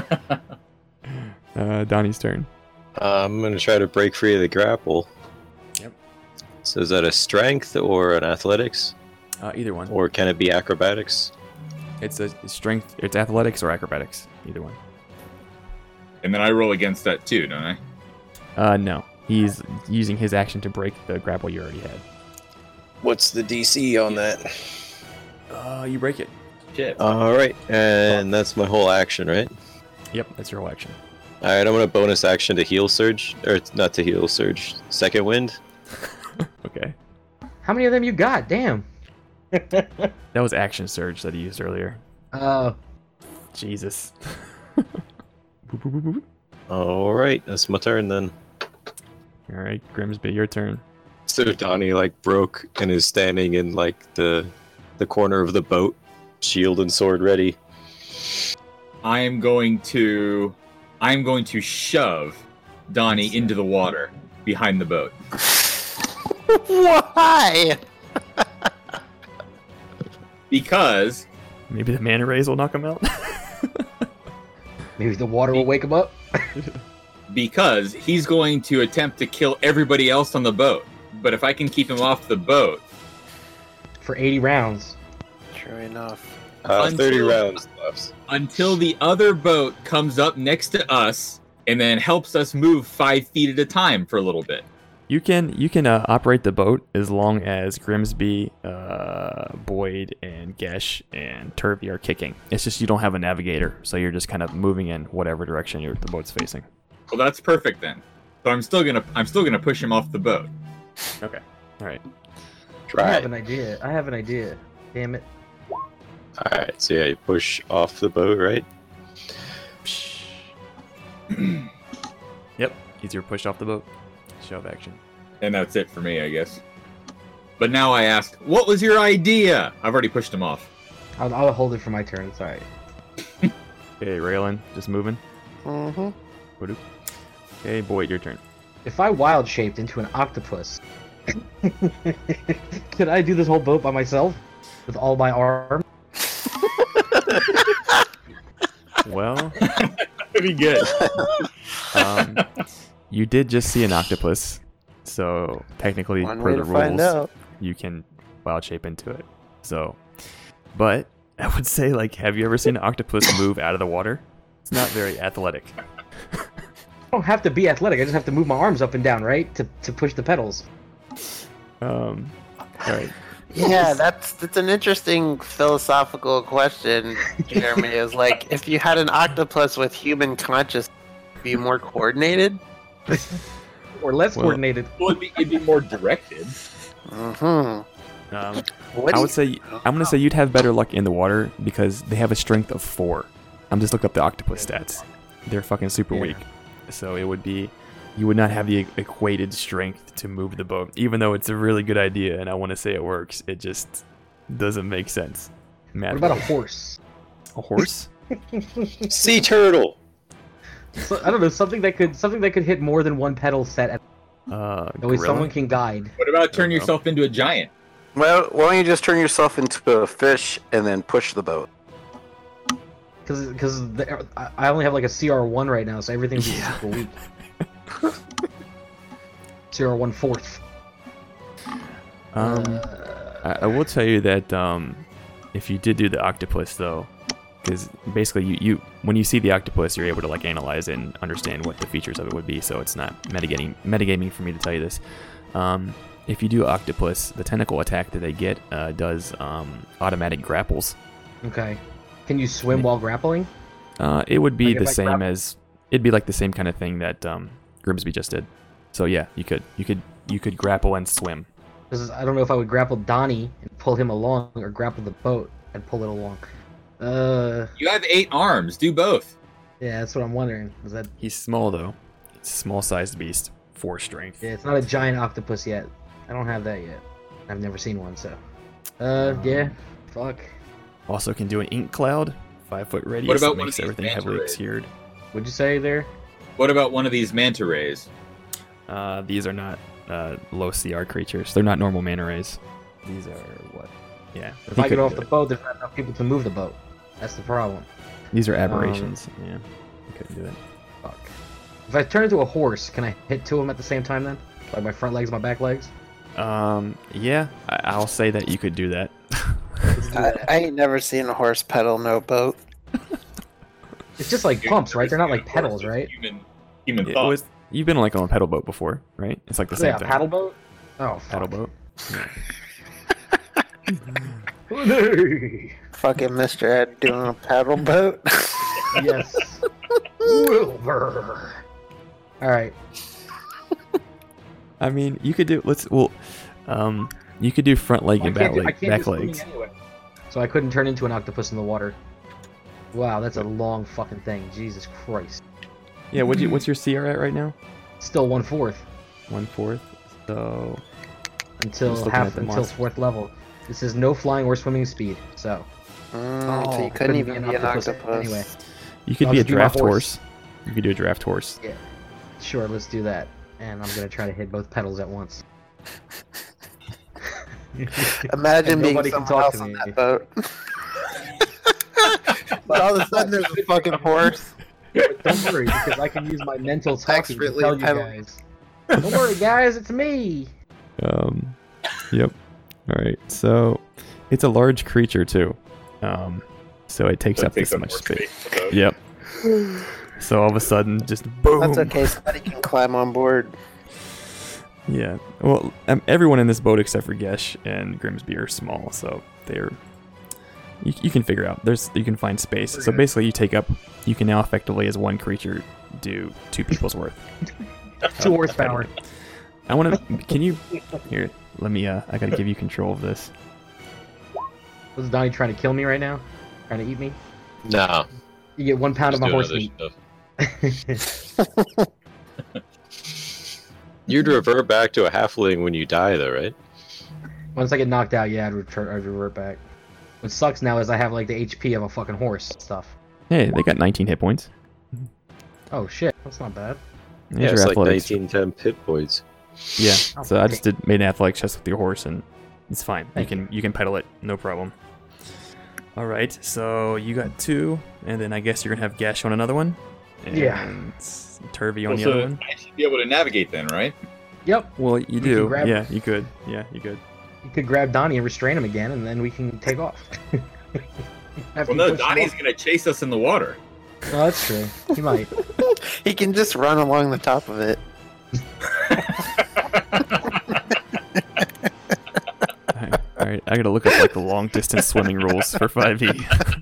Speaker 5: uh, Donnie's turn.
Speaker 4: Uh, I'm gonna try to break free of the grapple.
Speaker 5: Yep.
Speaker 4: So is that a strength or an athletics,
Speaker 5: Uh, either one.
Speaker 4: or can it be acrobatics?
Speaker 5: It's a strength. It's athletics or acrobatics. Either one.
Speaker 10: And then I roll against that too, don't I?
Speaker 5: Uh, no. He's using his action to break the grapple you already had.
Speaker 3: What's the DC on that?
Speaker 5: Uh, you break it.
Speaker 4: All right, and that's my whole action, right?
Speaker 5: Yep, that's your whole action.
Speaker 4: All right, I'm gonna bonus action to heal surge, or it's not to heal surge, second wind.
Speaker 5: Okay.
Speaker 1: How many of them you got? Damn.
Speaker 5: That was action surge that he used earlier.
Speaker 1: Uh,
Speaker 5: Jesus.
Speaker 4: All right, that's my turn then.
Speaker 5: All right, Grimsby, your turn.
Speaker 4: So Donnie like broke and is standing in like the the corner of the boat, shield and sword ready.
Speaker 10: I am going to I am going to shove Donnie into the water behind the boat.
Speaker 7: Why?
Speaker 10: Because
Speaker 5: Maybe the mana rays will knock him out.
Speaker 1: maybe the water will wake him up.
Speaker 10: because he's going to attempt to kill everybody else on the boat. But if I can keep him off the boat,
Speaker 1: For 80 rounds.
Speaker 2: True enough.
Speaker 4: Uh, Thirty
Speaker 10: Until-
Speaker 4: rounds left.
Speaker 10: until the other boat comes up next to us and then helps us move five feet at a time for a little bit.
Speaker 5: you can you can uh, operate the boat as long as Grimsby, uh, Boyd, and Gesh and Turvey are kicking. It's just you don't have a navigator, so you're just kind of moving in whatever direction your the boat's facing.
Speaker 10: Well, that's perfect then. So I'm still gonna I'm still gonna push him off the boat.
Speaker 5: All right.
Speaker 1: I
Speaker 4: Try.
Speaker 1: have an idea. I have an idea. Damn it.
Speaker 4: All right, so yeah, you push off the boat, right?
Speaker 5: Yep. Easier push off the boat. Shove action.
Speaker 6: And that's it for me, I guess. But now I ask, what was your idea? I've already pushed him off.
Speaker 1: I'll, I'll hold it for my turn. Sorry.
Speaker 5: Okay, Raylan, just moving. Mm-hmm. Okay, Boyd, your turn.
Speaker 1: If I wild shaped into an octopus, could I do this whole boat by myself with all my arms?
Speaker 5: Well,
Speaker 6: Pretty good.
Speaker 5: um, you did just see an octopus, so technically,
Speaker 2: One
Speaker 5: per
Speaker 2: way
Speaker 5: the
Speaker 2: to
Speaker 5: rules,
Speaker 2: find out.
Speaker 5: you can wild shape into it. So, but I would say, like, have you ever seen an octopus move out of the water? It's not very athletic.
Speaker 1: I don't have to be athletic. I just have to move my arms up and down, right, to to push the pedals.
Speaker 5: Um, all right.
Speaker 2: Yeah, that's that's an interesting philosophical question, Jeremy. is like if you had an octopus with human consciousness, be more coordinated.
Speaker 1: Or less
Speaker 5: Well-
Speaker 1: coordinated.
Speaker 6: Well, it'd be, it'd be more directed.
Speaker 2: Mm-hmm.
Speaker 5: Um,
Speaker 2: What
Speaker 5: I
Speaker 2: do
Speaker 5: would say I'm gonna say you'd have better luck in the water because they have a strength of four. I'm just looking up the octopus stats. They're fucking super weak, so it would be you would not have the e-, equated strength to move the boat. Even though it's a really good idea and I want to say it works, it just doesn't make sense.
Speaker 1: What
Speaker 5: Matt,
Speaker 1: about a horse?
Speaker 5: a horse?
Speaker 4: Sea turtle.
Speaker 1: So, I don't know something that could something that could hit more than one pedal set. At,
Speaker 5: Uh,
Speaker 1: that way,
Speaker 5: gorilla?
Speaker 1: someone can guide.
Speaker 6: What about turn
Speaker 5: know.
Speaker 6: yourself into a giant?
Speaker 7: Well, why don't you just turn yourself into a fish and then push the boat?
Speaker 1: Because because I I only have like a CR one right now, so everything's just super weak. CR one fourth.
Speaker 5: Um, I, I will tell you that um, if you did do the octopus though, because basically you, you when you see the octopus, you're able to like analyze it and understand what the features of it would be. So it's not metagaming metagaming for me to tell you this. Um, if you do octopus, the tentacle attack that they get uh, does um, automatic grapples.
Speaker 1: Okay. Can you swim while grappling?
Speaker 5: Uh, it would be
Speaker 1: Like, if
Speaker 5: the
Speaker 1: I
Speaker 5: same
Speaker 1: grab-
Speaker 5: as it'd be like the same kind of thing that um, Grimsby just did. So yeah, you could you could you could grapple and swim.
Speaker 1: Because I don't know if I would grapple Donnie and pull him along, or grapple the boat and pull it along. Uh,
Speaker 6: You have eight arms. Do both.
Speaker 1: yeah, that's what I'm wondering. Is that
Speaker 5: He's small though. It's a small sized beast. Four strength.
Speaker 1: yeah? It's not a giant octopus yet. I don't have that yet. I've never seen one, so. Uh, yeah. Fuck.
Speaker 5: Also can do an ink cloud. Five foot radius.
Speaker 6: about
Speaker 5: that
Speaker 6: one of
Speaker 5: makes
Speaker 6: these
Speaker 5: everything
Speaker 6: manta
Speaker 5: heavily
Speaker 6: rays?
Speaker 5: obscured.
Speaker 1: Would you say there?
Speaker 6: What about one of these manta rays?
Speaker 5: Uh, these are not uh, low CR creatures. They're not normal mana rays. These are what? Yeah.
Speaker 1: If
Speaker 5: he
Speaker 1: I get
Speaker 5: couldn't
Speaker 1: off
Speaker 5: do
Speaker 1: the
Speaker 5: it.
Speaker 1: boat, there's not enough people to move the boat. That's the Um, problem.
Speaker 5: These are aberrations. yeah. He couldn't do it.
Speaker 1: Fuck. If I turn into a horse, can I hit two of them at the same time then? Like my front legs, my back legs?
Speaker 5: Um. Yeah. I- I'll say that you could do that.
Speaker 2: I, I ain't never seen a horse pedal no boat.
Speaker 1: It's just like pumps, right? They're not like
Speaker 6: Of course,
Speaker 1: pedals,
Speaker 6: it's
Speaker 1: right?
Speaker 6: Human, human
Speaker 5: It
Speaker 6: thought.
Speaker 5: was- you've been like on a pedal boat before, right? It's like the same
Speaker 1: Yeah,
Speaker 5: thing.
Speaker 1: paddle boat? Oh,
Speaker 5: Paddle
Speaker 1: fuck.
Speaker 5: boat.
Speaker 2: Fucking Mr. Ed doing a paddle boat.
Speaker 1: yes. Wilbur. Alright.
Speaker 5: I mean, you could do. Let's. Well. Um. You could do front leg
Speaker 1: I
Speaker 5: and
Speaker 1: can't
Speaker 5: back
Speaker 1: do- I
Speaker 5: leg.
Speaker 1: can't do
Speaker 5: Back
Speaker 1: swimming
Speaker 5: legs.
Speaker 1: anyway. So I couldn't turn into an octopus in the water. Wow, that's a long fucking thing. Jesus Christ.
Speaker 5: Yeah. What you? What's your CR at right now?
Speaker 1: Still one fourth.
Speaker 5: One fourth. So I'm just
Speaker 1: until
Speaker 5: looking at
Speaker 1: half
Speaker 5: the
Speaker 1: until
Speaker 5: monster.
Speaker 1: fourth level. This is no flying or swimming speed, so
Speaker 2: Mm, so
Speaker 1: Oh,
Speaker 2: you couldn't
Speaker 1: couldn't
Speaker 2: even be an octopus.
Speaker 1: Anyway,
Speaker 5: you could
Speaker 1: I'll
Speaker 5: be a
Speaker 1: just do my
Speaker 5: draft horse.
Speaker 1: horse.
Speaker 5: You could do a draft horse.
Speaker 1: sure, let's do that. And I'm gonna try to hit both pedals at once.
Speaker 2: Imagine
Speaker 1: And
Speaker 2: being
Speaker 1: nobody can
Speaker 2: someone
Speaker 1: talk
Speaker 2: else
Speaker 1: to
Speaker 2: on
Speaker 1: me.
Speaker 2: that boat. but all of a sudden there's a fucking horse.
Speaker 1: Don't worry, because I can use my mental talking to
Speaker 2: Expertly
Speaker 1: tell you
Speaker 2: pedaling.
Speaker 1: guys. Don't worry, guys, it's me.
Speaker 5: Um, yep. All right. So it's a large creature too. Um, so it takes
Speaker 6: So it
Speaker 5: up
Speaker 6: takes
Speaker 5: this
Speaker 6: up
Speaker 5: much
Speaker 6: more
Speaker 5: space.
Speaker 6: space for both.
Speaker 5: Yep. so all of a sudden, just boom.
Speaker 2: That's okay, somebody can climb on board.
Speaker 5: Yeah. Well, um, everyone in this boat except for Gesh and Grimsby are small, so they're. You, you can figure out. There's you can find space. So basically, you take up. You can now effectively, as one creature, do two people's worth.
Speaker 1: Two horsepower.
Speaker 5: I want to. Can you? Here, let me. Uh, I gotta give you control of this.
Speaker 1: Was Donnie trying to kill me right now? Trying to eat me?
Speaker 4: Nah.
Speaker 1: You get one pound
Speaker 4: just
Speaker 1: of my
Speaker 4: doing
Speaker 1: horse
Speaker 4: other
Speaker 1: meat.
Speaker 4: stuff. You'd revert back to a halfling when you die, though, right?
Speaker 1: Once I get knocked out, yeah, I'd, return, I'd revert back. What sucks now is I have like the HP of a fucking horse and stuff.
Speaker 5: Hey, they got 19 hit points.
Speaker 1: Oh shit, that's not bad.
Speaker 5: These
Speaker 4: Yeah,
Speaker 5: are
Speaker 4: it's like
Speaker 5: athletics.
Speaker 4: 1910 pit points.
Speaker 5: Yeah.
Speaker 1: Oh,
Speaker 5: So I
Speaker 1: okay.
Speaker 5: just did made an athletic test with your horse, and it's fine. You
Speaker 1: Thank
Speaker 5: can you can pedal it, no problem. All right. So you got two, and then I guess you're gonna have Gash on another one. And
Speaker 1: Yeah.
Speaker 5: Turvy on
Speaker 6: Well,
Speaker 5: the
Speaker 6: so
Speaker 5: other one.
Speaker 6: I should be able to navigate then, right?
Speaker 1: Yep,
Speaker 5: Well, you
Speaker 1: can
Speaker 5: do.
Speaker 1: grab-
Speaker 5: yeah, you could. Yeah, you could.
Speaker 1: you could grab Donnie and restrain him again, and then we can take off. After
Speaker 6: Well,
Speaker 1: you
Speaker 6: no,
Speaker 1: push him
Speaker 6: Donnie's
Speaker 1: off-
Speaker 6: going to chase us in the water.
Speaker 1: No, Oh, that's true. He might.
Speaker 2: He can just run along the top of it.
Speaker 5: All right. I gotta look up like the long distance swimming rules for E. 5e.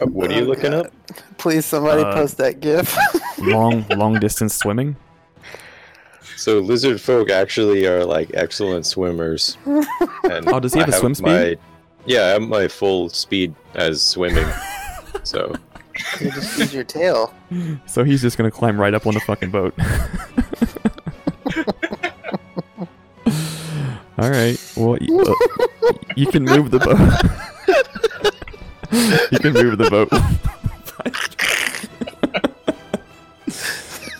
Speaker 4: What are you looking up?
Speaker 2: Please, somebody
Speaker 5: Uh,
Speaker 2: post that GIF.
Speaker 5: long long distance swimming.
Speaker 4: So lizard folk actually are like excellent swimmers. And
Speaker 5: Oh, does he have
Speaker 4: a
Speaker 5: a swim speed?
Speaker 4: yeah, I have my full speed as swimming. so
Speaker 2: you just use your tail.
Speaker 5: So he's just gonna climb right up on the fucking boat. All right. Well, you, uh, you can move the boat. you can move the boat.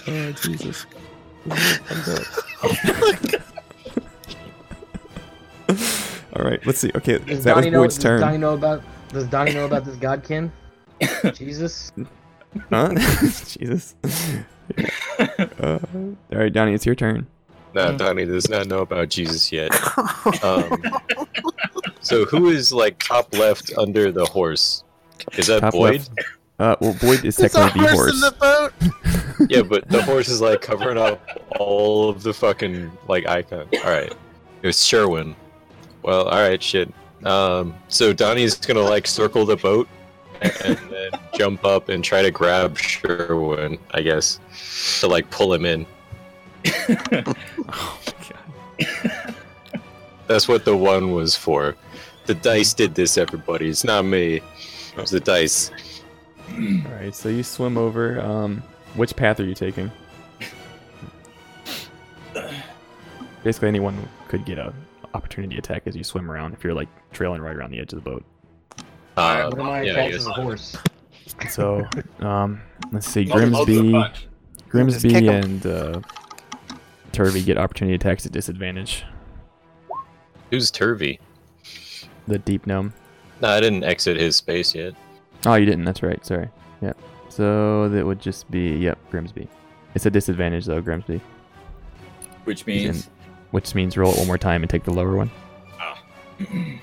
Speaker 5: oh Jesus! All right. Let's see. Okay,
Speaker 1: Does
Speaker 5: that was
Speaker 1: Donnie know?
Speaker 5: Boyd's
Speaker 1: Does Donnie
Speaker 5: turn.
Speaker 1: know about? Does Donnie know about this godkin? Jesus.
Speaker 5: Huh? Jesus. Uh, all right, Donnie, it's your turn.
Speaker 4: no, Donnie does not know about Jesus yet. Um, so who is like top left under the horse? Is that
Speaker 5: Top
Speaker 4: Boyd?
Speaker 5: left. Uh, well, Boyd is technically the horse.
Speaker 2: boat.
Speaker 4: Yeah, but the horse is like covering up all of the fucking like icon. All right, it was Sherwin. Well, all right, shit. Um, so Donnie's gonna like circle the boat and then jump up and try to grab Sherwin, I guess, to like pull him in. That's what the one was for. The dice did this, everybody. It's not me. It was the dice.
Speaker 5: All right, so you swim over. Um, which path are you taking? Basically, anyone could get a opportunity attack as you swim around if you're like trailing right around the edge of the boat.
Speaker 4: Uh,
Speaker 1: What am I
Speaker 4: yeah, I
Speaker 1: attached
Speaker 4: guess.
Speaker 1: as a horse?
Speaker 5: So, um, let's see.
Speaker 6: I'll- I'll do a
Speaker 5: Grimsby,
Speaker 2: Just
Speaker 6: punch.
Speaker 2: kick
Speaker 5: Grimsby,
Speaker 2: 'em.
Speaker 5: and uh, Turvey get opportunity attacks at disadvantage.
Speaker 4: Who's Turvy?
Speaker 5: The deep gnome.
Speaker 4: No, I didn't exit his space yet.
Speaker 5: Oh, you didn't. That's right. Sorry. Yeah. So that would just be yep, Grimsby. It's a disadvantage though, Grimsby,
Speaker 6: Which means.
Speaker 5: which means roll it one more time and take the lower one.
Speaker 6: Oh.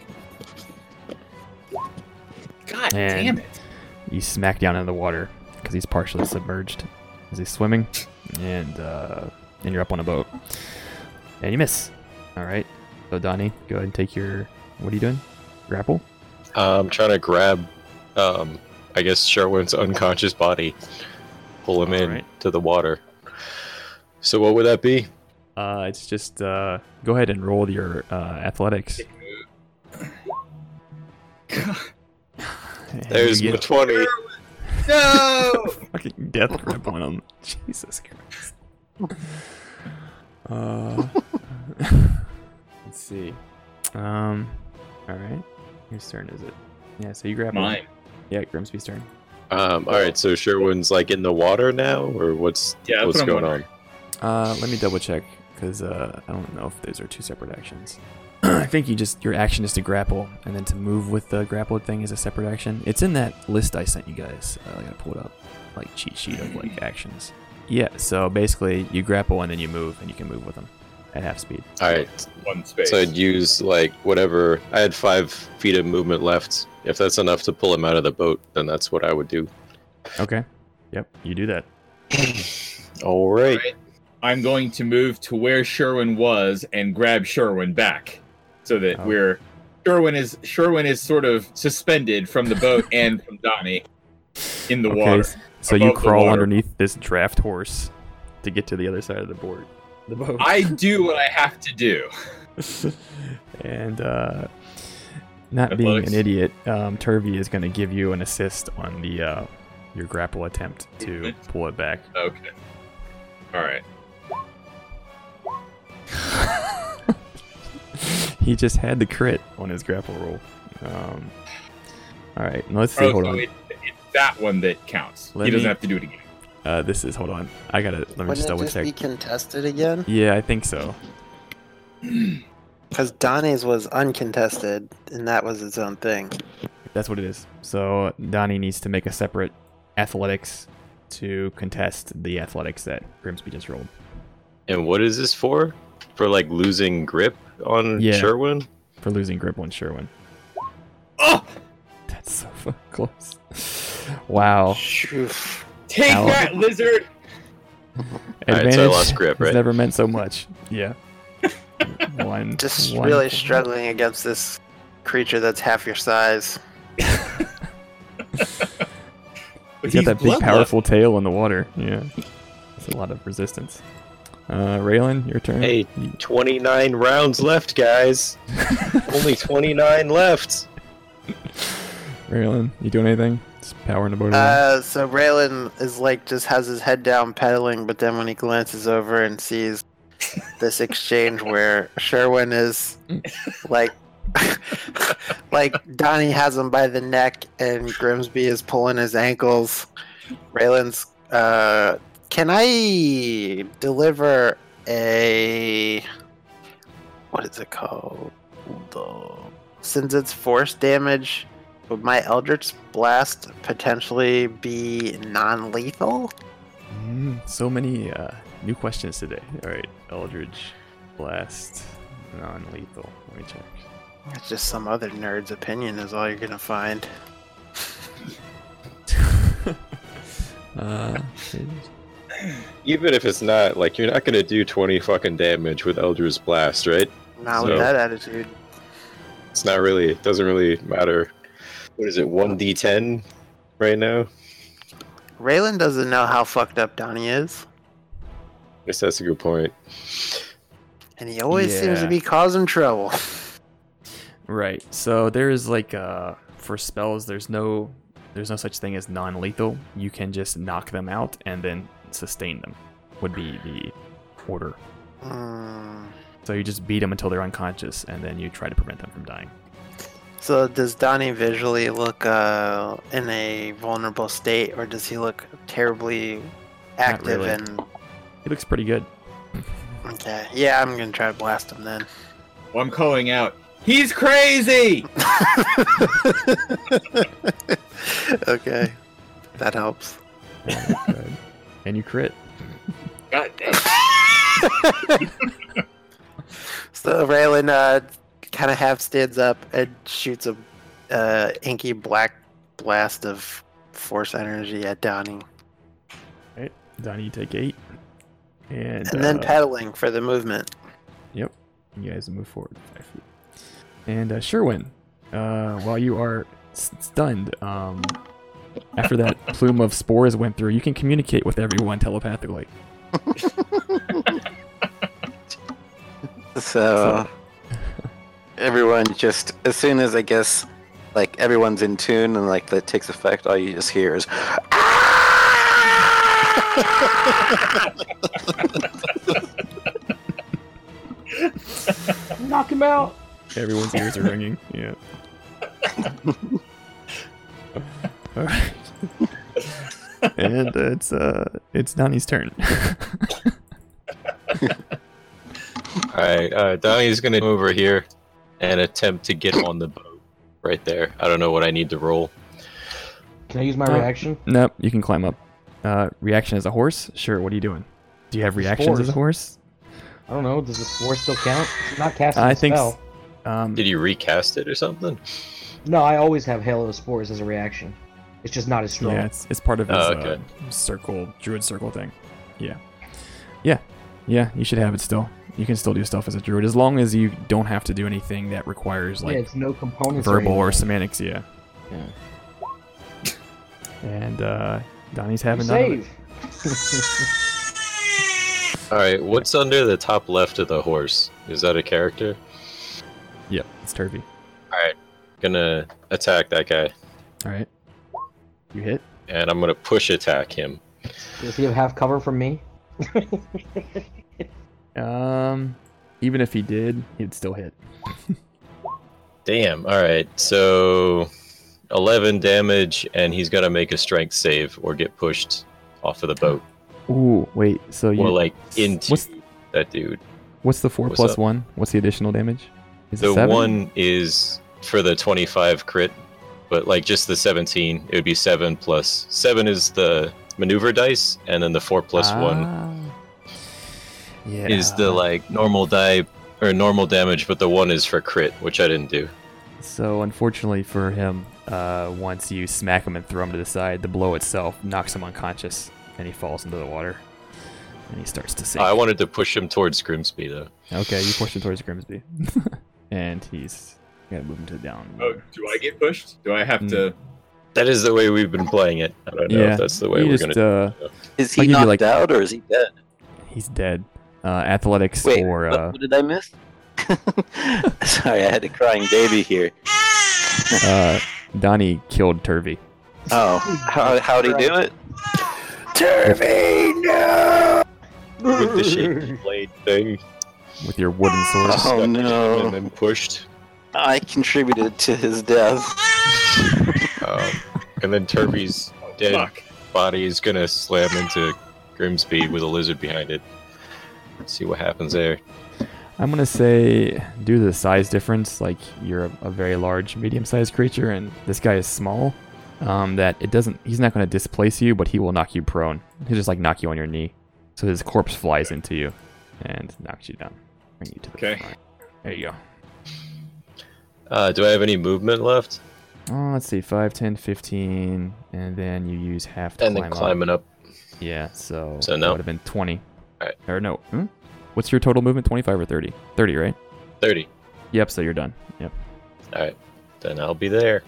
Speaker 6: God damn
Speaker 5: And-
Speaker 6: it.
Speaker 5: you smack down in the water because he's partially submerged as he's swimming, and uh, and you're up on a boat, and you miss. All right, so Donnie, go ahead and take your. What are you doing? Grapple.
Speaker 4: Uh, I'm trying to grab, um, I guess Sherwin's unconscious body, pull him in
Speaker 5: Alright.
Speaker 4: to the water. So what would that be?
Speaker 5: Uh, it's just uh, go ahead and roll your uh, athletics. And
Speaker 4: There's
Speaker 5: you
Speaker 4: my
Speaker 5: get
Speaker 4: twenty.
Speaker 6: No!
Speaker 5: fucking death grip on him. Jesus Christ. Uh, let's see. Um, all right. Whose turn is it? Yeah, so you grab him.
Speaker 6: Mine.
Speaker 5: Yeah, Grimsby's turn.
Speaker 4: Um, all right, so Sherwin's like in the water now, or what's
Speaker 6: Yeah, that's
Speaker 4: what's
Speaker 6: what I'm
Speaker 4: going on?
Speaker 6: wondering.
Speaker 5: Uh, let me double check because uh, I don't know if those are two separate actions. I think you just your action is to grapple, and then to move with the grappled thing is a separate action. It's in that list I sent you guys. Uh, I gotta pull it up, like cheat sheet of like actions. Yeah, so basically you grapple and then you move, and you can move with them at half speed.
Speaker 4: All right,
Speaker 6: One space.
Speaker 4: so I'd use like whatever I had five feet of movement left. If that's enough to pull him out of the boat, then that's what I would do.
Speaker 5: Okay. Yep, you do that.
Speaker 4: All right.
Speaker 6: I'm going to move to where Sherwin was and grab Sherwin back, so that
Speaker 5: Oh.
Speaker 6: we're Sherwin is Sherwin is sort of suspended from the boat and from Donnie in the
Speaker 5: okay.
Speaker 6: water.
Speaker 5: s- So you
Speaker 6: Above the
Speaker 5: crawl
Speaker 6: water.
Speaker 5: underneath this draft horse to get to the other side of the board. The boat.
Speaker 6: I do what I have to do.
Speaker 5: and uh, not being
Speaker 6: Athletics.
Speaker 5: an idiot, um, Turvy is going to give you an assist on the uh, your grapple attempt to pull it back.
Speaker 6: Okay. All right.
Speaker 5: he just had the crit on his grapple roll. Um, all right, now let's see.
Speaker 6: oh,
Speaker 5: hold
Speaker 6: so
Speaker 5: on.
Speaker 6: It, it's that one that counts.
Speaker 5: Let
Speaker 6: he doesn't
Speaker 5: me-
Speaker 6: have to do it again.
Speaker 5: Uh, this is hold on. I gotta let me
Speaker 2: Wouldn't
Speaker 5: just
Speaker 2: it
Speaker 5: double
Speaker 2: just
Speaker 5: check.
Speaker 2: be contested again?
Speaker 5: Yeah, I think so.
Speaker 2: Because Donnie's was uncontested, and that was its own thing.
Speaker 5: That's what it is. So Donnie needs to make a separate athletics to contest the athletics that Grimsby just rolled.
Speaker 4: And what is this for? For like losing grip on
Speaker 5: Yeah.
Speaker 4: Sherwin?
Speaker 5: for losing grip on Sherwin.
Speaker 6: Oh!
Speaker 5: That's so fucking close. Wow.
Speaker 6: Take
Speaker 5: Ow.
Speaker 6: that, lizard!
Speaker 4: Alright, so I lost grip,
Speaker 5: has
Speaker 4: right?
Speaker 5: never meant so much. Yeah. one.
Speaker 2: Just
Speaker 5: one-
Speaker 2: really struggling against this creature that's half your size.
Speaker 5: He's got that big, powerful tail in the water. Yeah. That's a lot of resistance. Uh, Raylan, your turn.
Speaker 4: Hey,
Speaker 5: You-
Speaker 4: 29 rounds left, guys. Only 29 left.
Speaker 5: Raylan, you doing anything? Just powering the boat along.
Speaker 2: Uh, so Raylan is like just has his head down pedaling, but then when he glances over and sees this exchange where Sherwin is like, like Donnie has him by the neck and Grimsby is pulling his ankles. Raylan's, uh, can I deliver a what is it called? Hold on. Since it's force damage, would my Eldritch Blast potentially be non lethal?
Speaker 5: Mm, so many uh, new questions today. All right. Eldridge, Blast, non lethal. Let me check.
Speaker 2: It's just some other nerd's opinion, is all you're gonna find.
Speaker 5: Uh,
Speaker 4: Even if it's not, like, you're not going to do 20 fucking damage with Elder's Blast, right?
Speaker 2: Not
Speaker 4: So-
Speaker 2: with that attitude.
Speaker 4: It's not really, it doesn't really matter. What is it, 1d10 right now?
Speaker 2: Raylan doesn't know how fucked up Donnie is,
Speaker 4: I guess that's a good point.
Speaker 2: and he always seems to
Speaker 5: Yeah.
Speaker 2: be causing trouble.
Speaker 5: Right. So there is like uh for spells there's no there's no such thing as non-lethal. You can just knock them out and then sustain them would be the order.
Speaker 2: Hmm.
Speaker 5: So you just beat them until they're unconscious and then you try to prevent them from dying.
Speaker 2: So, does Donnie visually look uh, in a vulnerable state, or does he look terribly active
Speaker 5: really.
Speaker 2: and.
Speaker 5: He looks pretty good.
Speaker 2: Okay, yeah, I'm gonna try to blast him then.
Speaker 6: Well, I'm calling out. He's crazy!
Speaker 2: okay, that helps.
Speaker 5: Good. and you crit.
Speaker 6: God damn.
Speaker 2: So Raylan uh, kind of half stands up and shoots a uh, inky black blast of force energy at Donnie,
Speaker 5: Donnie, you take eight. And,
Speaker 2: and then
Speaker 5: uh,
Speaker 2: pedaling for the movement.
Speaker 5: Yep. You guys move forward five feet. And uh, Sherwin, uh, while you are s- stunned, um, after that plume of spores went through, you can communicate with everyone telepathically.
Speaker 7: So everyone just as soon as I guess like everyone's in tune and like that takes effect, all you just hear is "Ah!"
Speaker 9: Knock him out.
Speaker 5: Everyone's ears are ringing. Yeah. All right. and uh, it's uh, it's Donnie's turn.
Speaker 4: Alright, uh, Donnie's gonna go over here and attempt to get on the boat right there. I don't know what I need to roll.
Speaker 1: Can I use my
Speaker 5: Uh,
Speaker 1: reaction?
Speaker 5: nope, you can climb up. Uh, reaction as a horse? Sure. What are you doing? Do you have reactions as a horse?
Speaker 1: I don't know. Does the force still count? It's not casting
Speaker 5: I
Speaker 1: a
Speaker 5: think. s-
Speaker 1: spell.
Speaker 5: Um,
Speaker 4: Did you recast it or something?
Speaker 1: No, I always have Halo of Spores as a reaction. It's just not as strong.
Speaker 5: Yeah, it's, it's part of his
Speaker 4: Oh, okay.
Speaker 5: uh, circle, druid circle thing. Yeah. Yeah. Yeah, you should have it still. You can still do stuff as a druid as long as you don't have to do anything that requires
Speaker 1: yeah,
Speaker 5: like
Speaker 1: it's no components.
Speaker 5: verbal
Speaker 1: or
Speaker 5: or
Speaker 1: anything.
Speaker 5: semantics, yeah.
Speaker 1: Yeah.
Speaker 5: And uh Donnie's
Speaker 1: You
Speaker 5: having none of it.
Speaker 1: save.
Speaker 4: Alright, what's under the top left of the horse? Is that a character?
Speaker 5: Yep, it's turvy.
Speaker 4: Alright. gonna attack that guy,
Speaker 5: All right. You hit.
Speaker 4: and I'm gonna push attack him.
Speaker 1: Does he have half cover from me?
Speaker 5: Um, even if he did, he'd still hit.
Speaker 4: Damn. All right. So 11 damage, and he's got to make a strength save or get pushed off of the boat
Speaker 5: Ooh, wait. So you
Speaker 4: or like into
Speaker 5: what's
Speaker 4: that dude.
Speaker 5: what's the four
Speaker 4: what's
Speaker 5: plus
Speaker 4: up?
Speaker 5: one? What's the additional damage? Is it
Speaker 4: The
Speaker 5: seven?
Speaker 4: one is for the 25 crit, but like just the 17, it would be 7 plus 7 is the maneuver dice, and then the 4 plus 1
Speaker 5: Ah. Yeah.
Speaker 4: is the like normal die or normal damage, but the 1 is for crit, which I didn't do.
Speaker 5: So unfortunately for him, uh, once you smack him and throw him to the side, the blow itself knocks him unconscious, and he falls into the water, and he starts to sink.
Speaker 4: I wanted to push him towards Grimsby though.
Speaker 5: Okay, you push him towards Grimsby, and he's you gotta move him to the down.
Speaker 6: Oh, do I get pushed? Do I have to?
Speaker 4: That is the way we've been playing it. I don't know
Speaker 5: yeah,
Speaker 4: if that's the way
Speaker 5: you
Speaker 4: we're
Speaker 5: just,
Speaker 4: going to
Speaker 5: uh,
Speaker 7: Is
Speaker 5: I'll
Speaker 7: he
Speaker 5: give you,
Speaker 7: knocked
Speaker 5: like-
Speaker 7: out or is he dead?
Speaker 5: he's dead. Uh, athletics
Speaker 7: Wait,
Speaker 5: or
Speaker 7: what,
Speaker 5: uh,
Speaker 7: what did I miss? Sorry, I had a crying baby here.
Speaker 5: uh, Donnie killed Turvey.
Speaker 7: Oh, how how'd he do it?
Speaker 5: uh,
Speaker 4: with the shaky blade thing
Speaker 5: with your wooden sword.
Speaker 4: Stuck
Speaker 7: Oh
Speaker 4: in and
Speaker 7: no,
Speaker 4: then pushed.
Speaker 7: I contributed to his death.
Speaker 4: Um, and then Turby's dead
Speaker 5: Mm.
Speaker 6: Fuck.
Speaker 4: body is gonna slam into Grimsby with a lizard behind it. Let's see what happens there.
Speaker 5: I'm gonna say, due to the size difference, like you're a, a very large, medium-sized creature, and this guy is small. Um, that it doesn't. He's not gonna displace you, but he will knock you prone. He'll just like knock you on your knee. So his corpse flies into you, and knocks you down. Bring you to the
Speaker 6: Okay.
Speaker 5: front. There you go.
Speaker 4: Uh, do I have any movement left?
Speaker 5: Oh, let's see, 5, 10, 15, and then you use half to
Speaker 4: And
Speaker 5: climb,
Speaker 4: then climbing up.
Speaker 5: up. Yeah, so,
Speaker 4: So no.
Speaker 5: would have been 20.
Speaker 4: Alright.
Speaker 5: Or no. Hmm? What's your total movement? 25 or 30? 30, right?
Speaker 4: Thirty.
Speaker 5: Yep, so you're done. Yep.
Speaker 4: All right, then I'll be there.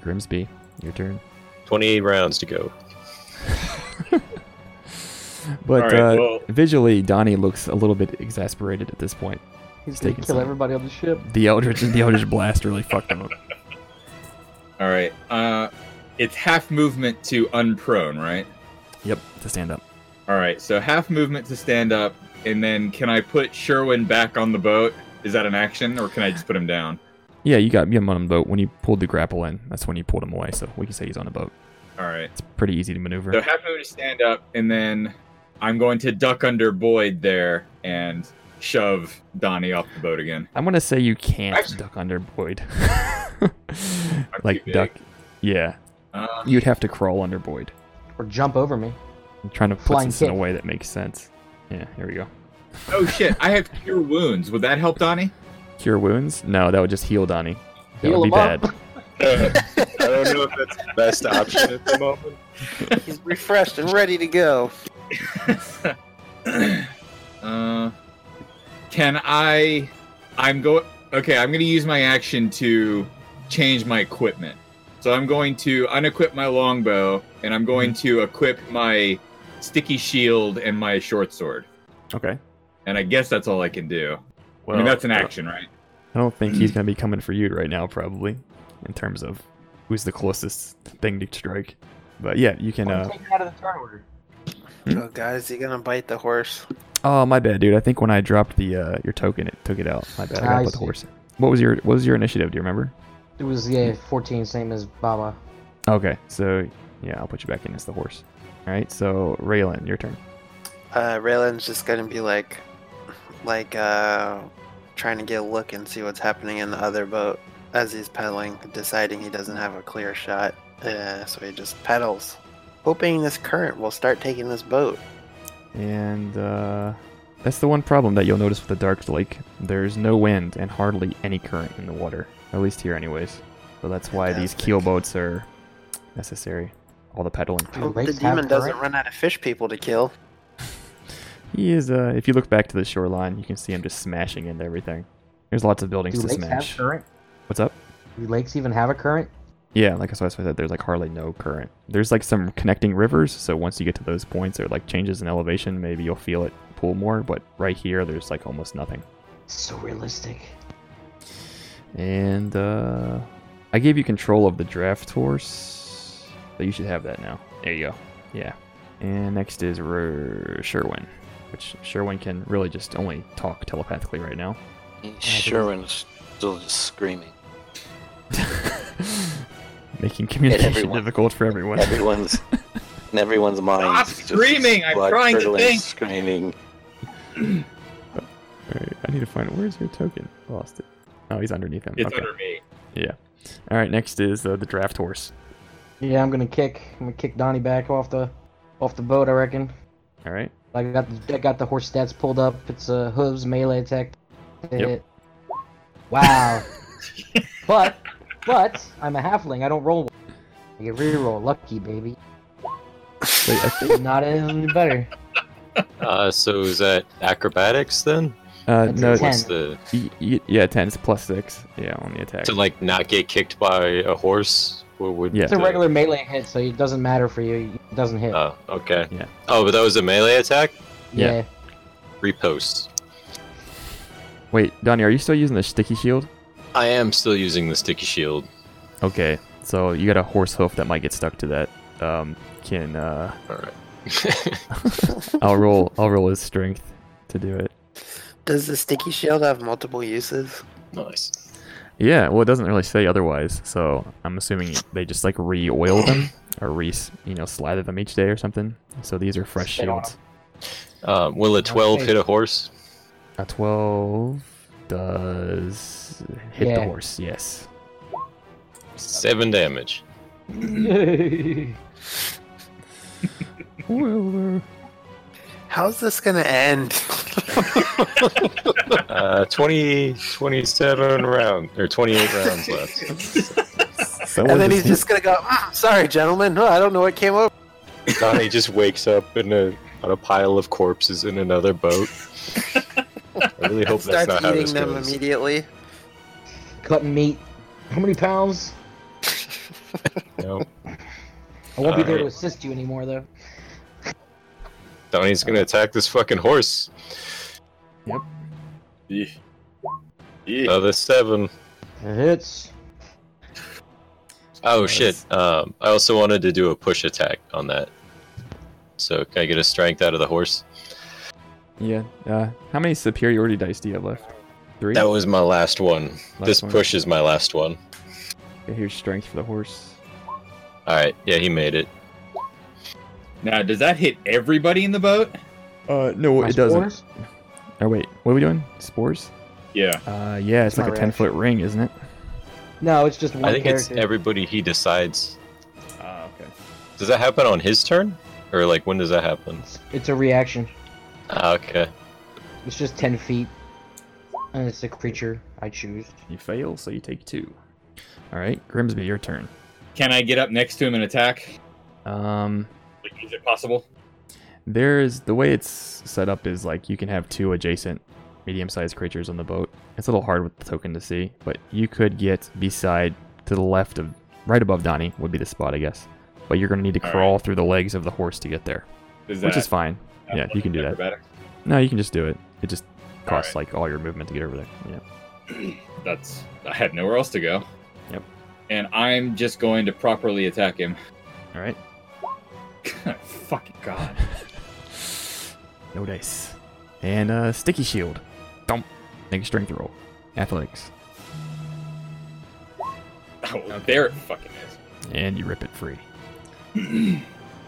Speaker 5: Grimsby, your turn.
Speaker 4: Twenty-eight rounds to go.
Speaker 5: But
Speaker 6: All right,
Speaker 5: uh,
Speaker 6: well-
Speaker 5: visually, Donnie looks a little bit exasperated at this point.
Speaker 1: He's
Speaker 5: gonna
Speaker 1: gonna
Speaker 5: Taking kill
Speaker 1: kill
Speaker 5: some.
Speaker 1: everybody on the ship.
Speaker 5: The Eldritch, the Eldritch Blast really fucked him up.
Speaker 6: All right. Uh, it's half movement to unprone, right?
Speaker 5: Yep, to stand up.
Speaker 6: All right. So half movement to stand up, and then can I put Sherwin back on the boat? Is that an action, or can I just put him down?
Speaker 5: Yeah, you got him on the boat. When you pulled the grapple in, that's when you pulled him away. So we can say he's on a boat.
Speaker 6: All right.
Speaker 5: It's pretty easy to maneuver.
Speaker 6: So half movement to stand up, and then I'm going to duck under Boyd there and shove Donnie off the boat again.
Speaker 5: I'm gonna say you can't
Speaker 6: Actually-
Speaker 5: duck under Boyd.
Speaker 6: too
Speaker 5: like
Speaker 6: big.
Speaker 5: duck, yeah.
Speaker 6: Uh,
Speaker 5: You'd have to crawl under Boyd.
Speaker 1: Or jump over me.
Speaker 5: I'm trying to put
Speaker 1: Flying
Speaker 5: this in a
Speaker 1: kick.
Speaker 5: way that makes sense. Yeah, here we go.
Speaker 6: oh shit! I have cure wounds. Would that help, Donnie?
Speaker 5: Cure wounds? No, that would just heal Donnie. That
Speaker 1: Heal
Speaker 5: would be
Speaker 1: him up.
Speaker 5: bad.
Speaker 4: I don't know if that's the best option at the moment.
Speaker 2: He's refreshed and ready to go.
Speaker 6: uh, can I? I'm going. Okay, I'm going to use my action to change my equipment. So I'm going to unequip my longbow, and I'm going to equip my sticky shield and my short sword.
Speaker 5: Okay.
Speaker 6: And I guess that's all I can do.
Speaker 5: Well,
Speaker 6: I mean, that's an
Speaker 5: uh,
Speaker 6: action, right?
Speaker 5: I don't think he's gonna be coming for you right now, probably, in terms of who's the closest thing to strike. But yeah, you can. Uh...
Speaker 1: Take it out of the turn order.
Speaker 5: Hmm?
Speaker 2: Oh god, is he gonna bite the horse?
Speaker 5: Oh my bad, dude. I think when I dropped the uh, your token, it took it out. My bad.
Speaker 1: I
Speaker 5: I gotta put
Speaker 1: see.
Speaker 5: the horse. in. What was your What was your initiative? Do you remember?
Speaker 1: It was yeah, 14, same as Baba.
Speaker 5: Okay, so yeah, I'll put you back in as the horse. All right, so Raylan, your turn.
Speaker 2: Uh, Raylan's just gonna be like, like, uh, trying to get a look and see what's happening in the other boat as he's pedaling, deciding he doesn't have a clear shot. Uh, so he just pedals, hoping this current will start taking this boat.
Speaker 5: And uh, that's the one problem that you'll notice with the Dark Lake. There's no wind and hardly any current in the water, at least here, anyways. So that's why these
Speaker 2: Fantastic.
Speaker 5: keel boats are necessary. All the pedaling.
Speaker 1: Do
Speaker 2: Hope Oh, the
Speaker 1: lakes have
Speaker 2: demon doesn't
Speaker 1: current?
Speaker 2: run out of fish people to kill.
Speaker 5: He is. Uh, if you look back to the shoreline, you can see him just smashing into everything. There's lots of buildings
Speaker 1: Do
Speaker 5: to
Speaker 1: lakes have
Speaker 5: smash.
Speaker 1: current?
Speaker 5: What's up?
Speaker 1: Do lakes even have a current?
Speaker 5: Yeah, like I saw, I said, there's like hardly no current. There's like some connecting rivers, so once you get to those points or like changes in elevation, maybe you'll feel it pull more. But right here, there's like almost nothing.
Speaker 1: So realistic.
Speaker 5: And uh, I gave you control of the draft horse, so you should have that now. There you go. Yeah. And next is R- Sherwin, which Sherwin can really just only talk telepathically right now.
Speaker 7: Sherwin's still just screaming.
Speaker 5: making communication
Speaker 7: everyone.
Speaker 5: difficult for everyone.
Speaker 7: Everyone's in everyone's mind.
Speaker 6: Stop
Speaker 7: is just
Speaker 6: screaming! I'm
Speaker 7: blood
Speaker 6: trying to
Speaker 7: curdling
Speaker 6: think.
Speaker 7: Screaming.
Speaker 5: All right, I need to find where's your token. I lost it. Oh, he's underneath him.
Speaker 6: It's
Speaker 5: okay.
Speaker 6: under me.
Speaker 5: Yeah. All right, next is uh, the draft horse.
Speaker 1: Yeah, I'm gonna kick. I'm gonna kick Donnie back off the, off the boat. I reckon.
Speaker 5: All right.
Speaker 1: I got the, I got the horse stats pulled up. It's uh, hooves, melee attack. to
Speaker 5: Yep.
Speaker 1: hit. Wow. but but I'm a halfling. I don't roll. one. I get reroll. Lucky baby.
Speaker 5: Wait, I uh, think
Speaker 1: Not any better.
Speaker 4: Uh, so is that acrobatics then?
Speaker 5: uh,
Speaker 1: That's
Speaker 5: no.
Speaker 1: a
Speaker 5: it's-
Speaker 4: What's the
Speaker 5: y- y- yeah, ten. It's plus six. Yeah, on the attack.
Speaker 4: to like not get kicked by a horse? What would
Speaker 5: Yeah.
Speaker 1: It's a
Speaker 4: the-
Speaker 1: regular melee hit, so it doesn't matter for you. It doesn't
Speaker 5: Uh,
Speaker 1: hit.
Speaker 4: Oh, okay.
Speaker 5: Yeah.
Speaker 4: Oh, but that was a melee attack.
Speaker 5: yeah.
Speaker 1: yeah.
Speaker 4: Repost.
Speaker 5: Wait, Donnie, are you still using the sticky shield?
Speaker 4: I am still using the sticky shield.
Speaker 5: Okay, so you got a horse hoof that might get stuck to that. Um, can uh,
Speaker 4: All right.
Speaker 5: I'll roll. I'll roll his strength to do it.
Speaker 2: Does the sticky shield have multiple uses?
Speaker 4: nice.
Speaker 5: Yeah, well, it doesn't really say otherwise, so I'm assuming they just like re-oil them or re, you know, slather them each day or something. So these are fresh
Speaker 1: Spit on
Speaker 5: shields.
Speaker 4: Um, will a twelve
Speaker 1: Okay.
Speaker 4: hit a horse?
Speaker 5: A twelve does hit the
Speaker 1: Yeah.
Speaker 5: horse. Yes.
Speaker 4: Seven damage.
Speaker 5: Wilbur.
Speaker 2: How's this gonna end?
Speaker 4: Uh, 20, 27 round or twenty-eight rounds left.
Speaker 5: Someone
Speaker 2: and then he's just
Speaker 5: just,
Speaker 2: gonna go, "Mm, sorry, gentlemen. No, I don't know what came over.
Speaker 4: Donnie just wakes up in a on a pile of corpses in another boat. I really hope that's
Speaker 2: Starts
Speaker 4: not how
Speaker 2: eating
Speaker 4: this
Speaker 2: them
Speaker 4: goes.
Speaker 2: immediately.
Speaker 1: Cutting meat. How many pounds?
Speaker 4: No.
Speaker 1: I won't be there to
Speaker 4: Alright.
Speaker 1: assist you anymore, though.
Speaker 4: Donnie's gonna attack this fucking horse.
Speaker 6: Eeh. Eeh.
Speaker 4: Another seven.
Speaker 1: It hits.
Speaker 4: Oh
Speaker 5: Nice.
Speaker 4: shit. Um, I also wanted to do a push attack on that. So can I get a strength out of the horse?
Speaker 5: yeah. Uh, how many superiority dice do you have left? Three.
Speaker 4: That was my last one.
Speaker 5: Last
Speaker 4: this
Speaker 5: one.
Speaker 4: push is my last one.
Speaker 5: Okay, here's strength for the horse.
Speaker 4: All right. Yeah, he made it.
Speaker 6: Now, does that hit everybody in the boat?
Speaker 5: Uh, no,
Speaker 1: My
Speaker 5: it doesn't.
Speaker 1: spores?
Speaker 5: Oh wait, what are we doing? Spores?
Speaker 6: Yeah.
Speaker 5: Uh, yeah, it's
Speaker 1: That's
Speaker 5: like
Speaker 1: my
Speaker 5: a ten foot ring, isn't it?
Speaker 1: No, it's just one
Speaker 4: I think
Speaker 1: character.
Speaker 4: it's everybody he decides.
Speaker 5: Ah, okay.
Speaker 4: Does that happen on his turn? Or like when does that happen?
Speaker 1: It's- it's a reaction.
Speaker 4: Ah, okay.
Speaker 1: It's just 10 feet. And it's a creature I choose.
Speaker 5: You fail, so you take two. All right, Grimsby, your turn.
Speaker 6: Can I get up next to him and attack?
Speaker 5: Um,
Speaker 6: Like, is it possible?
Speaker 5: there's the way it's set up is like you can have two adjacent medium-sized creatures on the boat. It's a little hard with the token to see, but you could get beside to the left of right above Donnie would be the spot, I guess. But you're gonna need to
Speaker 6: All right.
Speaker 5: crawl through the legs of the horse to get there,
Speaker 6: Is
Speaker 5: which
Speaker 6: that-
Speaker 5: is fine. yeah, you can do that.
Speaker 6: acrobatics?
Speaker 5: No, you can just do it. It just
Speaker 6: All
Speaker 5: costs like all your movement to get over there. Yeah.
Speaker 6: That's I have nowhere else to go.
Speaker 5: Yep.
Speaker 6: And I'm just going to properly attack him.
Speaker 5: All right.
Speaker 6: Fucking god.
Speaker 5: No dice. And uh, sticky shield. Dump. Make a strength roll. Athletics.
Speaker 6: Oh, there it fucking is.
Speaker 5: And you rip it free.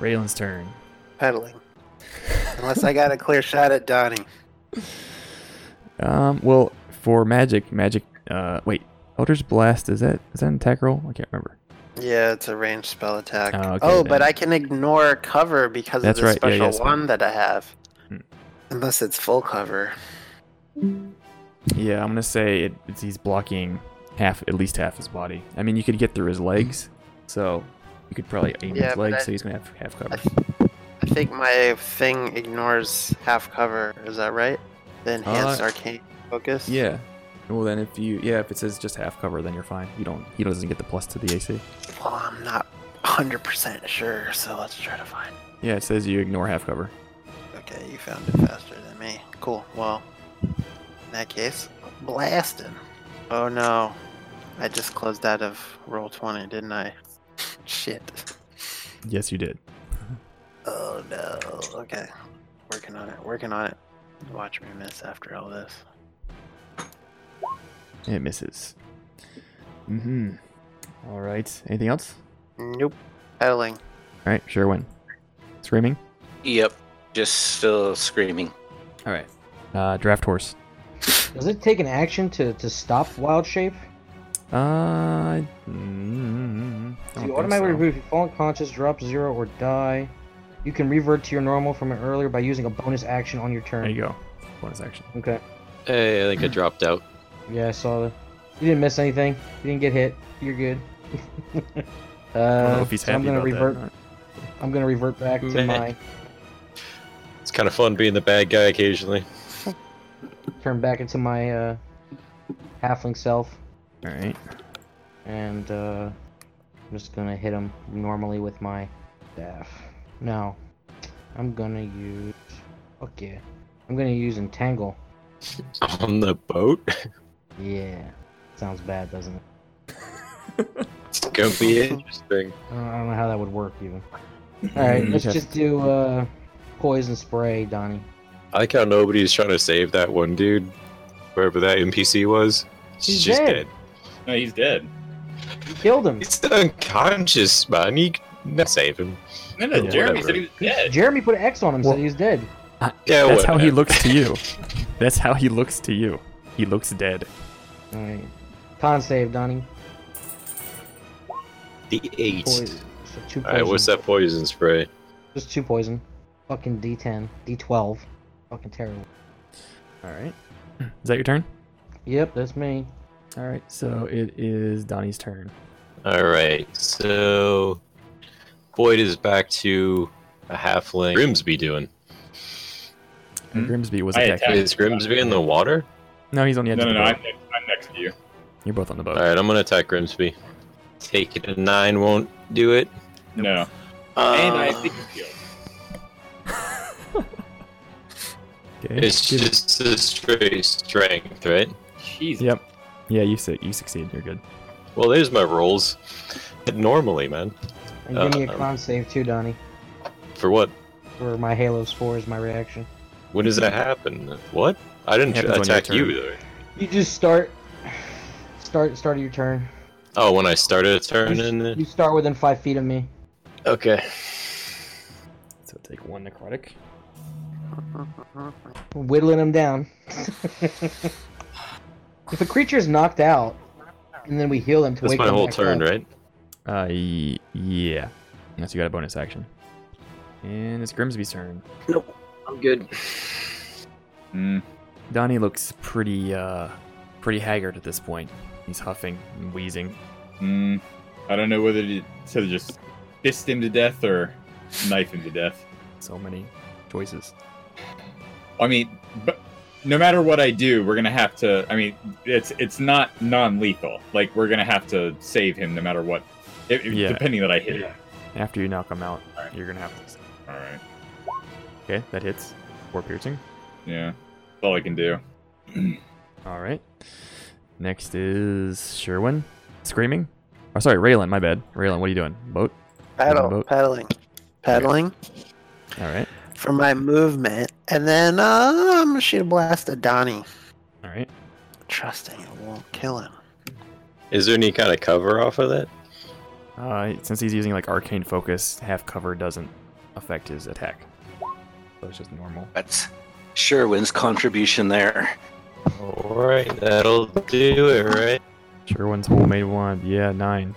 Speaker 5: Raylan's turn.
Speaker 2: Pedaling. Unless I got a clear shot at Donnie.
Speaker 5: Um, well, for magic, magic. Uh, wait. Elder's blast is that is that an attack roll? I can't remember.
Speaker 2: Yeah, it's a ranged spell attack.
Speaker 5: Oh,
Speaker 2: Oh,
Speaker 5: okay,
Speaker 2: but
Speaker 5: then.
Speaker 2: I can ignore cover because
Speaker 5: That's
Speaker 2: of the
Speaker 5: right, yeah,
Speaker 2: special
Speaker 5: yeah, so-
Speaker 2: one that I have.
Speaker 5: Hmm.
Speaker 2: Unless it's full cover.
Speaker 5: Yeah, I'm gonna say it, it's, he's blocking half, at least half his body. I mean, you could get through his legs, so you could probably aim
Speaker 2: Yeah,
Speaker 5: his
Speaker 2: but
Speaker 5: legs,
Speaker 2: I-
Speaker 5: so he's gonna have half cover.
Speaker 2: I, I think my thing ignores half cover. Is that right? The enhanced
Speaker 5: Uh,
Speaker 2: arcane focus.
Speaker 5: Yeah. Well, then if you yeah, if it says just half cover, then you're fine. You don't he doesn't get the plus to the AC.
Speaker 2: Well, I'm not 100% sure, so let's try to find.
Speaker 5: Yeah, it says you ignore half cover.
Speaker 2: Okay, you found it faster than me. Cool. Well, in that case, blasting. Oh no. I just closed out of roll 20, didn't I? Shit.
Speaker 5: Yes, you did.
Speaker 2: Oh no. Okay. Working on it. Working on it. Watch me miss after all this.
Speaker 5: It misses. Mm-hmm. All right. Anything else?
Speaker 2: Nope. Pedaling.
Speaker 5: All right, Sherwin. Screaming.
Speaker 7: Yep, just still screaming.
Speaker 5: All right. Uh, draft horse.
Speaker 1: Does it take an action to, to stop wild shape?
Speaker 5: Uh, mm,
Speaker 1: So you automatically remove if you fall unconscious, drop zero, or die. You can revert to your normal from an earlier by using a bonus action on your turn.
Speaker 5: There you go. Bonus action.
Speaker 1: Okay.
Speaker 4: Hey, I think I dropped out.
Speaker 1: Yeah, I saw that. You didn't miss anything. You didn't get hit. You're good. uh,
Speaker 5: if he's
Speaker 1: so I'm
Speaker 5: happy
Speaker 1: gonna
Speaker 5: about that or
Speaker 1: revert.
Speaker 5: not.
Speaker 1: I'm gonna revert back to
Speaker 4: Meh.
Speaker 1: my
Speaker 4: It's kind of fun being the bad guy occasionally.
Speaker 1: turn back into my uh, halfling self,
Speaker 5: All right.
Speaker 1: and uh, I'm just gonna hit him normally with my staff. No, I'm gonna use. Fuck yeah! I'm gonna use entangle.
Speaker 4: On the boat?
Speaker 1: Yeah, sounds bad, doesn't it?
Speaker 4: It's gonna be interesting.
Speaker 1: I don't, I don't know how that would work even. All right, let's
Speaker 5: Okay.
Speaker 1: just do uh, poison spray, Donnie.
Speaker 4: I like how nobody's trying to save that one dude, wherever that NPC was.
Speaker 1: He's
Speaker 4: She's just
Speaker 1: dead.
Speaker 4: dead.
Speaker 6: No, he's dead.
Speaker 1: You killed him.
Speaker 4: He's unconscious, man. You can save him.
Speaker 6: No, no,
Speaker 4: Yeah,
Speaker 6: Jeremy
Speaker 4: whatever.
Speaker 6: said he was dead.
Speaker 1: Jeremy put an X on him, said
Speaker 5: Well-
Speaker 1: he was dead.
Speaker 4: Yeah,
Speaker 5: That's how he
Speaker 4: whatever.
Speaker 5: looks to you. That's how he looks to you. He looks dead.
Speaker 1: All right, con save, Donnie.
Speaker 4: The eight.
Speaker 1: Poison. So two
Speaker 4: Alright, what's that poison spray?
Speaker 1: Just two poison. Fucking D10, D12. Fucking terrible.
Speaker 5: All right. Is that your turn?
Speaker 1: Yep, that's me.
Speaker 5: All right. So it is Donnie's turn.
Speaker 4: Alright, so Boyd is back to a halfling. Grimsby doing.
Speaker 5: And
Speaker 10: Hmm.
Speaker 5: Grimsby was
Speaker 6: I
Speaker 5: attacking.
Speaker 4: Is Grimsby in the water?
Speaker 5: No, he's on the
Speaker 6: No,
Speaker 5: edge
Speaker 6: no,
Speaker 5: of the
Speaker 6: no.
Speaker 5: boat.
Speaker 6: I'm next, I'm next to you.
Speaker 5: You're both on the boat.
Speaker 4: Alright, I'm gonna attack Grimsby. Take it a nine won't do it.
Speaker 6: No. and I
Speaker 7: Uh,
Speaker 6: think he's killed.
Speaker 5: Okay.
Speaker 4: It's
Speaker 5: Give it-
Speaker 4: just a straight strength, right?
Speaker 6: Jesus.
Speaker 5: Yep. Yeah, you su- you succeed. You're good.
Speaker 4: Well, there's my rolls. Normally, man.
Speaker 1: And give me a
Speaker 4: Uh,
Speaker 1: con save too, Donnie.
Speaker 4: For what?
Speaker 1: For my Halo Spore is my reaction.
Speaker 4: When does that happen? What? I didn't
Speaker 5: It happens on your
Speaker 4: attack you
Speaker 5: turn.
Speaker 4: either.
Speaker 1: You just start. Start start of your turn.
Speaker 4: Oh, when I started a
Speaker 1: You,
Speaker 4: turn
Speaker 1: s-
Speaker 4: in the...
Speaker 1: you start within five feet of me.
Speaker 4: Okay.
Speaker 5: So take one necrotic.
Speaker 1: Whittling him down. if a creature is knocked out, and then we heal them to
Speaker 4: That's
Speaker 1: wake
Speaker 4: my
Speaker 1: them
Speaker 4: whole
Speaker 1: back
Speaker 4: turn,
Speaker 1: up.
Speaker 4: right?
Speaker 5: Uh, y- yeah. Unless you got a bonus action. And it's Grimsby's turn.
Speaker 7: I'm good.
Speaker 10: Mm.
Speaker 5: Donnie looks pretty, uh, pretty haggard at this point. He's huffing and wheezing.
Speaker 6: Mm, I don't know whether to, to just fist him to death or knife him to death.
Speaker 5: So many choices.
Speaker 6: I mean, but no matter what I do, we're gonna have to. I mean, it's it's not non-lethal. Like we're gonna have to save him no matter what, if, if-
Speaker 5: Yeah.
Speaker 6: depending that I hit him.
Speaker 5: After you knock him out,
Speaker 6: Alright.
Speaker 5: you're gonna have to.
Speaker 6: All right.
Speaker 5: Okay, that hits. Four piercing.
Speaker 6: Yeah. That's all I can do.
Speaker 5: All right. Next is Sherwin, screaming. Oh, sorry, Raylan. My bad. Raylan, what are you doing? Boat.
Speaker 2: Paddle.
Speaker 5: boat.
Speaker 2: Paddling. Paddling
Speaker 5: All right.
Speaker 2: for my movement. And then uh, I'm going to shoot a blast at Donnie,
Speaker 5: All right.
Speaker 2: trusting it won't kill him.
Speaker 4: Is there any kind of cover off of that?
Speaker 5: Uh, since he's using like arcane focus, half cover doesn't affect his attack. So it's just normal.
Speaker 7: That's Sherwin's contribution there.
Speaker 4: Alright, that'll do it, right?
Speaker 5: Sherwin's whole made one. Yeah, nine.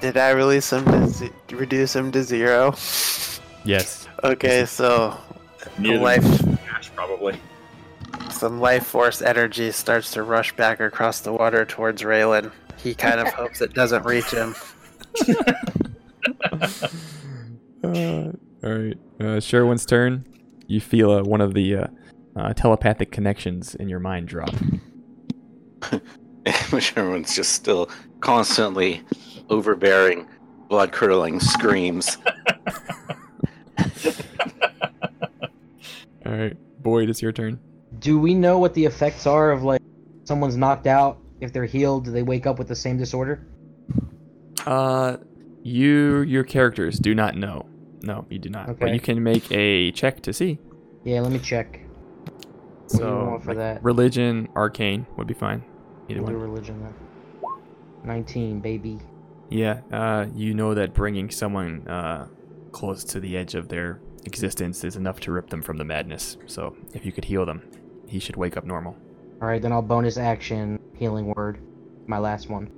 Speaker 2: Did I release him to ze- reduce him to zero?
Speaker 5: Yes.
Speaker 2: Okay, so
Speaker 6: Near the
Speaker 2: life
Speaker 6: Ash, probably.
Speaker 2: Some life force energy starts to rush back across the water towards Raylan. He kind of hopes it doesn't reach him.
Speaker 5: Uh, all right. Uh, Sherwin's turn. You feel uh, one of the uh, uh, telepathic connections in your mind drop.
Speaker 7: Sherwin's just still constantly overbearing, blood curdling screams.
Speaker 5: All right, Boyd, it's your turn.
Speaker 1: Do we know what the effects are of like someone's knocked out if they're healed, do they wake up with the same disorder?
Speaker 5: Uh, you your characters do not know. No, you do not. But
Speaker 1: Okay.
Speaker 5: you can make a check to see.
Speaker 1: Yeah, let me check. What do you
Speaker 5: So
Speaker 1: want for
Speaker 5: like,
Speaker 1: that?
Speaker 5: religion, arcane would be fine. Either
Speaker 1: We'll do
Speaker 5: one.
Speaker 1: religion then. Nineteen, baby.
Speaker 5: Yeah. Uh, you know that bringing someone uh close to the edge of their existence is enough to rip them from the madness. So if you could heal them, he should wake up normal.
Speaker 1: All right, then I'll bonus action healing word, my last one,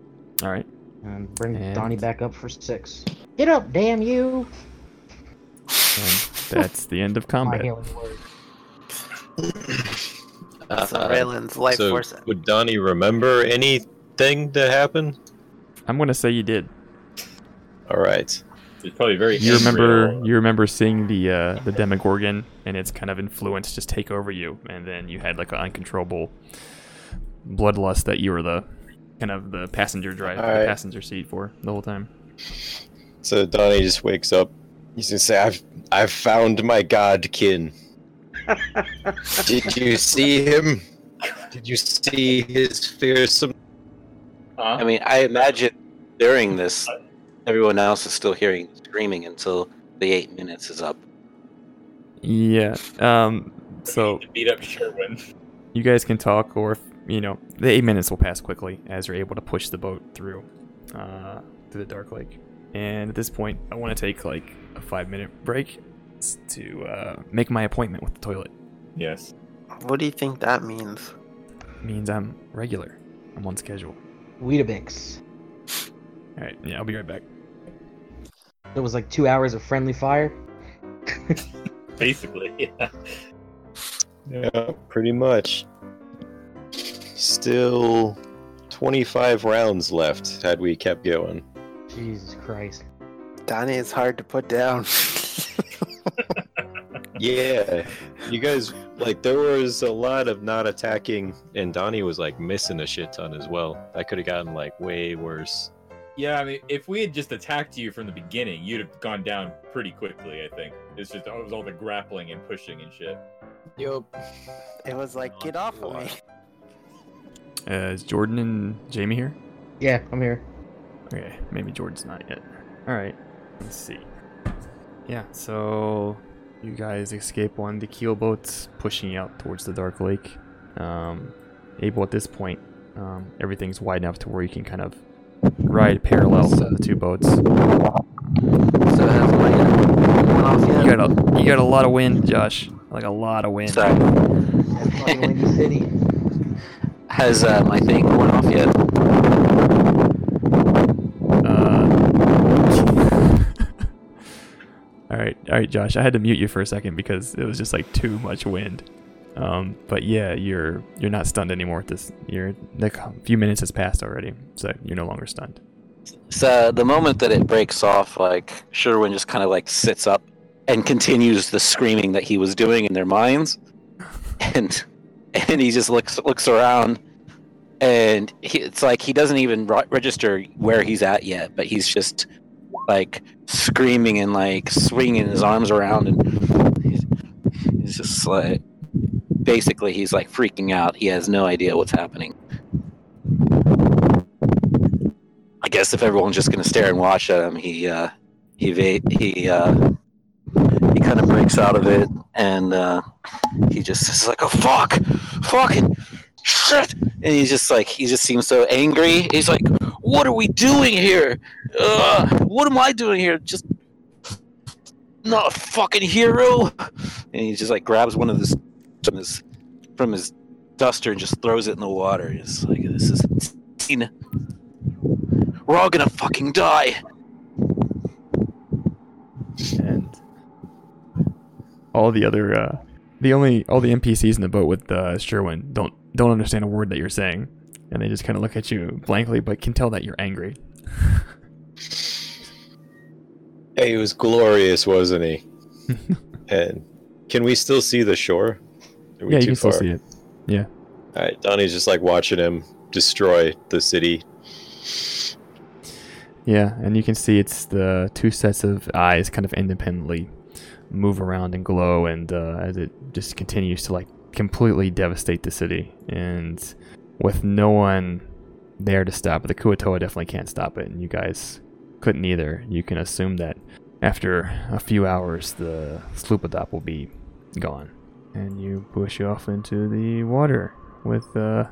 Speaker 5: All right.
Speaker 1: and bring
Speaker 5: And-
Speaker 1: Donnie back up for six. Get up, damn you!
Speaker 5: And that's the end of
Speaker 1: My
Speaker 5: combat.
Speaker 1: healing word.
Speaker 6: Uh-huh.
Speaker 2: So Raylan's life
Speaker 4: so
Speaker 2: force.
Speaker 4: would Donnie remember anything that happened?
Speaker 5: I'm gonna say you did.
Speaker 4: All right.
Speaker 6: It's probably very.
Speaker 5: You
Speaker 6: angry
Speaker 5: remember
Speaker 6: at
Speaker 5: you remember seeing the uh, the Demogorgon and its kind of influence just take over you, and then you had like an uncontrollable bloodlust that you were the kind of the passenger drive, the
Speaker 4: Alright.
Speaker 5: passenger seat for the whole time.
Speaker 4: So Donnie just wakes up. He's gonna say, "I've I've found my godkin. Did you see him? Did you see his fearsome?"
Speaker 6: all.
Speaker 7: I
Speaker 6: Huh?
Speaker 7: mean, I imagine during this, everyone else is still hearing screaming until the eight minutes is up.
Speaker 5: Yeah. Um. So
Speaker 6: beat up Sherwin.
Speaker 5: you guys can talk, or if, you know, the eight minutes will pass quickly as you're able to push the boat through, uh, through the dark lake. And at this point, I want to take like a five minute break s- to uh, make my appointment with the toilet.
Speaker 6: Yes.
Speaker 2: What do you think that means?
Speaker 5: means I'm regular. I'm on schedule.
Speaker 1: Weetabix.
Speaker 5: All right. Yeah, I'll be right back.
Speaker 1: It was like two hours of friendly fire.
Speaker 6: Basically, yeah.
Speaker 4: Yeah, pretty much. Still, twenty-five rounds left. Had we kept going,
Speaker 1: Jesus Christ.
Speaker 2: Donnie is hard to put down.
Speaker 4: yeah. You guys like there was a lot of not attacking, and Donnie was like missing a shit ton as well. That could have gotten like way worse.
Speaker 6: Yeah, I mean, if we had just attacked you from the beginning, you'd have gone down pretty quickly. I think it's just it was all the grappling and pushing and shit.
Speaker 4: Yup.
Speaker 2: it was like, get off of me.
Speaker 5: Uh, is Jordan and Jamie here?
Speaker 1: Yeah, I'm here.
Speaker 5: Okay, maybe Jordan's not yet. All right, let's see. Yeah, so you guys escape on the keel boats, pushing out towards the dark lake. Um, able at this point, um, everything's wide enough to where you can kind of ride parallel to the two boats. You
Speaker 2: So it hasn't like gone off yet.
Speaker 5: got a you got a lot of wind, Josh. Like a lot of wind.
Speaker 7: Sorry,
Speaker 1: That fucking Windy City.
Speaker 7: has uh, my thing gone off yet?
Speaker 5: Uh, all right, all right, Josh. I had to mute you for a second because it was just like too much wind. Um, but yeah, you're you're not stunned anymore. At this, you're like a few minutes has passed already, so you're no longer stunned.
Speaker 7: So the moment that it breaks off, like Sherwin just kind of like sits up and continues the screaming that he was doing in their minds, and and he just looks looks around, and he, it's like he doesn't even ri- register where he's at yet, but he's just like screaming and like swinging his arms around, and he's, he's just like basically he's like freaking out. He has no idea what's happening. I guess if everyone's just gonna stare and watch at him, he uh, he va- he uh, he kind of breaks out of it, and uh, he just is like, "Oh fuck, fucking shit!" And he's just like, he just seems so angry. He's like, "What are we doing here? Ugh, what am I doing here? Just not a fucking hero." And he just like grabs one of his from his from his duster and just throws it in the water. He's like, "This is insane." We're all gonna fucking die.
Speaker 5: And all the other, uh, the only all the NPCs in the boat with uh, Sherwin don't don't understand a word that you're saying, and they just kind of look at you blankly, but can tell that you're angry.
Speaker 4: Hey, he was glorious, wasn't he? and can we still see the shore? Are we
Speaker 5: yeah, you
Speaker 4: too
Speaker 5: can still
Speaker 4: far?
Speaker 5: see it.
Speaker 4: All right, Donnie's just like watching him destroy the city.
Speaker 5: Yeah, and you can see it's the two sets of eyes kind of independently move around and glow, and uh, as it just continues to like completely devastate the city, and with no one there to stop it. The Kuatoa definitely can't stop it, and you guys couldn't either. You can assume that after a few hours, the Sloopadop will be gone. And you push off into the water with uh,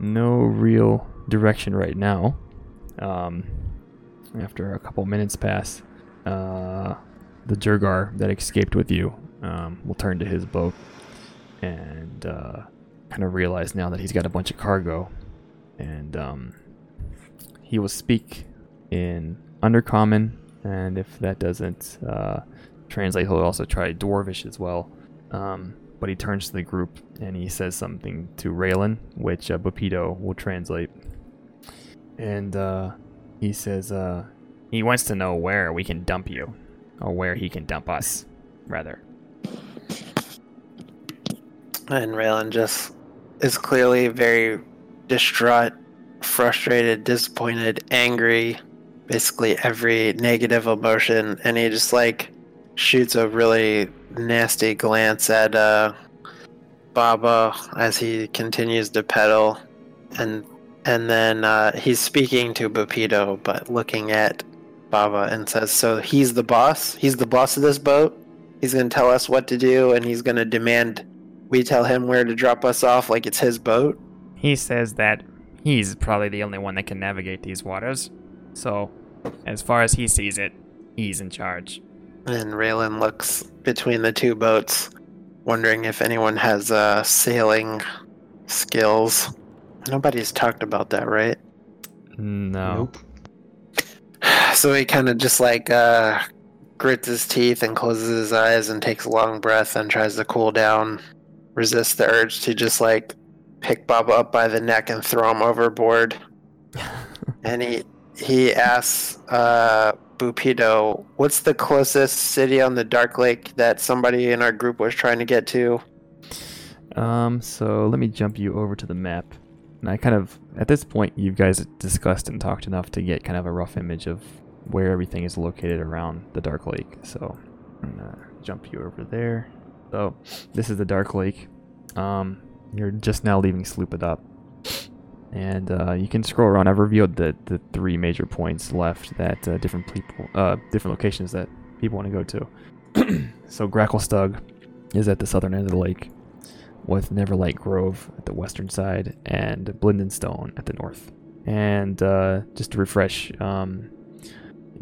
Speaker 5: no real direction right now. Um, after a couple minutes pass, uh, the Jurgar that escaped with you um, will turn to his boat and uh, kind of realize now that he's got a bunch of cargo. And um, he will speak in Undercommon, and if that doesn't uh, translate, he'll also try Dwarvish as well. Um, but he turns to the group and he says something to Raylan, which uh, Bupido will translate. And uh, he says uh, he wants to know where we can dump you, or where he can dump us, rather.
Speaker 2: And Raylan just is clearly very distraught, frustrated, disappointed, angry, basically every negative emotion. And he just like shoots a really nasty glance at uh, Baba as he continues to pedal. And and then uh, he's speaking to Bupido, but looking at Baba and says, So he's the boss? He's the boss of this boat? He's going to tell us what to do and he's going to demand we tell him where to drop us off like it's his boat?
Speaker 11: He says that he's probably the only one that can navigate these waters. So, as far as he sees it, he's in charge.
Speaker 2: And Raylan looks between the two boats, wondering if anyone has uh, sailing skills. Nobody's talked about that, right?
Speaker 5: No.
Speaker 2: So he kind of just like uh, grits his teeth and closes his eyes and takes a long breath and tries to cool down, resists the urge to just like pick Baba up by the neck and throw him overboard. and he he asks uh, Bupido, "What's the closest city on the Dark Lake that somebody in our group was trying to get to?"
Speaker 5: Um, so let me jump you over to the map. And I kind of, at this point, you guys discussed and talked enough to get kind of a rough image of where everything is located around the Dark Lake. So I'm gonna jump you over there. So this is the Dark Lake. Um, you're just now leaving Sloop Up. And uh, you can scroll around. I've revealed the, the three major points left that uh, different people, uh, different locations that people want to go to. so Gracklestug is at the southern end of the lake, with Neverlight Grove at the western side and Blindenstone at the north. And uh, just to refresh, um,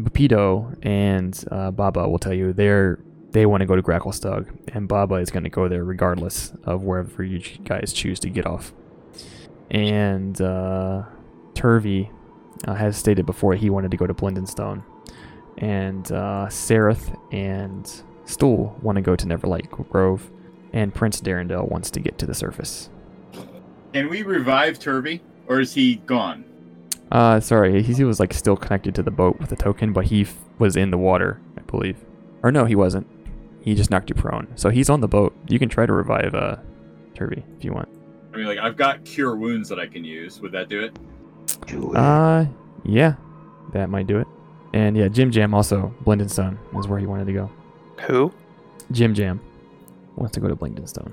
Speaker 5: Bupido and uh, Baba will tell you they're they want to go to Gracklestug, and Baba is going to go there regardless of wherever you ch- guys choose to get off. And uh, Turvey uh, has stated before he wanted to go to Blindenstone, and uh, Sereth and Stool want to go to Neverlight Grove, and Prince Darendel wants to get to the surface.
Speaker 10: Can we revive Turvey, or is he gone?
Speaker 5: Uh, sorry, he, he was like still connected to the boat with a token, but he f- was in the water, I believe. Or no, he wasn't. He just knocked you prone, so he's on the boat. You can try to revive uh, Turvey if you want.
Speaker 10: I mean, like I've got cure wounds that I can use. Would that do it?
Speaker 5: Uh, yeah, that might do it. And yeah, Jim Jam also Blindenstone is where he wanted to go.
Speaker 2: Who?
Speaker 5: Jim Jam wants to go to Blindenstone.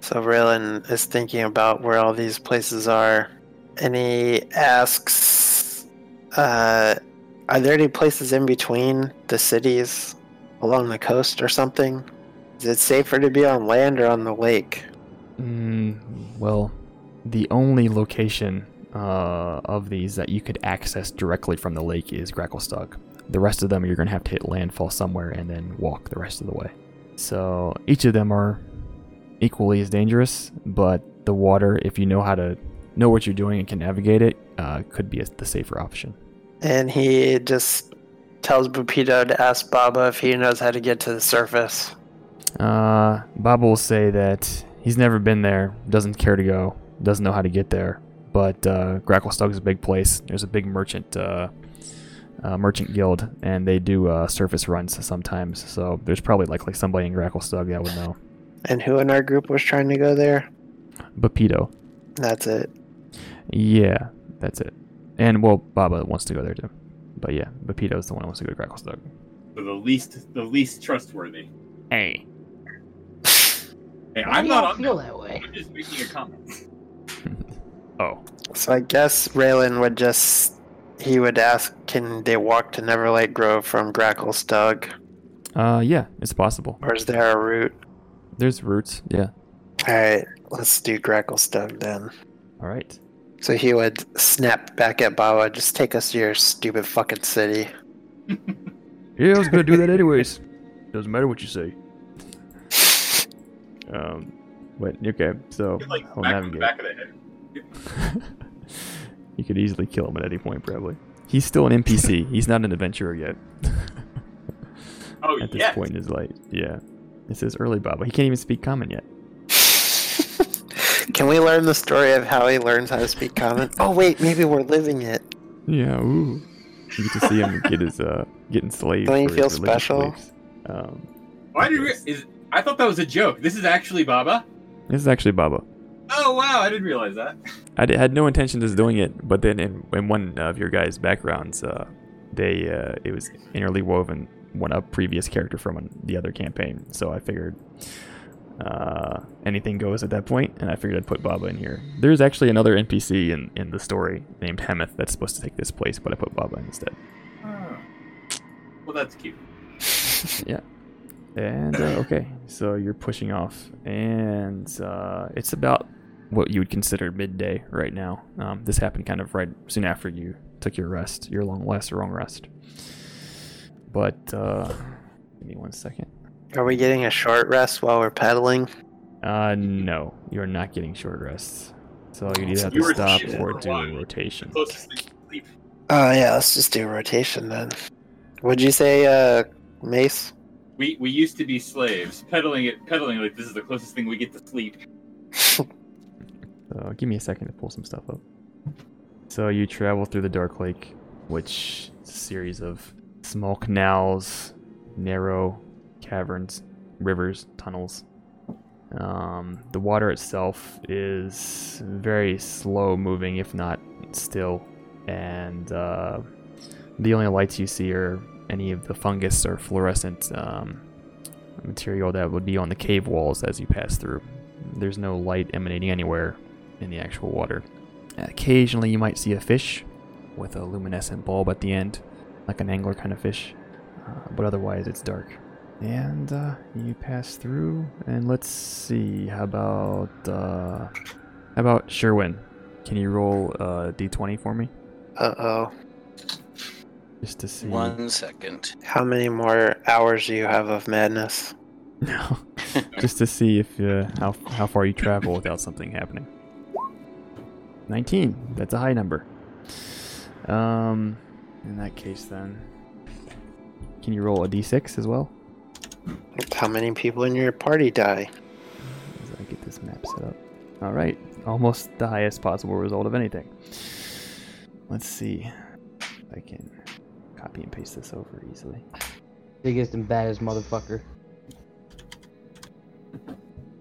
Speaker 2: So Raylan is thinking about where all these places are, and he asks, uh, "Are there any places in between the cities, along the coast or something? Is it safer to be on land or on the lake?"
Speaker 5: Mm, well, the only location uh, of these that you could access directly from the lake is Gracklestug. The rest of them, you're going to have to hit landfall somewhere and then walk the rest of the way. So each of them are equally as dangerous, but the water, if you know how to know what you're doing and can navigate it, uh, could be a, the safer option.
Speaker 2: And he just tells Bupido to ask Baba if he knows how to get to the surface.
Speaker 5: Uh, Bob will say that he's never been there, doesn't care to go, doesn't know how to get there. But uh, Gracklestug is a big place. There's a big merchant uh, uh, merchant guild, and they do uh, surface runs sometimes. So there's probably likely somebody in Gracklestug that would know.
Speaker 2: And who in our group was trying to go there?
Speaker 5: Bupido.
Speaker 2: That's it.
Speaker 5: Yeah, that's it. And well, Baba wants to go there too. But yeah, Bupido is the one who wants to go to Gracklestug.
Speaker 10: So the least, the least trustworthy.
Speaker 11: Hey,
Speaker 12: Why
Speaker 10: Hey, I'm
Speaker 12: do y'all
Speaker 10: not. on-
Speaker 12: feel that way?
Speaker 10: I'm just making a comment.
Speaker 5: Oh.
Speaker 2: So I guess Raylan would just he would ask, can they walk to Neverlight Grove from Gracklestug,
Speaker 5: Uh, yeah, it's possible.
Speaker 2: or is there a route?
Speaker 5: There's roots. Yeah.
Speaker 2: All right, let's do Gracklestug then.
Speaker 5: All right.
Speaker 2: So he would snap back at Bawa, just take us to your stupid fucking city.
Speaker 5: Yeah, I was gonna do that anyways. Doesn't matter what you say. Um, but okay, so I'll navigate.
Speaker 10: back of the head.
Speaker 5: You could easily kill him at any point, probably. He's still an NPC. He's not an adventurer yet.
Speaker 10: Oh,
Speaker 5: at this
Speaker 10: yes.
Speaker 5: point in his life, yeah. It says early Baba. He can't even speak common yet.
Speaker 2: Can we learn the story of how he learns how to speak common? Oh wait, maybe we're living it.
Speaker 5: Yeah. Ooh. You get to see him get his uh get enslaved.
Speaker 2: Don't you
Speaker 5: for his
Speaker 2: feel
Speaker 5: religious
Speaker 2: special?
Speaker 5: beliefs. Um,
Speaker 10: Why did we, is I thought that was a joke. This is actually Baba.
Speaker 5: this is actually Baba.
Speaker 10: Oh wow, I didn't realize that.
Speaker 5: I d- had no intentions of doing it, but then in, in one of your guys' backgrounds, uh, they uh, it was interwoven one a previous character from an, the other campaign. So I figured uh, anything goes at that point, and I figured I'd put Baba in here. There's actually another NPC in, in the story named Hemeth that's supposed to take this place, but I put Baba instead.
Speaker 10: Oh. Well, that's cute.
Speaker 5: yeah. And uh, okay, so you're pushing off, and uh, it's about what you would consider midday right now. Um, this happened kind of right soon after you took your rest, your long last long rest. But uh, give me one second.
Speaker 2: Are we getting a short rest while we're pedaling?
Speaker 5: Uh, no, you're not getting short rests, so you'd either have
Speaker 2: You
Speaker 5: to
Speaker 2: were
Speaker 5: stop
Speaker 2: shit
Speaker 5: or
Speaker 2: for a
Speaker 5: do
Speaker 2: while.
Speaker 5: rotation.
Speaker 2: Oh yeah, let's just do rotation then. Would you say, uh, Mace?
Speaker 10: We we used to be slaves, peddling it, peddling like this is the closest thing we get to sleep.
Speaker 5: So Uh, give me a second to pull some stuff up. So you travel through the Dark Lake, which is a series of small canals, narrow caverns, rivers, tunnels. Um, the water itself is very slow moving, if not still, and uh, the only lights you see are any of the fungus or fluorescent um, material that would be on the cave walls as you pass through. There's no light emanating anywhere in the actual water. Occasionally, you might see a fish with a luminescent bulb at the end, like an angler kind of fish, uh, but otherwise, it's dark. And uh, you pass through, and let's see. How about uh, how about Sherwin? Can you roll uh, d20 for me,
Speaker 2: Uh oh.
Speaker 5: just to see?
Speaker 7: One second.
Speaker 2: How many more hours do you have of madness?
Speaker 5: No. just to see if uh, how how far you travel without something happening. Nineteen. That's a high number. Um, in that case, then, can you roll a d6 as well?
Speaker 2: How many people in your party die?
Speaker 5: As I get this map set up. All right, almost the highest possible result of anything. Let's see. if I can copy and paste this over easily.
Speaker 1: Biggest and baddest motherfucker.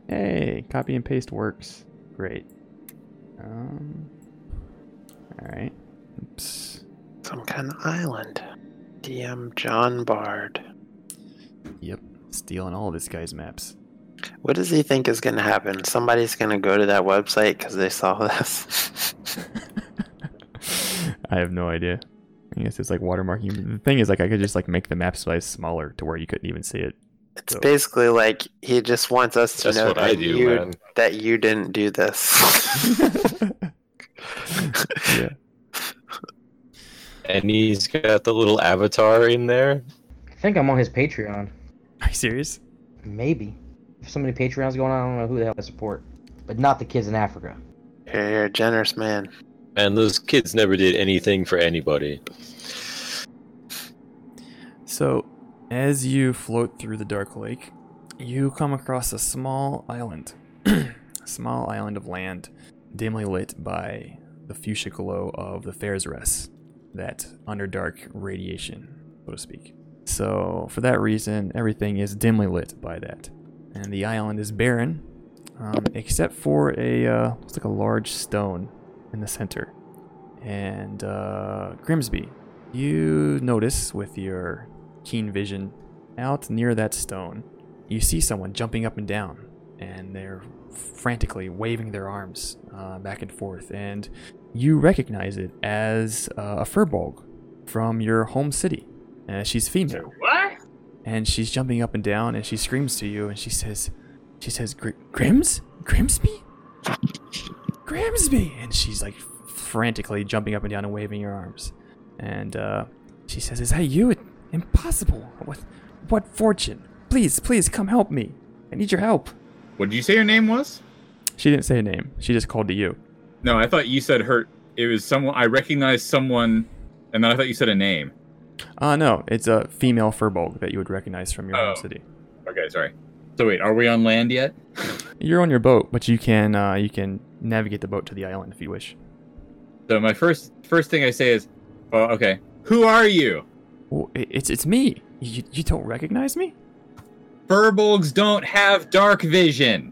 Speaker 5: Hey, copy and paste works. Great. Um. All right. Oops.
Speaker 2: Some kind of island. DM John Bard.
Speaker 5: Yep. Stealing all this guy's maps.
Speaker 2: What does he think is going to happen? Somebody's going to go to that website because they saw this.
Speaker 5: I have no idea. I guess it's like watermarking. The thing is, like, I could just like make the map size smaller to where you couldn't even see it.
Speaker 2: It's basically like he just wants us to
Speaker 5: That's
Speaker 2: know
Speaker 5: what
Speaker 2: that,
Speaker 5: I do,
Speaker 2: you,
Speaker 5: man.
Speaker 2: that you didn't do this.
Speaker 5: yeah.
Speaker 4: And he's got the little avatar in there.
Speaker 1: I think I'm on his Patreon.
Speaker 5: Are you serious?
Speaker 1: Maybe. There's so many Patreons going on, I don't know who the hell I support. But not the kids in Africa.
Speaker 2: You're, you're a generous man.
Speaker 4: And those kids never did anything for anybody.
Speaker 5: So, as you float through the dark lake, you come across a small island. a small island of land, dimly lit by the fuchsia glow of the Fair's Rest, that underdark radiation, so to speak. So, for that reason, everything is dimly lit by that. And the island is barren, um, except for a, uh, looks like a large stone in the center and uh, Grimsby, you notice with your keen vision out near that stone, you see someone jumping up and down, and they're frantically waving their arms uh, back and forth. And you recognize it as uh, a furbolg from your home city. Uh, she's female.
Speaker 13: What?
Speaker 5: And she's jumping up and down, and she screams to you, and she says, "She says, Gr- Grims, Grimsby, Grimsby," and she's like frantically jumping up and down and waving her arms. And uh, she says, "Is that you? It- impossible! What, what fortune? Please, please come help me. I need your help."
Speaker 6: What did you say her name was?
Speaker 5: She didn't say a name. She just called to you.
Speaker 6: No, I thought you said her. It was someone. I recognized someone, and then I thought you said a name.
Speaker 5: Uh no, it's a female furbolg that you would recognize from your home city.
Speaker 6: Okay, sorry. So wait, are we on land yet?
Speaker 5: You're on your boat, but you can uh, you can navigate the boat to the island if you wish.
Speaker 6: So my first first thing I say is, "Oh, okay. Who are you?"
Speaker 5: Well, i- it's it's me. You, you don't recognize me?
Speaker 6: Furbolgs don't have dark vision.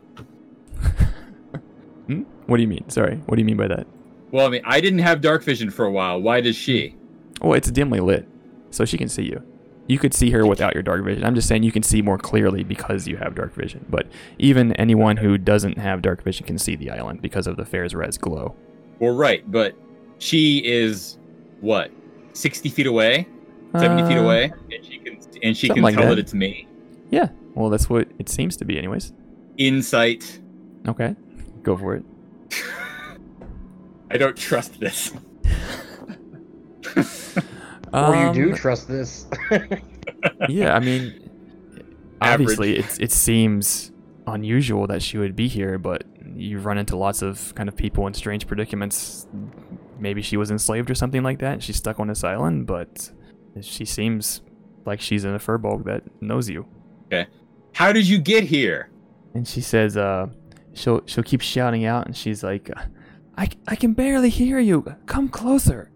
Speaker 5: Hmm? What do you mean? Sorry, what do you mean by that?
Speaker 6: Well, I mean, I didn't have dark vision for a while. Why does she?
Speaker 5: Oh, it's dimly lit, so she can see you. You could see her without your dark vision. I'm just saying you can see more clearly because you have dark vision. But even anyone who doesn't have dark vision can see the island because of the fair's res glow.
Speaker 6: Well, right, but she is what, sixty feet away, seventy feet
Speaker 5: Uh,
Speaker 6: away, and she can and she
Speaker 5: something
Speaker 6: can
Speaker 5: like
Speaker 6: tell
Speaker 5: that.
Speaker 6: that it's me.
Speaker 5: Yeah, well, that's what it seems to be, anyways.
Speaker 6: Insight.
Speaker 5: Okay, go for it.
Speaker 6: I don't trust this.
Speaker 1: Or you do
Speaker 5: Um,
Speaker 1: trust this.
Speaker 5: yeah, I mean, obviously, it's, it seems unusual that she would be here, but you run into lots of kind of people in strange predicaments. Maybe she was enslaved or something like that. and She's stuck on this island, but she seems like she's in a furbolg that knows you.
Speaker 6: Okay. How did you get here?
Speaker 5: And she says, uh, she'll she'll keep shouting out, and she's like, I, I can barely hear you. Come closer.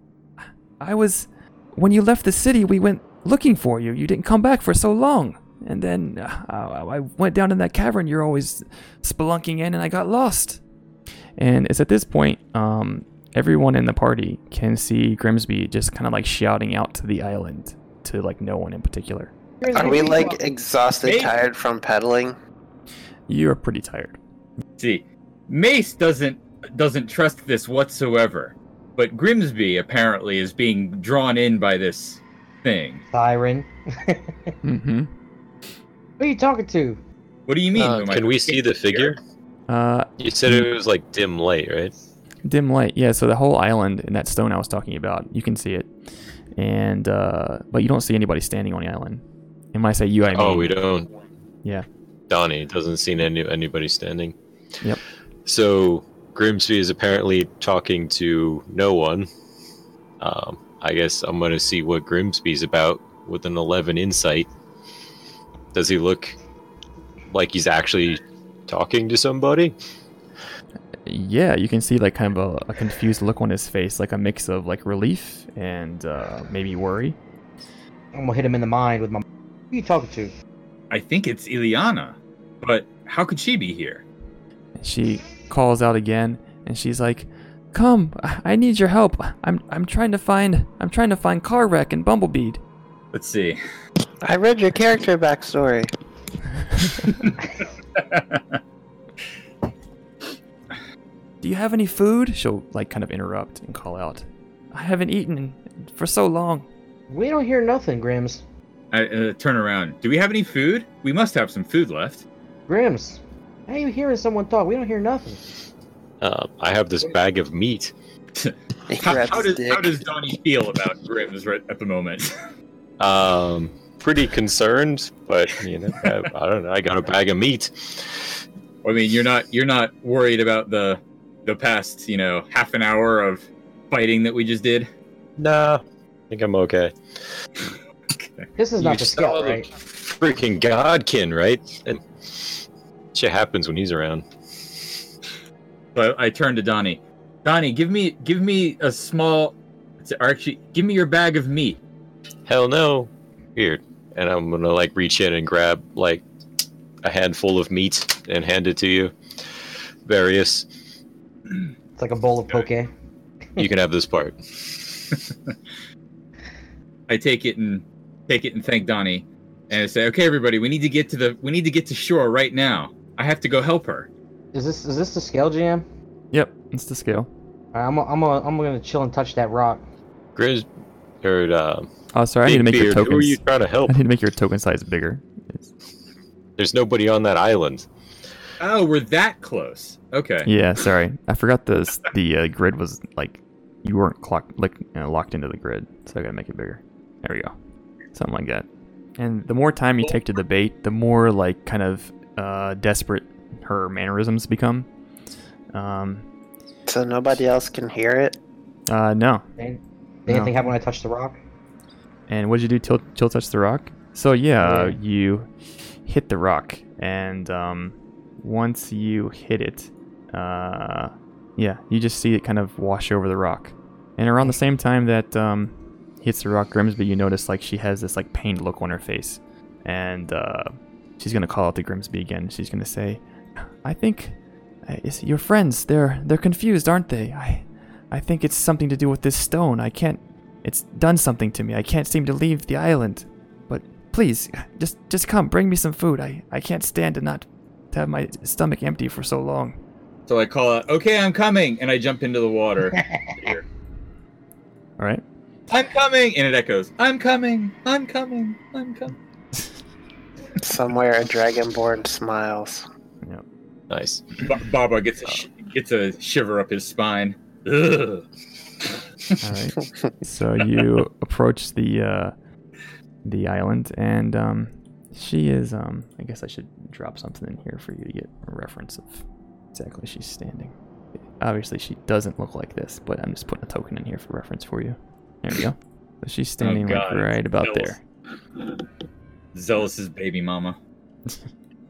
Speaker 5: I was. When you left the city, we went looking for you. You didn't come back for so long. And then uh, I I went down in that cavern you're always spelunking in, and I got lost. And it's at this point, um, everyone in the party can see Grimsby just kind of like shouting out to the island to like no one in particular.
Speaker 2: Are we like exhausted, tired from pedaling?
Speaker 5: You are pretty tired.
Speaker 6: See, Mace doesn't doesn't trust this whatsoever, but Grimsby apparently is being drawn in by this thing.
Speaker 1: Siren.
Speaker 5: Mm-hmm.
Speaker 1: Who are you talking to?
Speaker 6: What do you mean?
Speaker 1: Uh,
Speaker 6: who am I-
Speaker 4: Can we see the figure?
Speaker 5: Uh,
Speaker 4: You said it was like dim light, right?
Speaker 5: dim light yeah so the whole island and that stone i was talking about you can see it and uh but you don't see anybody standing on the island and when i say you i mean
Speaker 4: oh, we don't.
Speaker 5: yeah
Speaker 4: Donnie doesn't see any anybody standing.
Speaker 5: Yep.
Speaker 4: So Grimsby is apparently talking to no one. Um, I guess I'm gonna see what Grimsby's about with an 11 insight. Does he look like he's actually talking to somebody?
Speaker 5: yeah you can see like kind of a, a confused look on his face like a mix of like relief and uh maybe worry
Speaker 1: I'm gonna hit him in the mind with my. Who you talking to?
Speaker 6: I think it's Ileana, but how could she be here?
Speaker 5: she calls out again and she's like come i I need your help i'm i'm trying to find i'm trying to find car wreck and bumblebead
Speaker 6: Let's see.
Speaker 2: I read your character backstory.
Speaker 5: do you have any food she'll like kind of interrupt and call out i haven't eaten for so long
Speaker 1: We don't hear nothing, Grims.
Speaker 6: I, uh, turn around. Do we have any food? We must have some food left.
Speaker 1: Grims. How you hearing someone talk? We don't hear nothing.
Speaker 4: Um, I have this bag of meat.
Speaker 6: How, how does how does Donnie feel about Grims right at the moment?
Speaker 4: Um, pretty concerned, but you know, I, I don't know. I got a bag of meat.
Speaker 6: I mean, you're not you're not worried about the the past, you know, half an hour of fighting that we just did.
Speaker 4: Nah, I think I'm okay.
Speaker 1: This is not
Speaker 4: You
Speaker 1: the scout,
Speaker 4: saw the-
Speaker 1: right?
Speaker 4: Freaking Godkin, right? And shit happens when he's around.
Speaker 6: But I turned to Donnie. Donnie, give me give me a small, or actually, give me your bag of meat.
Speaker 4: Hell no. Weird. And I'm gonna like reach in and grab like a handful of meat and hand it to you. Various.
Speaker 1: It's like a bowl of poke.
Speaker 4: You can have this part.
Speaker 6: I take it and take it and thank Donnie, and I say, okay, everybody, we need to get to the we need to get to shore right now. I have to go help her.
Speaker 1: Is this is this the scale jam?
Speaker 5: Yep, it's the scale.
Speaker 1: Alright, I'm I'm I'm gonna chill and touch that rock.
Speaker 4: Grizz, or uh,
Speaker 5: Oh, sorry. I need to
Speaker 4: Big
Speaker 5: make your
Speaker 4: Beard,
Speaker 5: tokens.
Speaker 4: who are you trying to help?
Speaker 5: I need to make your token size bigger.
Speaker 4: there's nobody on that island.
Speaker 6: Oh, we're that close. Okay.
Speaker 5: Yeah, sorry. I forgot the s- the uh, grid was like you weren't clocked like uh, locked into the grid, so I gotta make it bigger. There we go, something like that. And the more time you take to debate, the more like kind of uh, desperate her mannerisms become. Um,
Speaker 2: So nobody else can hear it.
Speaker 5: uh, no.
Speaker 1: Did
Speaker 5: No.
Speaker 1: anything happen when I touched the rock?
Speaker 5: And what'd you do? Till till touch the rock. So yeah,
Speaker 1: Yeah.
Speaker 5: you hit the rock, and um, once you hit it, uh, yeah, you just see it kind of wash over the rock. And around the same time that um, hits the rock, Grimsby, you notice like she has this like pained look on her face, and uh, she's gonna call out to Grimsby again. She's gonna say, "I think uh, is your friends. They're they're confused, aren't they? I I think it's something to do with this stone. I can't. It's done something to me. I can't seem to leave the island. But please, just just come. Bring me some food. I I can't stand to not to have my stomach empty for so long.
Speaker 6: So I call out, "Okay, I'm coming," and I jump into the water. Here.
Speaker 5: All right.
Speaker 6: I'm coming, and it echoes. I'm coming. I'm coming. I'm coming.
Speaker 2: Somewhere a dragonborn smiles.
Speaker 4: Nice.
Speaker 6: Ba- Baba gets a sh- gets a shiver up his spine. Ugh.
Speaker 5: All right. so you approach the uh, the island, and um, she is. Um, I guess I should drop something in here for you to get a reference of exactly she's standing. Obviously, she doesn't look like this, but I'm just putting a token in here for reference for you. There we go. So she's standing like,
Speaker 6: God,
Speaker 5: right about
Speaker 6: that was-
Speaker 5: there.
Speaker 6: Zealous's baby mama.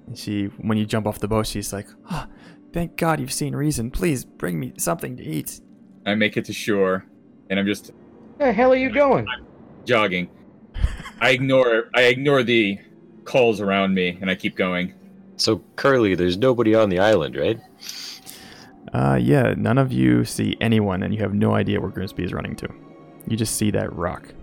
Speaker 5: And she, when you jump off the boat, she's like, "Ah, "Thank God you've seen reason. Please bring me something to eat."
Speaker 6: I make it to shore, and I'm just
Speaker 1: Where the hell are you going?
Speaker 6: jogging. I ignore I ignore the calls around me, and I keep going.
Speaker 4: So Curly, there's nobody on the island, right?
Speaker 5: Uh, yeah, none of you see anyone, and you have no idea where Grimsby is running to. You just see that rock.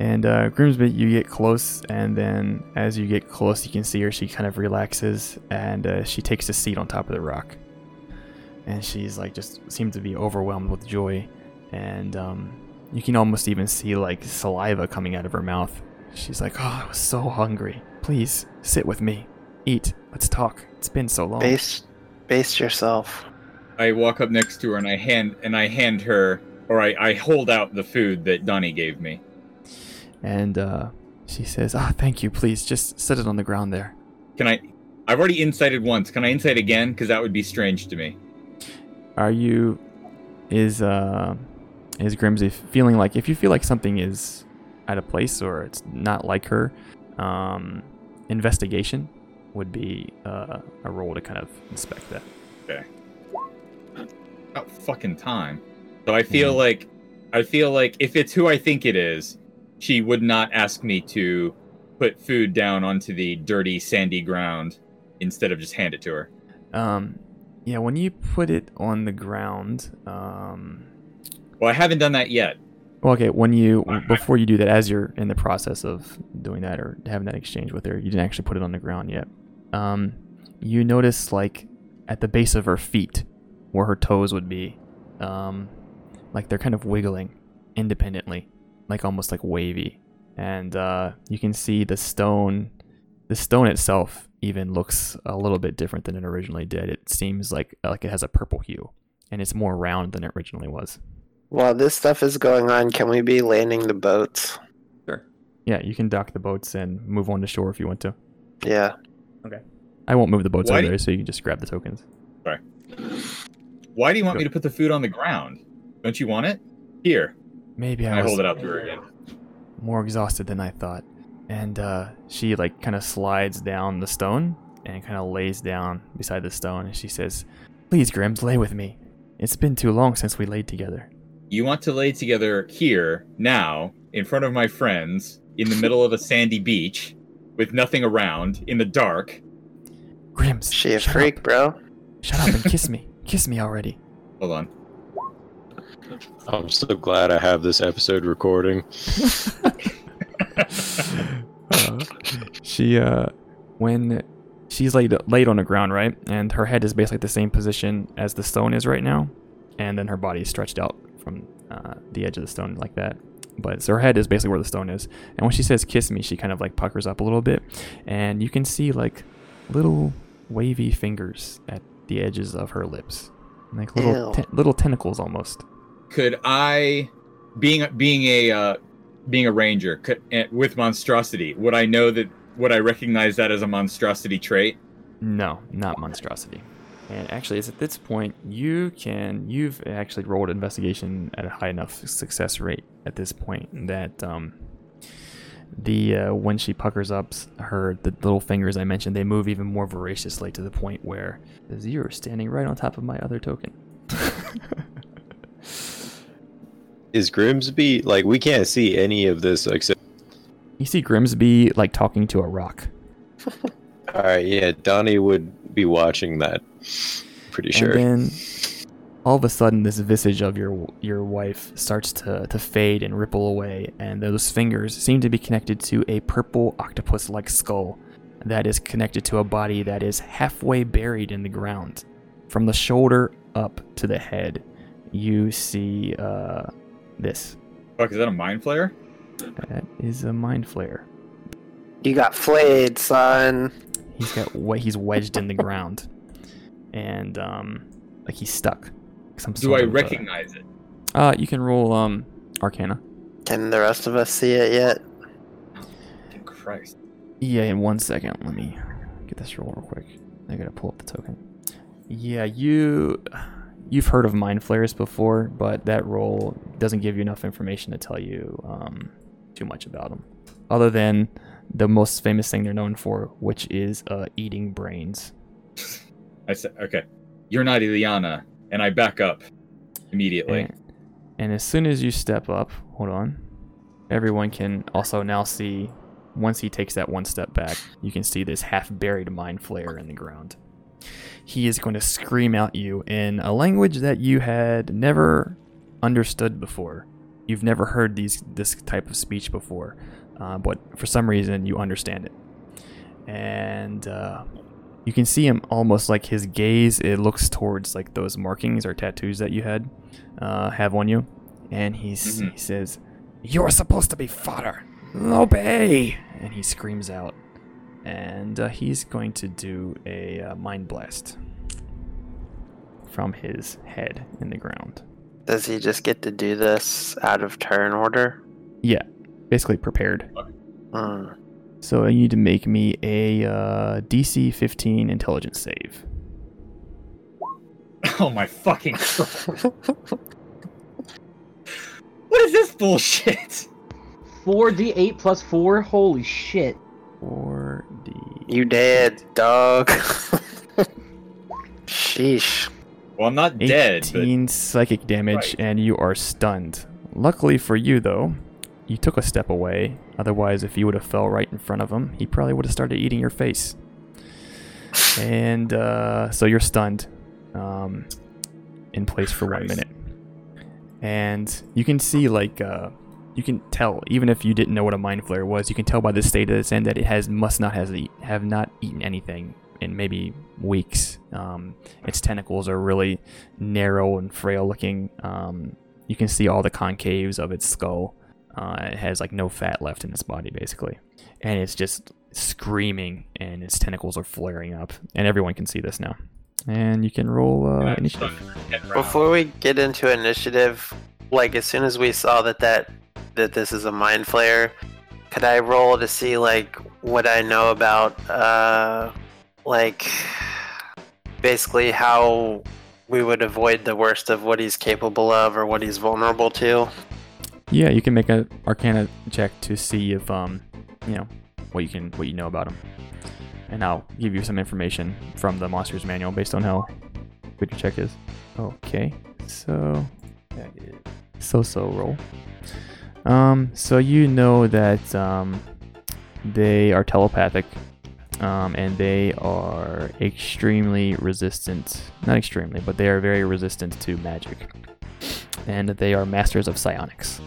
Speaker 5: And uh, Grimsby, you get close, and then as you get close, you can see her. She kind of relaxes, and uh, she takes a seat on top of the rock. And she's like, just seems to be overwhelmed with joy, and um, you can almost even see like saliva coming out of her mouth. She's like, "Oh, I was so hungry. Please sit with me, eat. Let's talk. It's been so long."
Speaker 2: Base, base yourself.
Speaker 6: I walk up next to her, and I hand and I hand her, or I, I hold out the food that Donnie gave me.
Speaker 5: and uh, she says, "Ah, thank you. Please just set it on the ground there."
Speaker 6: Can I? I've already incited once. Can I incite again? Because that would be strange to me.
Speaker 5: Are you? Is uh, is Grimsy feeling like if you feel like something is out of place or it's not like her, um, investigation would be uh, a role to kind of inspect that.
Speaker 6: Okay. About fucking time. So I feel like, I feel like if it's who I think it is, she would not ask me to put food down onto the dirty sandy ground instead of just hand it to her.
Speaker 5: Um, yeah, when you put it on the ground, um,
Speaker 6: Well, I haven't done that yet.
Speaker 5: Well, okay. When you before you do that, as you're in the process of doing that or having that exchange with her, you didn't actually put it on the ground yet. Um, you notice like at the base of her feet, where her toes would be, um, like they're kind of wiggling independently, like almost like wavy, and uh, you can see the stone. The stone itself even looks a little bit different than it originally did. It seems like like it has a purple hue, and it's more round than it originally was.
Speaker 2: While this stuff is going on, can we be landing the boats?
Speaker 5: Yeah, you can dock the boats and move on to shore if you want to.
Speaker 2: Yeah.
Speaker 5: I won't move the boats
Speaker 6: Why
Speaker 5: over
Speaker 6: do-
Speaker 5: there, so you can just grab the tokens.
Speaker 6: Sorry. Why do you want me to put the food on the ground? Don't you want it? Here.
Speaker 5: Maybe
Speaker 6: And
Speaker 5: I,
Speaker 6: I
Speaker 5: was
Speaker 6: hold it out to her again.
Speaker 5: more exhausted than I thought, and uh, she like kind of slides down the stone and kind of lays down beside the stone, and she says, "Please, Grims, lay with me. It's been too long since we laid together."
Speaker 6: You want to lay together here, now, in front of my friends, in the middle of a sandy beach, with nothing around, in the dark.
Speaker 5: Grims,
Speaker 2: She a
Speaker 5: shut
Speaker 2: freak,
Speaker 5: up,
Speaker 2: bro.
Speaker 5: shut up and kiss me, kiss me already.
Speaker 6: Hold on.
Speaker 4: I'm so glad I have this episode recording.
Speaker 5: Uh, she uh when she's laid laid on the ground, right? And her head is basically the same position as the stone is right now, and then her body is stretched out from uh, the edge of the stone like that. But so her head is basically where the stone is. And when she says "kiss me," she kind of like puckers up a little bit, and you can see like little wavy fingers at the edges of her lips, like little
Speaker 10: Ew.
Speaker 5: te- little tentacles almost.
Speaker 10: Could I, being being a uh, being a ranger could, eh, with monstrosity, would I know that? Would I recognize that as a monstrosity trait?
Speaker 5: No, not monstrosity. And actually, it's at this point you can you've actually rolled investigation at a high enough success rate at this point that um, the uh, when she puckers up her the little fingers I mentioned they move even more voraciously to the point where you're standing right on top of my other token.
Speaker 4: Is Grimsby like we can't see any of this except?
Speaker 5: You see Grimsby like talking to a rock.
Speaker 4: All right, yeah, Donnie would be watching that. Pretty sure.
Speaker 5: And then all of a sudden, this visage of your your wife starts to, to fade and ripple away, and those fingers seem to be connected to a purple octopus-like skull that is connected to a body that is halfway buried in the ground. From the shoulder up to the head, you see uh, this.
Speaker 10: Fuck, is that a mind flayer?
Speaker 5: That is a mind flare.
Speaker 2: You got flayed, son.
Speaker 5: He's got what he's wedged in the ground, and um, like he's stuck. Some
Speaker 10: Do
Speaker 5: sort
Speaker 10: I
Speaker 5: of, uh,
Speaker 10: recognize it?
Speaker 5: Uh, you can roll um Arcana.
Speaker 2: Can the rest of us see it yet?
Speaker 10: Christ.
Speaker 5: Yeah, in one second. Let me get this roll real quick. I gotta pull up the token. Yeah, you you've heard of mind flares before, but that roll doesn't give you enough information to tell you um, too much about them, other than the most famous thing they're known for, which is uh, eating brains.
Speaker 10: I said, okay, you're not Iliana, and I back up immediately.
Speaker 5: And, and as soon as you step up, hold on. Everyone can also now see once he takes that one step back, you can see this half buried mind flayer in the ground. He is going to scream out you in a language that you had never understood before. You've never heard these this type of speech before, uh, but for some reason you understand it. And uh, you can see him almost like his gaze it looks towards like those markings or tattoos that you had uh, have on you and he's, he says you're supposed to be fodder obey and he screams out and uh, he's going to do a uh, mind blast from his head in the ground
Speaker 2: Does he just get to do this out of turn order?
Speaker 5: yeah basically prepared
Speaker 2: Hmm.
Speaker 5: so you need to make me a uh, dc 15 intelligence save
Speaker 10: Oh my fucking! what is this bullshit?
Speaker 1: Four D eight plus four. Holy shit.
Speaker 5: 4D.
Speaker 2: You dead, dog. Sheesh.
Speaker 10: Well, I'm not
Speaker 5: 18
Speaker 10: dead, but
Speaker 5: psychic damage, and you are stunned. Luckily for you, though, you took a step away. Otherwise, if you would have fell right in front of him, he probably would have started eating your face. And uh, so you're stunned, um, in place for one minute. And you can see, like, uh, you can tell, even if you didn't know what a mind flare was, you can tell by the state of its end that it has must not has eat, have not eaten anything in maybe weeks. Um, its tentacles are really narrow and frail looking. Um, you can see all the concaves of its skull. Uh, it has like no fat left in its body, basically, and it's just screaming, and its tentacles are flaring up, and everyone can see this now. And you can roll uh, initiative.
Speaker 2: Before we get into initiative, like as soon as we saw that that that this is a mind flayer, could I roll to see like what I know about uh like basically how we would avoid the worst of what he's capable of or what he's vulnerable to?
Speaker 5: Yeah, you can make a Arcana check to see if um, you know, what you can what you know about him, and I'll give you some information from the monsters manual based on how good your check is. Okay, so that is so so roll. Um, so you know that um, they are telepathic, um, and they are extremely resistant. Not extremely, but they are very resistant to magic, and they are masters of psionics.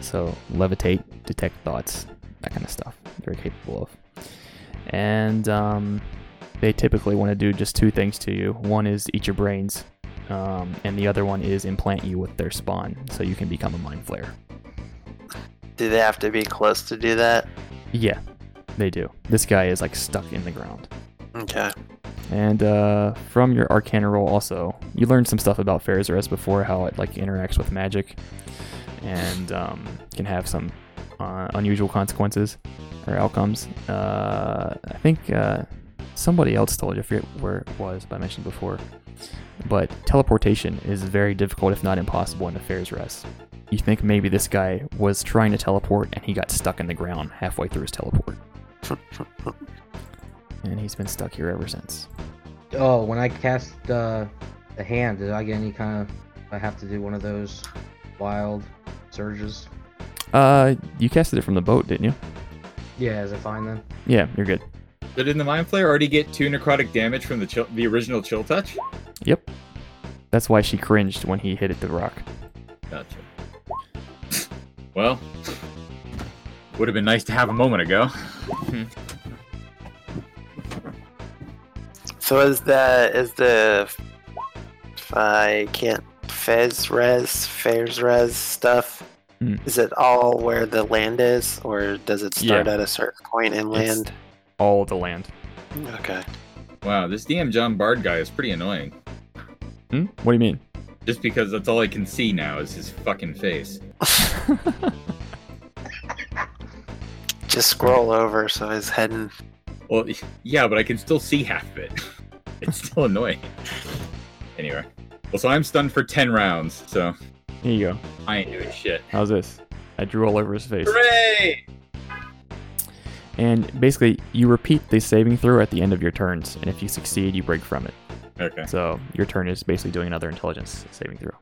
Speaker 5: So levitate, detect thoughts, that kind of stuff. Very capable of. And um, they typically want to do just two things to you. One is eat your brains, um, and the other one is implant you with their spawn, so you can become a mind flayer.
Speaker 2: Do they have to be close to do that?
Speaker 5: Yeah, they do. This guy is like stuck in the ground.
Speaker 2: Okay.
Speaker 5: And uh, from your Arcana roll, also, you learned some stuff about Fairs Rest before, how it like interacts with magic, and um, can have some uh, unusual consequences or outcomes. Uh, I think uh, somebody else told you, I forget where it was, but I mentioned before. But teleportation is very difficult, if not impossible, in the Fairs Rest. You think maybe this guy was trying to teleport and he got stuck in the ground halfway through his teleport. and he's been stuck here ever since.
Speaker 1: Oh, when I cast uh, the hand, did I get any kind of? I have to do one of those wild surges.
Speaker 5: Uh, you casted it from the boat, didn't you?
Speaker 1: Yeah, is it fine then?
Speaker 5: Yeah, you're good.
Speaker 10: But did the mind flayer already get two necrotic damage from the chill, the original chill touch?
Speaker 5: Yep. That's why she cringed when he hit at the rock.
Speaker 10: Gotcha. Well, would have been nice to have a moment ago.
Speaker 2: So is the is the if I can't Fez Res Fairs Res stuff?
Speaker 5: Mm.
Speaker 2: Is it all where the land is, or does it start
Speaker 5: Yeah.
Speaker 2: at a certain point in
Speaker 5: It's-
Speaker 2: land?
Speaker 5: All the land.
Speaker 2: Okay.
Speaker 10: Wow, this DM John Bard guy is pretty annoying.
Speaker 5: Hmm? What do you mean?
Speaker 10: Just because that's all I can see now is his fucking face.
Speaker 2: Just scroll over so his head. And...
Speaker 10: Well, yeah, but I can still see half of it. It's still annoying. Anyway, well, so I'm stunned for ten rounds, so
Speaker 5: Here you go.
Speaker 10: I ain't doing shit.
Speaker 5: How's this? I drew all over his face.
Speaker 10: Hooray!
Speaker 5: And basically, you repeat the saving throw at the end of your turns, and if you succeed, you break from it.
Speaker 10: Okay.
Speaker 5: So your turn is basically doing another intelligence saving throw.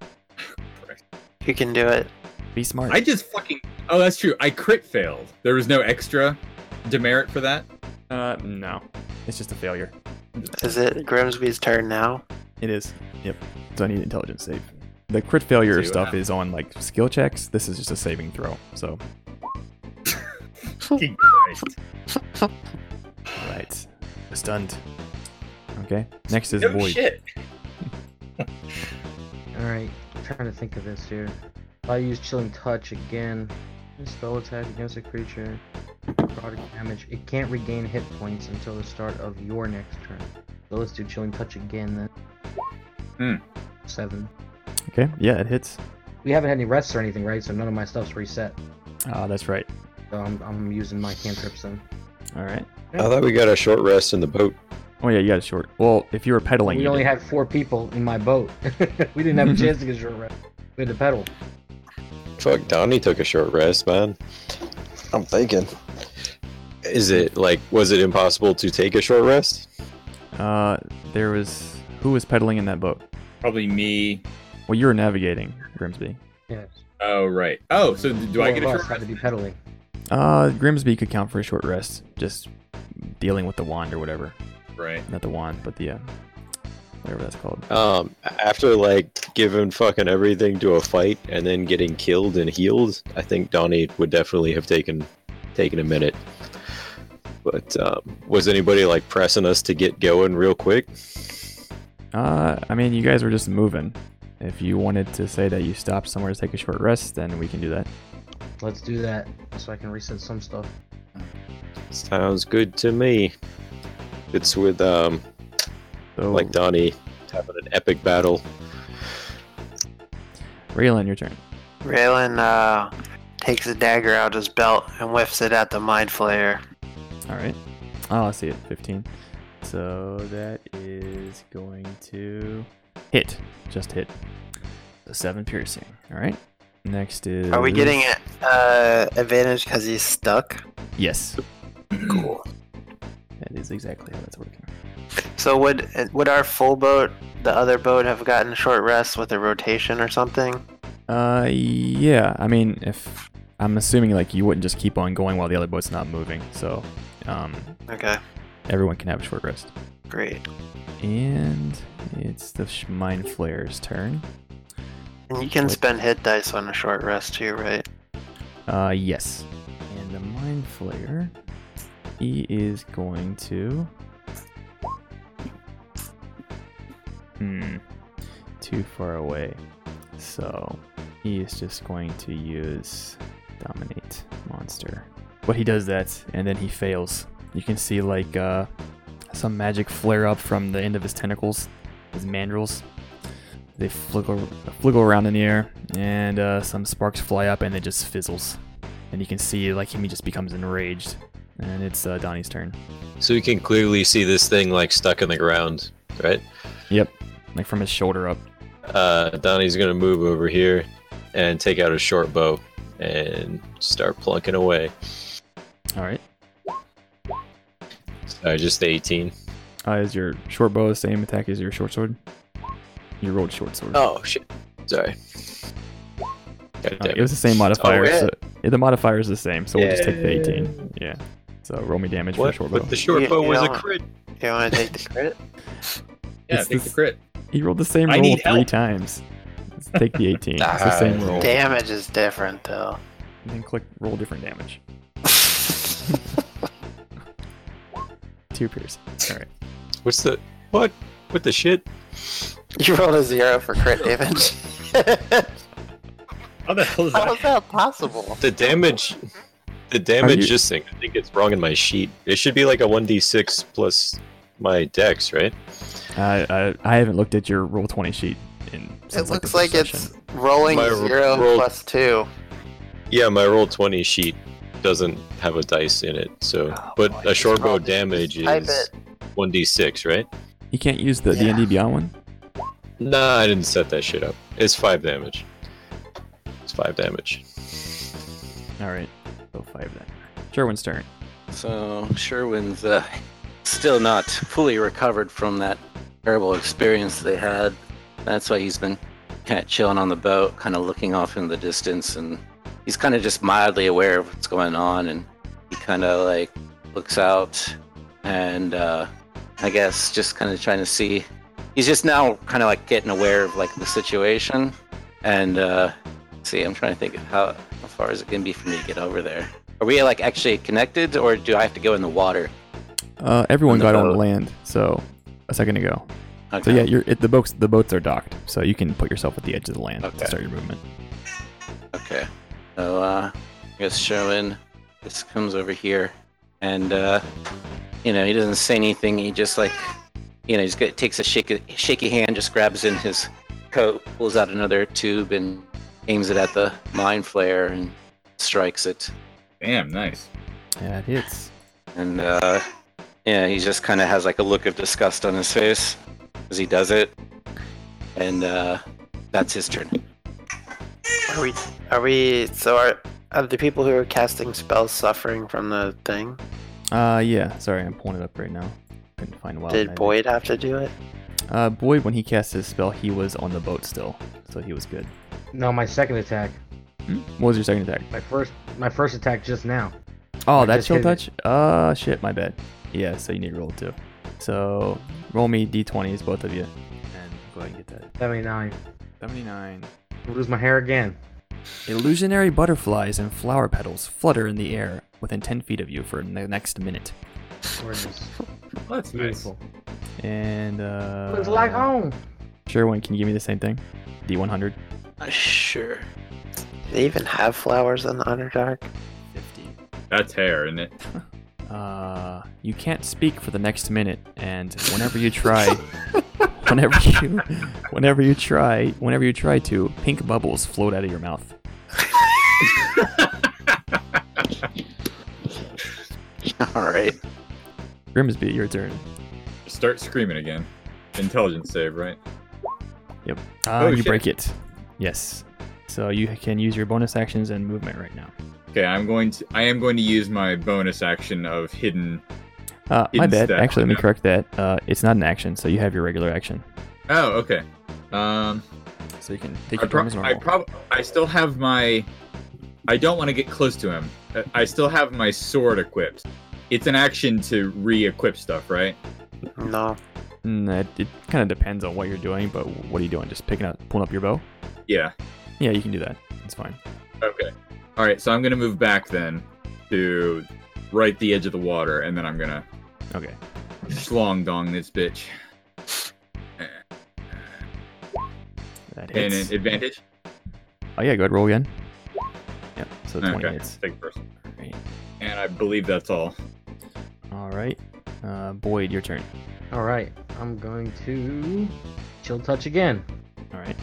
Speaker 2: You can do it.
Speaker 5: Be smart.
Speaker 10: I just fucking. Oh, that's true. I crit failed. There was no extra demerit for that.
Speaker 5: Uh, no. It's just a failure.
Speaker 2: Is it Grimsby's turn now?
Speaker 5: It is. Yep. So I need an intelligence save. uh, The crit failure
Speaker 10: See what
Speaker 5: stuff
Speaker 10: happens.
Speaker 5: is on like skill checks. This is just a saving throw. So,
Speaker 10: Fucking Christ.
Speaker 5: all right. Stunned. Okay. Next is
Speaker 10: No
Speaker 5: Void.
Speaker 10: shit.
Speaker 1: All right, I'm trying to think of this here. If I use chilling touch again, a spell attack against a creature, product damage. It can't regain hit points until the start of your next turn. So let's do chilling touch again then. Seven.
Speaker 5: Okay. Yeah, it hits.
Speaker 1: We haven't had any rests or anything, right? So none of my stuff's reset.
Speaker 5: Ah, that's right.
Speaker 1: So I'm, I'm using my cantrips then.
Speaker 5: All right.
Speaker 4: I thought we got a short rest in the boat.
Speaker 5: Oh yeah, you got a short. Well, if you were pedaling,
Speaker 1: we
Speaker 5: you
Speaker 1: only
Speaker 5: did.
Speaker 1: had four people in my boat. we didn't have a chance to get your rest. We had to pedal.
Speaker 4: Fuck, Donnie took a short rest, man. I'm thinking. Is it like, was it impossible to take a short rest?
Speaker 5: Uh, there was who was pedaling in that boat?
Speaker 10: Probably me.
Speaker 5: Well, you were navigating Grimsby.
Speaker 1: Yes.
Speaker 10: Oh right. Oh, so do I
Speaker 1: Four
Speaker 10: get
Speaker 1: of
Speaker 10: a
Speaker 1: us
Speaker 10: short
Speaker 1: had
Speaker 10: rest?
Speaker 1: to be pedaling.
Speaker 5: Uh, Grimsby could count for a short rest, just dealing with the wand or whatever.
Speaker 10: Right.
Speaker 5: Not the wand, but the uh, whatever that's called.
Speaker 4: Um, after like giving fucking everything to a fight and then getting killed and healed, I think Donnie would definitely have taken taken a minute. But um, was anybody like pressing us to get going real quick?
Speaker 5: Uh, I mean, you guys were just moving. If you wanted to say that you stopped somewhere to take a short rest, then we can do that.
Speaker 1: Let's do that so I can reset some stuff.
Speaker 4: Sounds good to me. It's with um,
Speaker 5: So,
Speaker 4: like Donnie having an epic battle.
Speaker 5: Raylan, your turn.
Speaker 2: Raylan uh, takes a dagger out of his belt and whiffs it at the mind flayer.
Speaker 5: All right. Oh, I see it. 15. So that is going to hit. Just hit. So seven piercing. All right. Next is.
Speaker 2: Are we getting it uh, advantage because he's stuck?
Speaker 5: Yes.
Speaker 2: Cool.
Speaker 5: That is exactly how that's working.
Speaker 2: So would would our full boat, the other boat, have gotten short rest with a rotation or something?
Speaker 5: Uh, yeah. I mean, if I'm assuming like you wouldn't just keep on going while the other boat's not moving, so um,
Speaker 2: Okay,
Speaker 5: everyone can have a short rest.
Speaker 2: great.
Speaker 5: And it's the sh- mind flayer's turn.
Speaker 2: And you can
Speaker 5: Wait.
Speaker 2: spend hit dice on a short rest too, right?
Speaker 5: Uh, yes. And the mind flayer, he is going to Hmm. Too far away. So he is just going to use dominate monster. But he does that and then he fails. You can see like uh, some magic flare up from the end of his tentacles, his mandrels. They flickle, flickle around in the air, and uh, some sparks fly up, and it just fizzles. And you can see like him, he just becomes enraged. And it's uh, Donnie's turn.
Speaker 4: So you can clearly see this thing like stuck in the ground, right?
Speaker 5: Yep. Like from his shoulder up.
Speaker 4: Uh, Donnie's gonna move over here and take out his short bow and start plunking away.
Speaker 5: All right.
Speaker 4: Sorry, just the 18.
Speaker 5: Uh, is your short bow the same attack as your short sword? You rolled short sword.
Speaker 4: Oh shit! Sorry. God
Speaker 5: Uh,
Speaker 4: damn
Speaker 5: it was the same modifier.
Speaker 4: Alright.
Speaker 5: so- yeah, the modifier is the same, so we'll just take the 18. Yeah. So roll me damage
Speaker 4: What?
Speaker 5: for short bow.
Speaker 4: But the short
Speaker 2: You-
Speaker 4: bow
Speaker 2: you
Speaker 4: was a
Speaker 2: don't-
Speaker 4: crit.
Speaker 2: You want to take the crit?
Speaker 6: Yeah, take
Speaker 5: It's this-
Speaker 6: the crit.
Speaker 5: He rolled the same
Speaker 6: I
Speaker 5: roll
Speaker 6: need
Speaker 5: three
Speaker 6: help.
Speaker 5: times. Let's take the 18. it's the same roll.
Speaker 2: Damage is different though.
Speaker 5: And then click roll different damage. Two piercing. Alright.
Speaker 4: What's the what? What the shit?
Speaker 2: You rolled a zero for crit damage.
Speaker 6: How the hell is
Speaker 2: How
Speaker 10: Oh.
Speaker 6: that?
Speaker 2: is that possible?
Speaker 4: The damage. The damage
Speaker 5: you-
Speaker 4: just thing. I think it's wrong in my sheet. It should be like a 1d6 plus my dex, right?
Speaker 5: I, I, I haven't looked at your roll 20 sheet. In,
Speaker 2: It
Speaker 5: since, the
Speaker 2: looks like
Speaker 5: first
Speaker 2: it's
Speaker 5: session.
Speaker 2: rolling
Speaker 4: My ro-
Speaker 2: zero
Speaker 4: roll-
Speaker 2: plus two.
Speaker 4: Yeah, my roll 20 sheet doesn't have a dice in it. So, but a short bow
Speaker 2: roll-
Speaker 4: damage
Speaker 2: type
Speaker 4: is 1d6, right?
Speaker 5: You can't use the
Speaker 2: Yeah.
Speaker 5: D&D Beyond one?
Speaker 4: Nah, I didn't set that shit up. It's five damage. It's five damage.
Speaker 5: Alright. So 5 Oh, then. Sherwin's turn.
Speaker 7: So Sherwin's uh, still not fully recovered from that terrible experience they had. That's why he's been kind of chilling on the boat, kind of looking off in the distance, and he's kind of just mildly aware of what's going on, and he kind of like looks out, and uh, I guess just kind of trying to see. He's just now kind of like getting aware of like the situation, and uh, see. I'm trying to think of how how far is it gonna be for me to get over there. Are we like actually connected, or do I have to go in the water?
Speaker 5: Uh, everyone
Speaker 7: On the
Speaker 5: got on
Speaker 7: boat.
Speaker 5: land, so a second ago.
Speaker 7: Okay.
Speaker 5: So yeah, you're, it, the boats the boats are docked, so you can put yourself at the edge of the land
Speaker 7: Okay.
Speaker 5: to start your movement.
Speaker 7: Okay. So uh, I guess Sherwin just comes over here, and uh, you know he doesn't say anything. He just like you know he just get, takes a shaky shaky hand, just grabs in his coat, pulls out another tube, and aims it at the mind flare and strikes it.
Speaker 6: Damn, nice.
Speaker 5: Yeah, it hits.
Speaker 7: And uh, yeah, he just kind of has like a look of disgust on his face as he does it, and uh, that's his turn.
Speaker 2: Are we? Are we? So are are the people who are casting spells suffering from the thing?
Speaker 5: Uh, yeah. Sorry, I'm pulling it up right now. Couldn't find Wild
Speaker 2: Did
Speaker 5: Magic.
Speaker 2: Boyd have to do it?
Speaker 5: Uh, Boyd, when he cast his spell, he was on the boat still, so he was good.
Speaker 1: No, my second attack.
Speaker 5: Hmm? What was your second attack?
Speaker 1: My first, my first attack just now.
Speaker 5: Oh,
Speaker 1: I
Speaker 5: that
Speaker 1: just
Speaker 5: chill
Speaker 1: hit it.
Speaker 5: touch. Uh, shit, my bad. Yeah, so you need to roll too. So roll me d20s, both of you, and go ahead and get that.
Speaker 1: Seventy-nine.
Speaker 5: Seventy-nine.
Speaker 1: Lose my hair again.
Speaker 5: Illusionary butterflies and flower petals flutter in the air within 10 feet of you for the next minute.
Speaker 1: Gorgeous.
Speaker 6: That's
Speaker 1: Beautiful.
Speaker 5: And, uh.
Speaker 1: Looks like home.
Speaker 5: Sherwin, can you give me the same thing? D100?
Speaker 7: Uh, sure.
Speaker 2: Do they even have flowers in the Underdark?
Speaker 5: 50.
Speaker 6: That's hair, isn't it?
Speaker 5: Uh, you can't speak for the next minute, and whenever you try, whenever you, whenever you try, whenever you try to, pink bubbles float out of your mouth.
Speaker 7: All right.
Speaker 5: Grimsby, your turn.
Speaker 6: Start screaming again. Intelligence save, right?
Speaker 5: Yep. Uh,
Speaker 6: Oh,
Speaker 5: you
Speaker 6: shit.
Speaker 5: break it. Yes. So you can use your bonus actions and movement right now.
Speaker 6: Okay, I'm going to. I am going to use my bonus action of hidden.
Speaker 5: Uh, my
Speaker 6: Hidden
Speaker 5: bad.
Speaker 6: stat,
Speaker 5: Actually, let me
Speaker 6: yeah.
Speaker 5: correct that. Uh, it's not an action, so you have your regular action.
Speaker 6: Oh, okay. Um,
Speaker 5: So you can take
Speaker 6: I,
Speaker 5: your turn as
Speaker 6: prob- I
Speaker 5: normal.
Speaker 6: prob- I still have my. I don't want to get close to him. I- I still have my sword equipped. It's an action to re-equip stuff, right?
Speaker 2: No.
Speaker 5: Mm, it it kind of depends on what you're doing, but what are you doing? Just picking up, pulling up your bow?
Speaker 6: Yeah.
Speaker 5: Yeah, you can do that. It's fine.
Speaker 6: Okay. All right. So I'm gonna move back then to right the edge of the water, and then I'm gonna
Speaker 5: Okay.
Speaker 6: Schlong dong this bitch.
Speaker 5: That
Speaker 10: and
Speaker 5: hits.
Speaker 10: an advantage.
Speaker 5: Oh yeah, go ahead roll again. Yep. So twenty
Speaker 10: Okay,
Speaker 5: hits.
Speaker 10: take first. And I believe that's all.
Speaker 5: All right. Uh, Boyd, your turn.
Speaker 1: All right, I'm going to chill touch again.
Speaker 5: All right.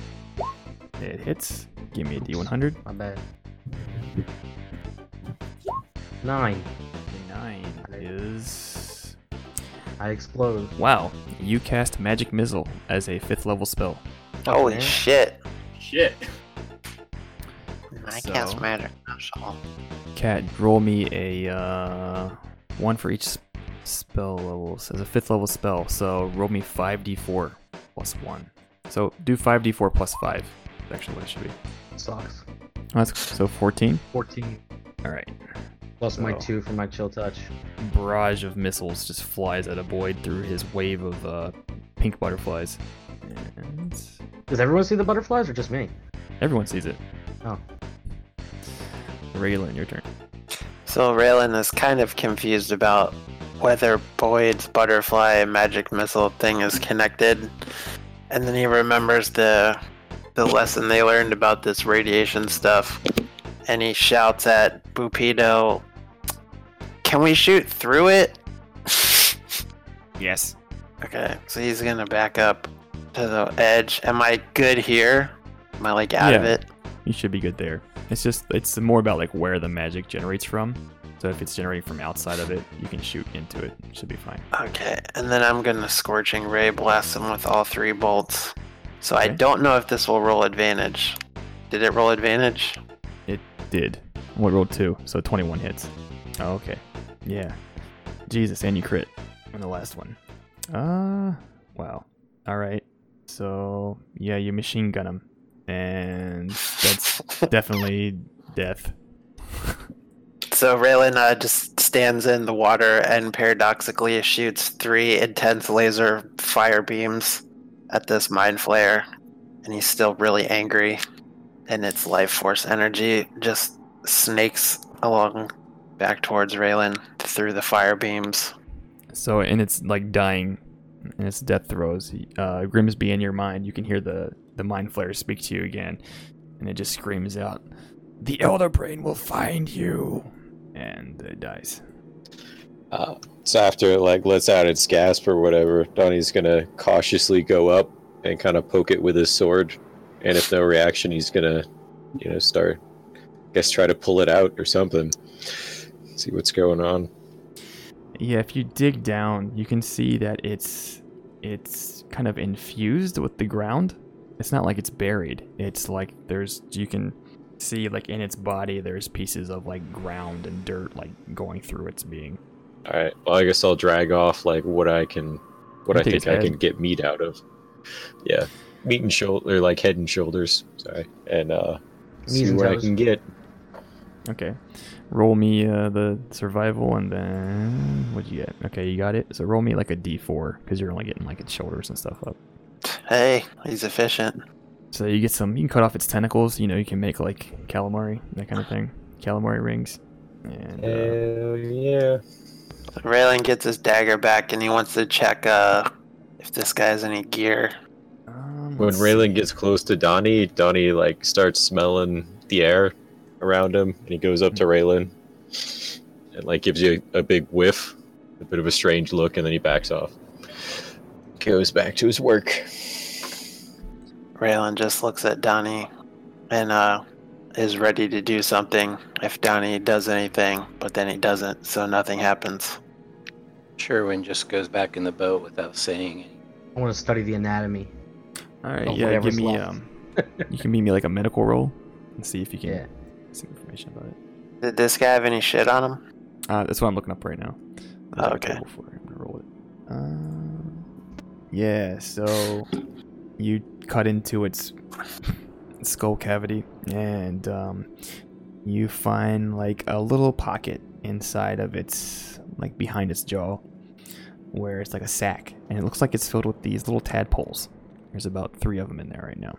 Speaker 5: It hits. Give me a D100.
Speaker 1: My bad. Nine.
Speaker 5: Nine is.
Speaker 1: I explode.
Speaker 5: Wow, you cast Magic Missile as a fifth level spell.
Speaker 2: Holy
Speaker 5: man.
Speaker 2: shit!
Speaker 10: Shit.
Speaker 2: I
Speaker 5: So-
Speaker 2: cast magic missile.
Speaker 5: Cat, roll me a uh, one for each s- spell level. So it's a fifth level spell, so roll me 5d4 plus one. So do 5d4 plus five. That's actually what it should be.
Speaker 1: Sucks.
Speaker 5: Oh, that's so 14.
Speaker 1: 14.
Speaker 5: All right.
Speaker 1: Plus my
Speaker 5: So-
Speaker 1: two for my chill touch.
Speaker 5: barrage of missiles just flies at a Boyd through his wave of uh, pink butterflies. And
Speaker 1: Does everyone see the butterflies or just me?
Speaker 5: everyone sees it.
Speaker 1: Oh.
Speaker 5: Regular in your turn.
Speaker 2: So Raylan is kind of confused about whether Boyd's butterfly and magic missile thing is connected, and then he remembers the the lesson they learned about this radiation stuff, and he shouts at Bupido, "Can we shoot through it?"
Speaker 11: Yes.
Speaker 2: Okay, so he's gonna back up to the edge. Am I good here? Am I like out of
Speaker 5: Yeah.
Speaker 2: it?
Speaker 5: You should be good there. It's just it's more about like where the magic generates from. So if it's generating from outside of it, you can shoot into it. It should be fine.
Speaker 2: Okay, and then I'm gonna scorching ray blast him with all three bolts. So I don't know if this will roll advantage. Did it roll advantage?
Speaker 5: It did. What rolled two? So 21 hits. Oh, okay. Yeah. Jesus, and you crit on the last one. Uh, wow. All right. So yeah, you machine gun him, and that's definitely death.
Speaker 2: So Raylan uh, just stands in the water and paradoxically shoots three intense laser fire beams at this mind flare, and he's still really angry, and its life force energy just snakes along back towards Raylan through the fire beams.
Speaker 5: So and it's like dying, and it's death throes. Uh, Grimsby in your mind, you can hear the the mind flare speak to you again, and it just screams out, "The elder brain will find you," and it dies.
Speaker 4: Uh, so after it like lets out its gasp or whatever, Donnie's gonna cautiously go up and kind of poke it with his sword, and if no reaction, he's gonna, you know, start, guess, try to pull it out or something, see what's going on.
Speaker 5: Yeah, if you dig down, you can see that it's it's kind of infused with the ground. It's not like it's buried. It's like there's you can see like in its body there's pieces of like ground and dirt like going through its being.
Speaker 4: All right. Well, I guess I'll drag off like what I can, what
Speaker 5: You
Speaker 4: I
Speaker 5: take
Speaker 4: think
Speaker 5: his
Speaker 4: I can
Speaker 5: head.
Speaker 4: get meat out of. Yeah, meat and shoulder, like head and shoulders. Sorry, and uh,
Speaker 1: Knees
Speaker 4: see
Speaker 1: and
Speaker 4: what I
Speaker 1: toes.
Speaker 4: can get.
Speaker 5: Okay. Roll me uh, the survival and then what'd you get? Okay, you got it. So roll me like a d4 because you're only getting like its shoulders and stuff up.
Speaker 2: Hey, he's efficient.
Speaker 5: So you get some. You can cut off its tentacles. You know, you can make like calamari, that kind of thing. Calamari rings. And uh,
Speaker 4: Hell yeah.
Speaker 2: Raylan gets his dagger back and he wants to check uh, if this guy has any gear.
Speaker 4: When
Speaker 5: um, Let's
Speaker 4: Raylan gets close to Donnie, Donnie like starts smelling the air around him, and he goes up to Raylan and like gives you a, a big whiff, a bit of a strange look, and then he backs off. Goes back to his work.
Speaker 2: Raylan just looks at Donnie and uh, is ready to do something if Donnie does anything, but then he doesn't, so nothing happens.
Speaker 7: Sherwin just goes back in the boat without saying anything.
Speaker 1: I want to study the anatomy.
Speaker 5: All right,
Speaker 1: of
Speaker 5: yeah, give
Speaker 1: whatever's
Speaker 5: me
Speaker 1: left.
Speaker 5: um, you can give me like a medical roll and see if you can
Speaker 1: Yeah.
Speaker 5: get some information about it.
Speaker 2: Did this guy have any shit on him?
Speaker 5: Uh, that's what I'm looking up right now. There's, like, a
Speaker 2: Okay.
Speaker 5: table for it. I'm gonna roll it. Um, yeah, so you cut into its skull cavity and um, you find like a little pocket inside of its like behind its jaw where it's like a sack and it looks like it's filled with these little tadpoles. There's about three of them in there right now.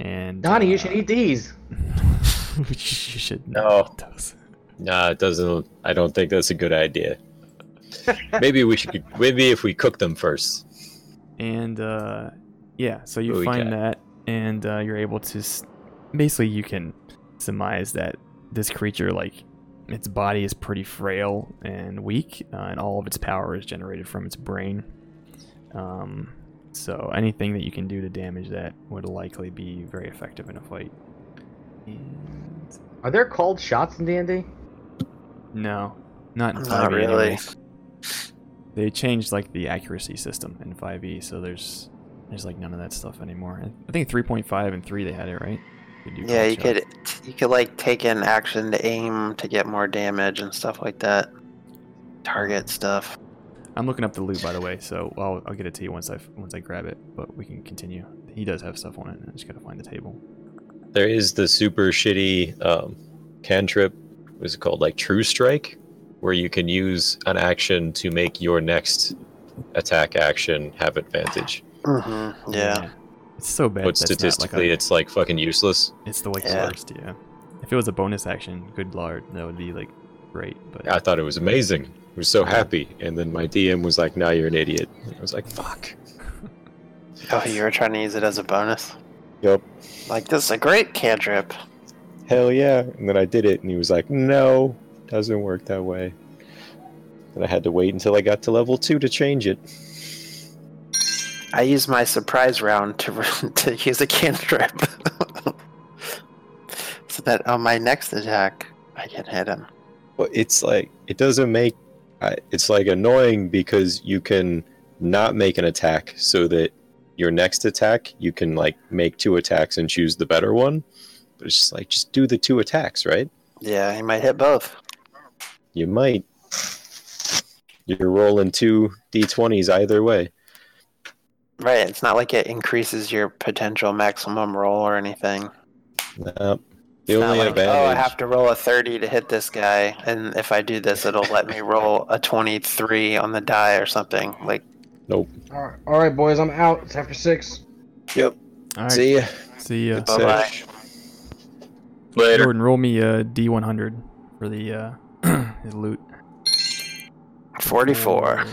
Speaker 5: And
Speaker 1: Donnie, you
Speaker 5: uh,
Speaker 1: should eat these.
Speaker 5: you should
Speaker 4: No.
Speaker 5: eat those.
Speaker 4: Nah, it doesn't. I don't think that's a good idea. maybe we should. Maybe if we cook them first.
Speaker 5: And uh, yeah, so you
Speaker 4: Ooh,
Speaker 5: find
Speaker 4: okay.
Speaker 5: that, and uh, you're able to s- basically you can surmise that this creature like its body is pretty frail and weak uh, and all of its power is generated from its brain um, so anything that you can do to damage that would likely be very effective in a fight
Speaker 1: Are there called shots in D&D?
Speaker 5: no not in
Speaker 1: Not
Speaker 5: 5e
Speaker 1: really.
Speaker 5: anyway. they changed like the accuracy system in 5e so there's there's like none of that stuff anymore i think 3.5 and 3 they had it right Could do
Speaker 2: Yeah,
Speaker 5: called
Speaker 2: you
Speaker 5: shots.
Speaker 2: could you could like take an action to aim to get more damage and stuff like that. Target stuff.
Speaker 5: I'm looking up the loot, by the way, so I'll, I'll get it to you once I once I grab it. But we can continue. He does have stuff on it. I just gotta find the table.
Speaker 4: There is the super shitty um, cantrip. What's it called? Like True Strike, where you can use an action to make your next attack action have advantage.
Speaker 2: Mm-hmm. Yeah.
Speaker 5: It's so bad.
Speaker 4: but
Speaker 5: that's not like
Speaker 4: statistically,
Speaker 5: a-
Speaker 4: it's like fucking useless.
Speaker 5: it's the like
Speaker 2: Yeah.
Speaker 5: worst. Yeah. If it was a bonus action, good lord, that would be like great. But
Speaker 4: I thought it was amazing. I was so happy, and then my DM was like, "Now you're an idiot." And I was like, "Fuck."
Speaker 2: Oh, you were trying to use it as a bonus.
Speaker 4: Yep.
Speaker 2: Like this is a great cantrip.
Speaker 4: Hell yeah! And then I did it, and he was like, "No, doesn't work that way." And I had to wait until I got to level two to change it.
Speaker 2: I used my surprise round to to use a cantrip, so that on my next attack I can hit him.
Speaker 4: But it's like it doesn't make. I- It's like annoying because you can not make an attack so that your next attack you can like make two attacks and choose the better one. But it's just like just do the two attacks, right?
Speaker 2: Yeah, he might hit both.
Speaker 4: You might. You're rolling two d20s either way.
Speaker 2: Right. It's not like it increases your potential maximum roll or anything.
Speaker 4: Nope. The
Speaker 2: It's not
Speaker 4: only
Speaker 2: like, oh, I
Speaker 4: advantage.
Speaker 2: have to roll a 30 to hit this guy, and if I do this, it'll let me roll a 23 on the die or something. Like,
Speaker 4: nope.
Speaker 1: All right, all right, boys, I'm out. It's after six.
Speaker 4: Yep.
Speaker 5: All right.
Speaker 4: See ya.
Speaker 5: See ya.
Speaker 4: Bye bye.
Speaker 5: Later. Jordan, roll me a D100 for the uh, his loot.
Speaker 4: Mm.
Speaker 2: 44.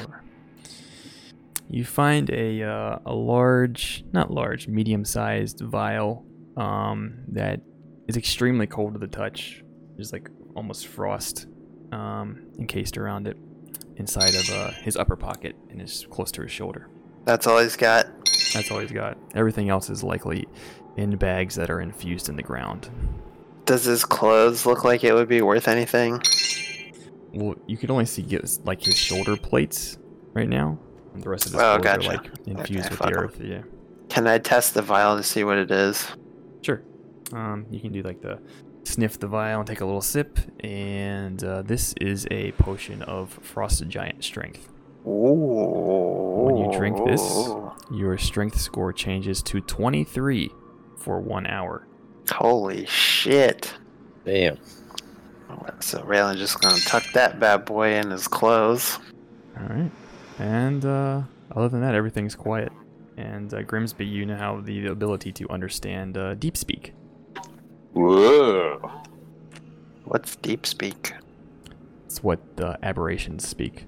Speaker 5: You find a uh, a large, not large, medium-sized vial um, that is extremely cold to the touch. There's like almost frost um, encased around it, inside of uh, his upper pocket, and it's close to his shoulder.
Speaker 2: That's all he's got.
Speaker 5: That's all he's got. Everything else is likely in bags that are infused in the ground.
Speaker 2: Does his clothes look like it would be worth anything?
Speaker 5: Well, you could only see his, like his shoulder plates right now, and the rest of his
Speaker 2: Oh,
Speaker 5: clothes
Speaker 2: gotcha.
Speaker 5: are like infused
Speaker 2: Okay,
Speaker 5: with
Speaker 2: fuck
Speaker 5: the
Speaker 2: 'em.
Speaker 5: earth. Yeah.
Speaker 2: Can I test the vial to see what it is?
Speaker 5: Sure. Um, you can do like the sniff the vial and take a little sip, and uh, this is a potion of frosted giant strength. When you drink this,
Speaker 2: Ooh.
Speaker 5: your strength score changes to 23 for one hour.
Speaker 2: Holy shit.
Speaker 4: Damn.
Speaker 2: So Raylan just gonna tuck that bad boy in his clothes.
Speaker 5: All right. And uh, other than that, everything's quiet. And uh, Grimsby, you now have the ability to understand uh, deep speak.
Speaker 7: Whoa.
Speaker 2: What's deep speak?
Speaker 5: It's what uh, aberrations speak.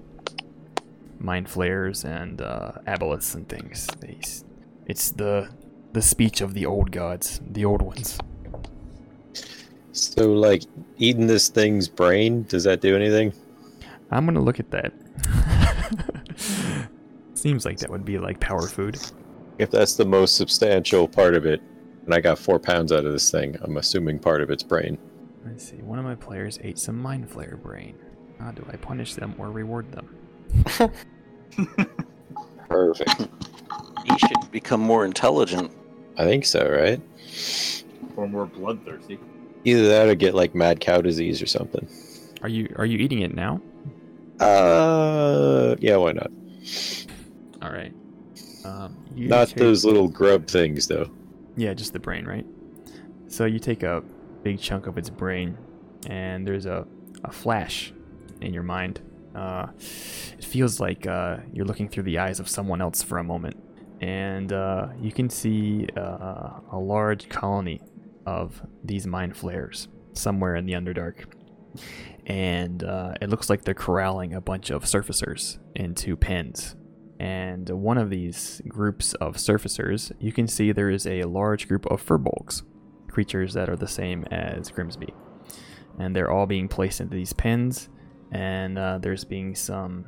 Speaker 5: Mind flayers and uh, aboliths and things. They, s- it's the the speech of the old gods, the old ones.
Speaker 4: So, like, eating this thing's brain, does that do anything?
Speaker 5: I'm gonna look at that. Seems like that would be like power food.
Speaker 4: If that's the most substantial part of it, and I got four pounds out of this thing, I'm assuming part of its brain.
Speaker 5: Let's see. One of my players ate some mind flayer brain. How do I punish them or reward them?
Speaker 4: Perfect.
Speaker 7: He should become more intelligent.
Speaker 4: I think so, right?
Speaker 10: Or more bloodthirsty.
Speaker 4: Either that or get, like, mad cow disease or something.
Speaker 5: Are you are you eating it now?
Speaker 4: Uh, yeah, why not?
Speaker 5: All right. Um, you
Speaker 4: Not
Speaker 5: take-
Speaker 4: those little grub things, though.
Speaker 5: Yeah, just the brain, right? So you take a big chunk of its brain, and there's a, a flash in your mind. Uh, it feels like uh, you're looking through the eyes of someone else for a moment, and uh, you can see uh, a large colony of these mind flares somewhere in the Underdark. And uh, it looks like they're corralling a bunch of surfacers into pens and one of these groups of surfacers, you can see there is a large group of furbolgs, creatures that are the same as Grimsby. And they're all being placed into these pens, and uh, there's being some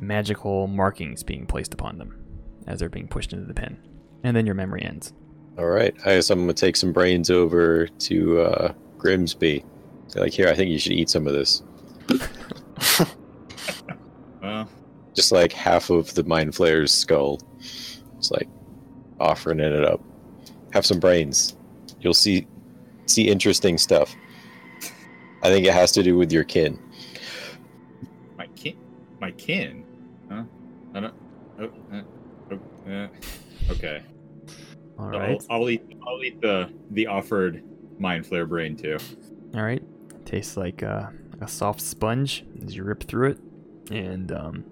Speaker 5: magical markings being placed upon them as they're being pushed into the pen. And then your memory ends.
Speaker 4: All right. I guess I'm gonna take some brains over to uh, Grimsby. They're Like here, I think you should eat some of this.
Speaker 6: Well,
Speaker 4: Just like half of the mind flayer's skull. It's like offering it up. Have some brains. You'll see see interesting stuff. I think it has to do with your kin.
Speaker 6: my kin, my kin. Huh? I don't. Oh, uh, oh, uh, okay.
Speaker 5: All
Speaker 6: So
Speaker 5: right.
Speaker 6: I'll, I'll eat. I'll eat the the offered mind flare brain too.
Speaker 5: All right. Tastes like uh, a soft sponge as you rip through it, and um,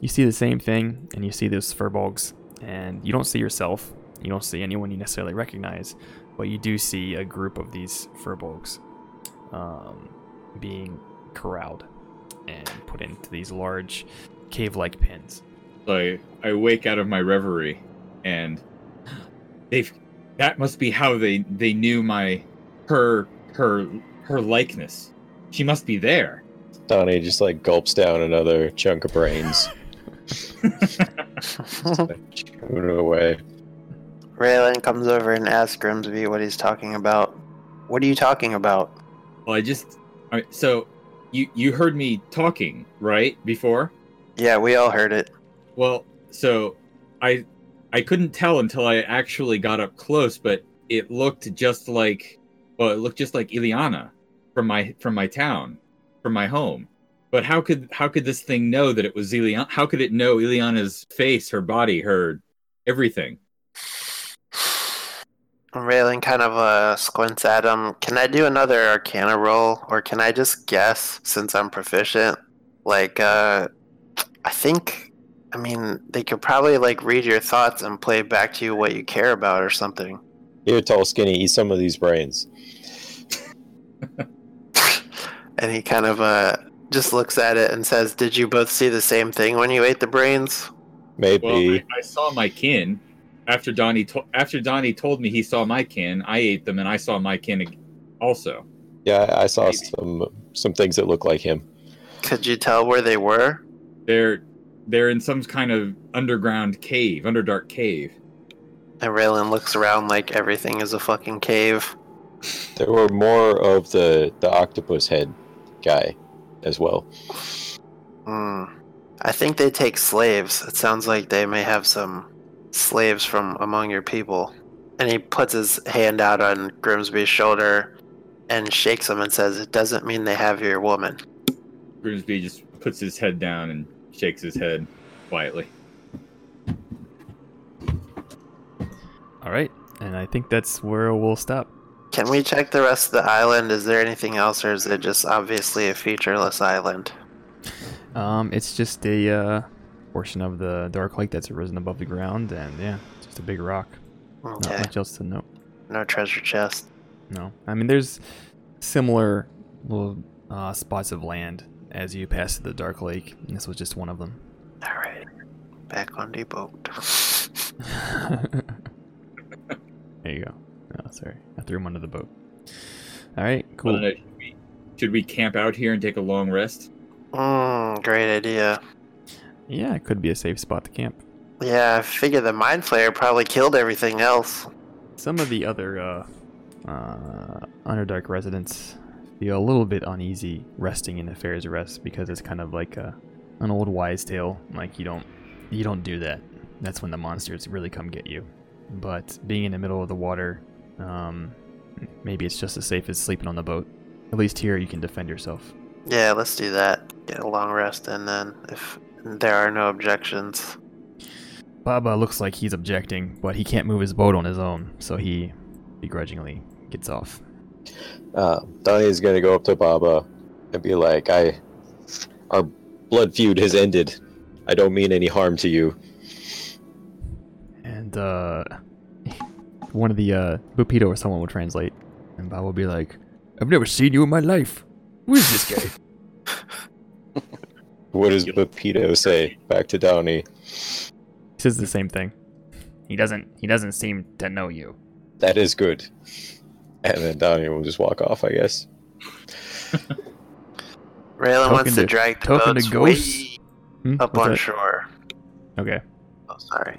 Speaker 5: you see the same thing, and you see those furbolgs, and you don't see yourself. You don't see anyone you necessarily recognize, but you do see a group of these furbolgs um, being corralled and put into these large cave-like pens.
Speaker 6: So I, I wake out of my reverie, and they've. That must be how they they knew my her her her likeness. She must be there.
Speaker 4: Donnie just like gulps down another chunk of brains. Chewing away.
Speaker 2: Raylan comes over and asks Grimsby what he's talking about. What are you talking about?
Speaker 6: Well, I just. I so you you heard me talking right before.
Speaker 2: Yeah, we all heard it.
Speaker 6: Well, so I I couldn't tell until I actually got up close, but it looked just like well, it looked just like Iliana from my from my town, from my home. But how could how could this thing know that it was Iliana? How could it know Iliana's face, her body, her everything?
Speaker 2: Raylan kind of uh, squints at him. Can I do another Arcana roll, or can I just guess since I'm proficient? Like, uh, I think, I mean, they could probably like read your thoughts and play back to you what you care about or something.
Speaker 4: Here, tall skinny, eat some of these brains.
Speaker 2: And he kind of uh just looks at it and says, "Did you both see the same thing when you ate the brains?"
Speaker 4: Maybe.
Speaker 6: Well, I, I saw my kin after Donnie to- after Donnie told me he saw my kin. I ate them, and I saw my kin ag- also.
Speaker 4: Yeah, I I saw some some things that look like him.
Speaker 2: Could you tell where they were?
Speaker 6: They're they're in some kind of underground cave, underdark cave.
Speaker 2: And Raylan looks around like everything is a fucking cave.
Speaker 4: There were more of the the octopus head guy as well.
Speaker 2: Hmm. I think they take slaves. It sounds like they may have some slaves from among your people. And he puts his hand out on Grimsby's shoulder and shakes him and says, "It doesn't mean they have your woman."
Speaker 6: Grimsby just puts his head down and shakes his head quietly.
Speaker 5: All right, and I think that's where we'll stop.
Speaker 2: Can we check the rest of the island? Is there anything else, or is it just obviously a featureless island?
Speaker 5: Um, it's just a uh, portion of the dark lake that's arisen above the ground, and yeah, it's just a big rock.
Speaker 2: Okay.
Speaker 5: Not much else to note.
Speaker 2: No treasure chest.
Speaker 5: No, I mean there's similar little uh, spots of land as you pass through the dark lake. And this was just one of them.
Speaker 2: All right, back on the boat.
Speaker 5: There you go. Oh, sorry, I threw him under the boat. All right, cool.
Speaker 6: I don't know, should, we, should we camp out here and take a long rest?
Speaker 2: Mm, great idea.
Speaker 5: Yeah, it could be a safe spot to camp.
Speaker 2: Yeah, I figure the mind flayer probably killed everything else.
Speaker 5: Some of the other uh, uh, Underdark residents feel a little bit uneasy resting in the Fair's Rest because it's kind of like a, an old wise tale. Like you don't you don't do that. That's when the monsters really come get you. But being in the middle of the water, um, maybe it's just as safe as sleeping on the boat. At least here you can defend yourself.
Speaker 2: Yeah, let's do that. Get a long rest, and then if there are no objections,
Speaker 5: Baba looks like he's objecting, but he can't move his boat on his own, so he begrudgingly gets off.
Speaker 4: Uh, Donnie's gonna go up to Baba and be like, "I, our blood feud has ended. I don't mean any harm to you."
Speaker 5: And uh, one of the uh, Bupito or someone will translate, and Bob will be like, "I've never seen you in my life. Who is this guy?"
Speaker 4: What does Pepito say back to Donnie?
Speaker 5: says the same thing.
Speaker 11: He doesn't. He doesn't seem to know you.
Speaker 4: That is good. And then Danya will just walk off, I guess.
Speaker 2: Raylan wants to, drag the
Speaker 5: talking
Speaker 2: boats
Speaker 5: to ghosts.
Speaker 2: way
Speaker 5: Hmm?
Speaker 2: up
Speaker 5: What's
Speaker 2: on
Speaker 5: that?
Speaker 2: shore.
Speaker 5: Okay,
Speaker 2: Oh, sorry,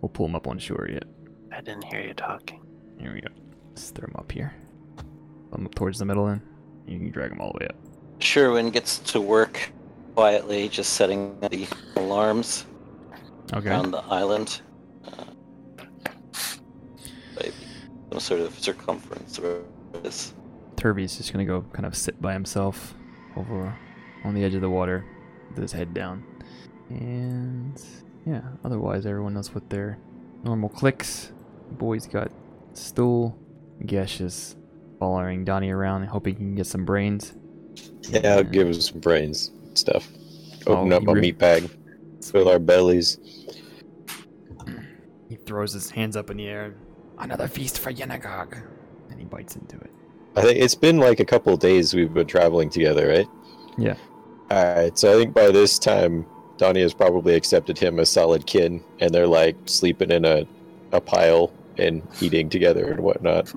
Speaker 5: we'll pull them up on shore yet.
Speaker 2: I didn't hear you talking.
Speaker 5: Here we go. Let's throw them up here. I'm up towards the middle, then you can drag them all the way up.
Speaker 7: Sherwin gets to work quietly, just setting the alarms
Speaker 5: Okay.
Speaker 7: around the island. Uh, maybe some sort of circumference or this.
Speaker 5: Turvey's just gonna go kind of sit by himself over on the edge of the water with his head down. And yeah, otherwise everyone else with their normal clicks. Boy's got stool. Gesh is following Donnie around, hoping he can get some brains.
Speaker 4: Yeah, I'll give us some brains and stuff. Open
Speaker 5: Oh,
Speaker 4: up
Speaker 5: you
Speaker 4: our
Speaker 5: re-
Speaker 4: meat bag, fill our bellies.
Speaker 5: He throws his hands up in the air. Another feast for Yenagog. And he bites into it.
Speaker 4: I think it's been like a couple of days we've been traveling together, right?
Speaker 5: Yeah.
Speaker 4: All right, so I think by this time, Donnie has probably accepted him as solid kin, and they're like sleeping in a, a pile and eating together and whatnot.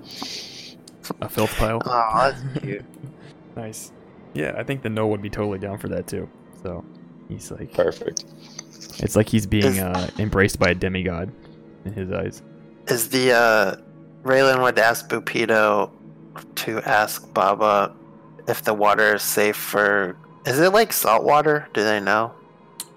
Speaker 5: A filth pile.
Speaker 2: Oh, that's cute.
Speaker 5: nice. Yeah, I think the no would be totally down for that too. So he's like
Speaker 4: Perfect.
Speaker 5: It's like he's being uh, embraced by a demigod in his eyes.
Speaker 2: Is the uh, Raylan would ask Bupido to ask Baba if the water is safe for? Is it like salt water? Do they know?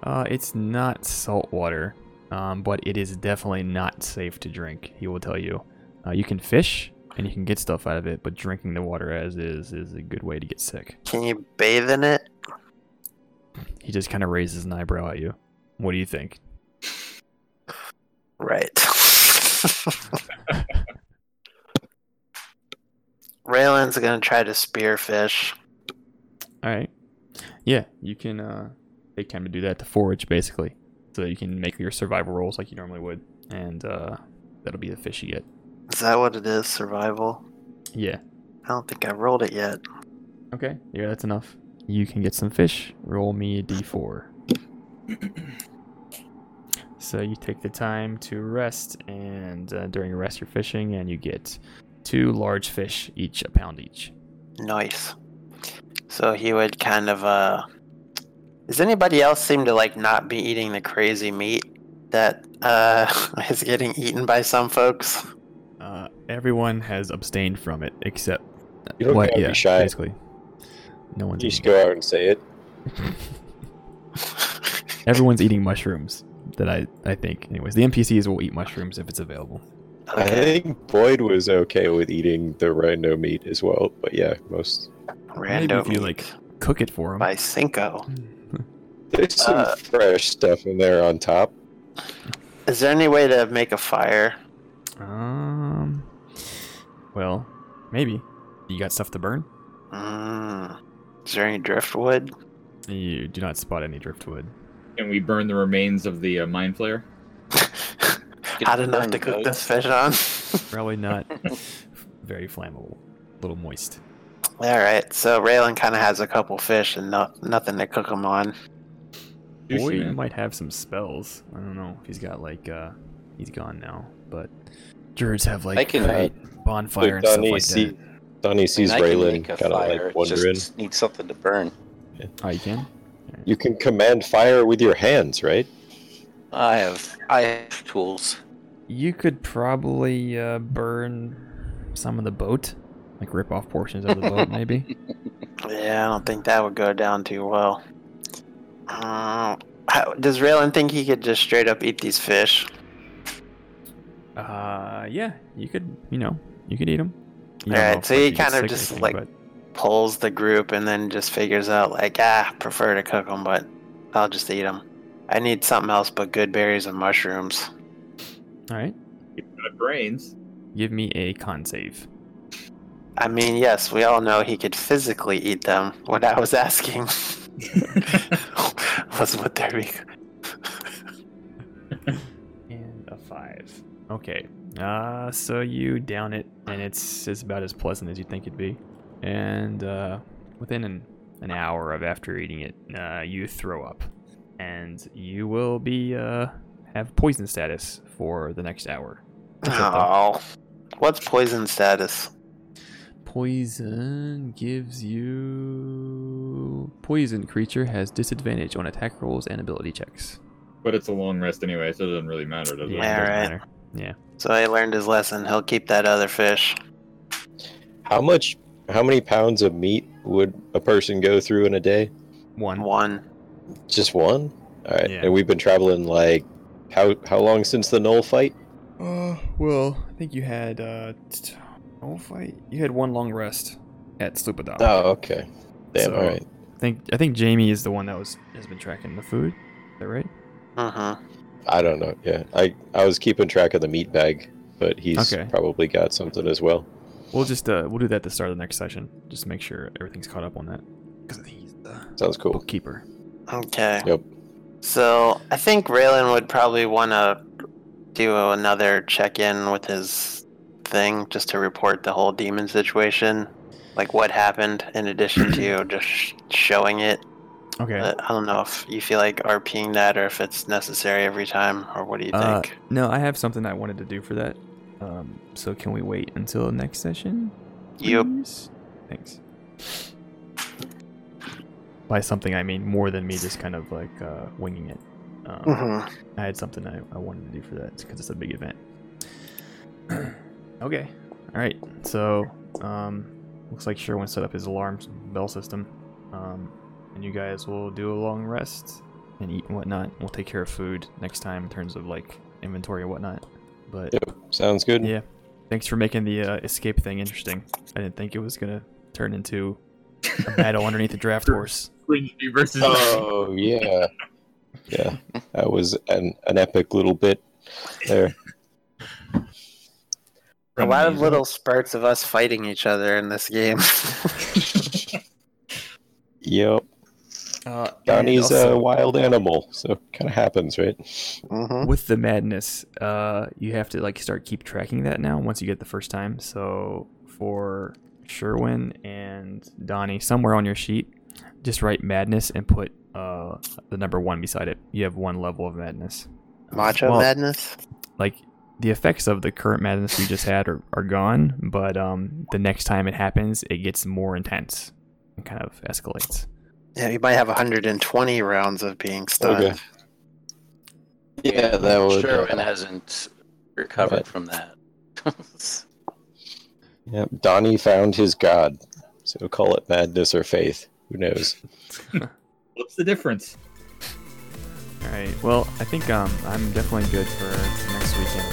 Speaker 5: Uh, it's not salt water, um, but it is definitely not safe to drink. He will tell you. Uh, you can fish and you can get stuff out of it, but drinking the water as is is a good way to get sick.
Speaker 2: Can you bathe in it?
Speaker 5: He just kind of raises an eyebrow at you. What do you think?
Speaker 2: Right. Raylan's gonna try to spearfish.
Speaker 5: All right. Yeah, you can uh, take time to do that to forage basically, so you can make your survival rolls like you normally would, and uh, that'll be the fish you get.
Speaker 2: Is that what it is? Survival?
Speaker 5: Yeah.
Speaker 2: I don't think I rolled it yet.
Speaker 5: Okay. Yeah, that's enough. You can get some fish. Roll me a d4. so you take the time to rest, and uh, during your rest, you're fishing, and you get two large fish, each a pound each.
Speaker 2: Nice. So he would kind of uh Does anybody else seem to like not be eating the crazy meat that uh is getting eaten by some folks?
Speaker 5: Uh, everyone has abstained from it except.
Speaker 4: You don't
Speaker 5: What-
Speaker 4: gotta be
Speaker 5: yeah,
Speaker 4: shy.
Speaker 5: Basically, no one's.
Speaker 4: You just
Speaker 5: Eating.
Speaker 4: go out and say it.
Speaker 5: Everyone's eating mushrooms. That I I think. Anyways, the NPCs will eat mushrooms if it's available.
Speaker 4: I think Boyd was okay with eating the rhino meat as well, but yeah, most.
Speaker 5: Maybe
Speaker 2: Random
Speaker 5: if you like cook it for them.
Speaker 2: by Cinco.
Speaker 4: There's some
Speaker 2: Uh,
Speaker 4: fresh stuff in there on top.
Speaker 2: Is there any way to make a fire?
Speaker 5: Um. Well, maybe. You got stuff to burn?
Speaker 2: Mm. Is there any driftwood?
Speaker 5: You do not spot any driftwood.
Speaker 10: Can we burn the remains of the uh, mind flare?
Speaker 2: Hot enough to cook this fish on.
Speaker 5: Probably not very flammable. A little moist.
Speaker 2: All right. So Raylan kind of has a couple fish and no, nothing to cook them on.
Speaker 10: Juicy,
Speaker 5: Boy
Speaker 10: man.
Speaker 5: might have some spells. I don't know if he's got like uh he's gone now, but druids have like
Speaker 7: I can,
Speaker 5: uh, bonfire and stuff
Speaker 4: Donnie
Speaker 7: E
Speaker 5: like
Speaker 4: see-
Speaker 5: that.
Speaker 4: Donnie sees
Speaker 7: I can
Speaker 4: Raylan
Speaker 7: make a
Speaker 4: kind of
Speaker 7: fire.
Speaker 4: like wondering.
Speaker 7: Just need something to burn.
Speaker 5: Oh, you can?
Speaker 4: You can command fire with your hands, right?
Speaker 7: I have I have tools.
Speaker 5: You could probably uh, burn some of the boat, like rip off portions of the boat, maybe.
Speaker 2: Yeah, I don't think that would go down too well. Uh, how, does Raylan think he could just straight up eat these fish?
Speaker 5: Uh, yeah, you could, you know, you could eat them.
Speaker 2: Alright, so he kind of just, like, Pulls the group and then just figures out like, ah, prefer to cook them, but I'll just eat them. I need something else but good berries and mushrooms.
Speaker 5: All right,
Speaker 10: Got brains.
Speaker 5: give me a con save.
Speaker 2: I mean, yes, we all know he could physically eat them. What I was asking was what there be.
Speaker 5: And a five. Okay. Uh, so you down it, and it's it's about as pleasant as you think it'd be. And uh, within an, an hour of after eating it, uh, you throw up, and you will be uh, have poison status for the next hour.
Speaker 2: Oh, what's poison status?
Speaker 5: Poison gives you. Poison creature has disadvantage on attack rolls and ability checks.
Speaker 10: But it's a long rest anyway, so it doesn't really matter, does it?
Speaker 2: Yeah, right.
Speaker 5: Yeah.
Speaker 2: So he learned his lesson. He'll keep that other fish.
Speaker 4: How much? How many pounds of meat would a person go through in a day?
Speaker 5: One.
Speaker 2: One.
Speaker 4: Just one. All right.
Speaker 5: Yeah.
Speaker 4: And we've been traveling like how how long since the null fight?
Speaker 5: Uh, well, I think you had uh, t- oh fight. You had one long rest at Slupadov.
Speaker 4: Oh, okay. Damn.
Speaker 5: So,
Speaker 4: all right.
Speaker 5: I think I think Jamie is the one that was has been tracking the food. Is that right?
Speaker 2: Uh huh.
Speaker 4: I don't know. Yeah. I I was keeping track of the meat bag, but he's
Speaker 5: Okay.
Speaker 4: probably got something as well.
Speaker 5: We'll just uh, we'll do that at the start of the next session. Just to make sure everything's caught up on that because he's the
Speaker 4: Sounds cool.
Speaker 5: bookkeeper.
Speaker 2: Okay.
Speaker 4: Yep.
Speaker 2: So I think Raylan would probably want to do another check in with his thing just to report the whole demon situation. Like what happened in addition to just sh- showing it.
Speaker 5: Okay.
Speaker 2: But I don't know if you feel like RPing that or if it's necessary every time or what do you
Speaker 5: Uh,
Speaker 2: think?
Speaker 5: no, I have something I wanted to do for that. Um, so can we wait until the next session?
Speaker 2: Yep.
Speaker 5: please? Thanks. By something I mean more than me just kind of like uh, winging it. Um,
Speaker 2: Mhm.
Speaker 5: I had something I, I wanted to do for that because it's a big event. okay. All right. So um, looks like Sherwin set up his alarm bell system. Um, and you guys will do a long rest and eat and whatnot. We'll take care of food next time in terms of like inventory and whatnot. But
Speaker 4: Yep. Sounds good.
Speaker 5: yeah, thanks for making the uh, escape thing interesting. I didn't think it was gonna turn into a battle underneath the draft horse.
Speaker 10: versus
Speaker 4: Oh yeah. Yeah. That was an an epic little bit there.
Speaker 2: A lot of little spurts of us fighting each other in this game.
Speaker 4: Yep.
Speaker 5: Uh,
Speaker 4: Donnie's a wild animal, so it kind of happens, right?
Speaker 2: Mhm.
Speaker 5: with the madness, uh, you have to like start keep tracking that now once you get the first time. So for Sherwin and Donnie, somewhere on your sheet, just write madness and put uh, the number one beside it. You have one level of madness.
Speaker 2: Macho
Speaker 5: Well,
Speaker 2: madness?
Speaker 5: Like the effects of the current madness you just had are, are gone, but um, the next time it happens, it gets more intense and kind of escalates.
Speaker 2: Yeah, you might have 120 rounds of being stunned.
Speaker 4: Okay. Yeah, that would.
Speaker 7: Sherwin hasn't recovered
Speaker 4: Right.
Speaker 7: from that.
Speaker 4: Yep. Donnie found his god, so call it madness or faith. Who knows?
Speaker 10: What's the difference?
Speaker 5: All right. Well, I think um, I'm definitely good for next weekend.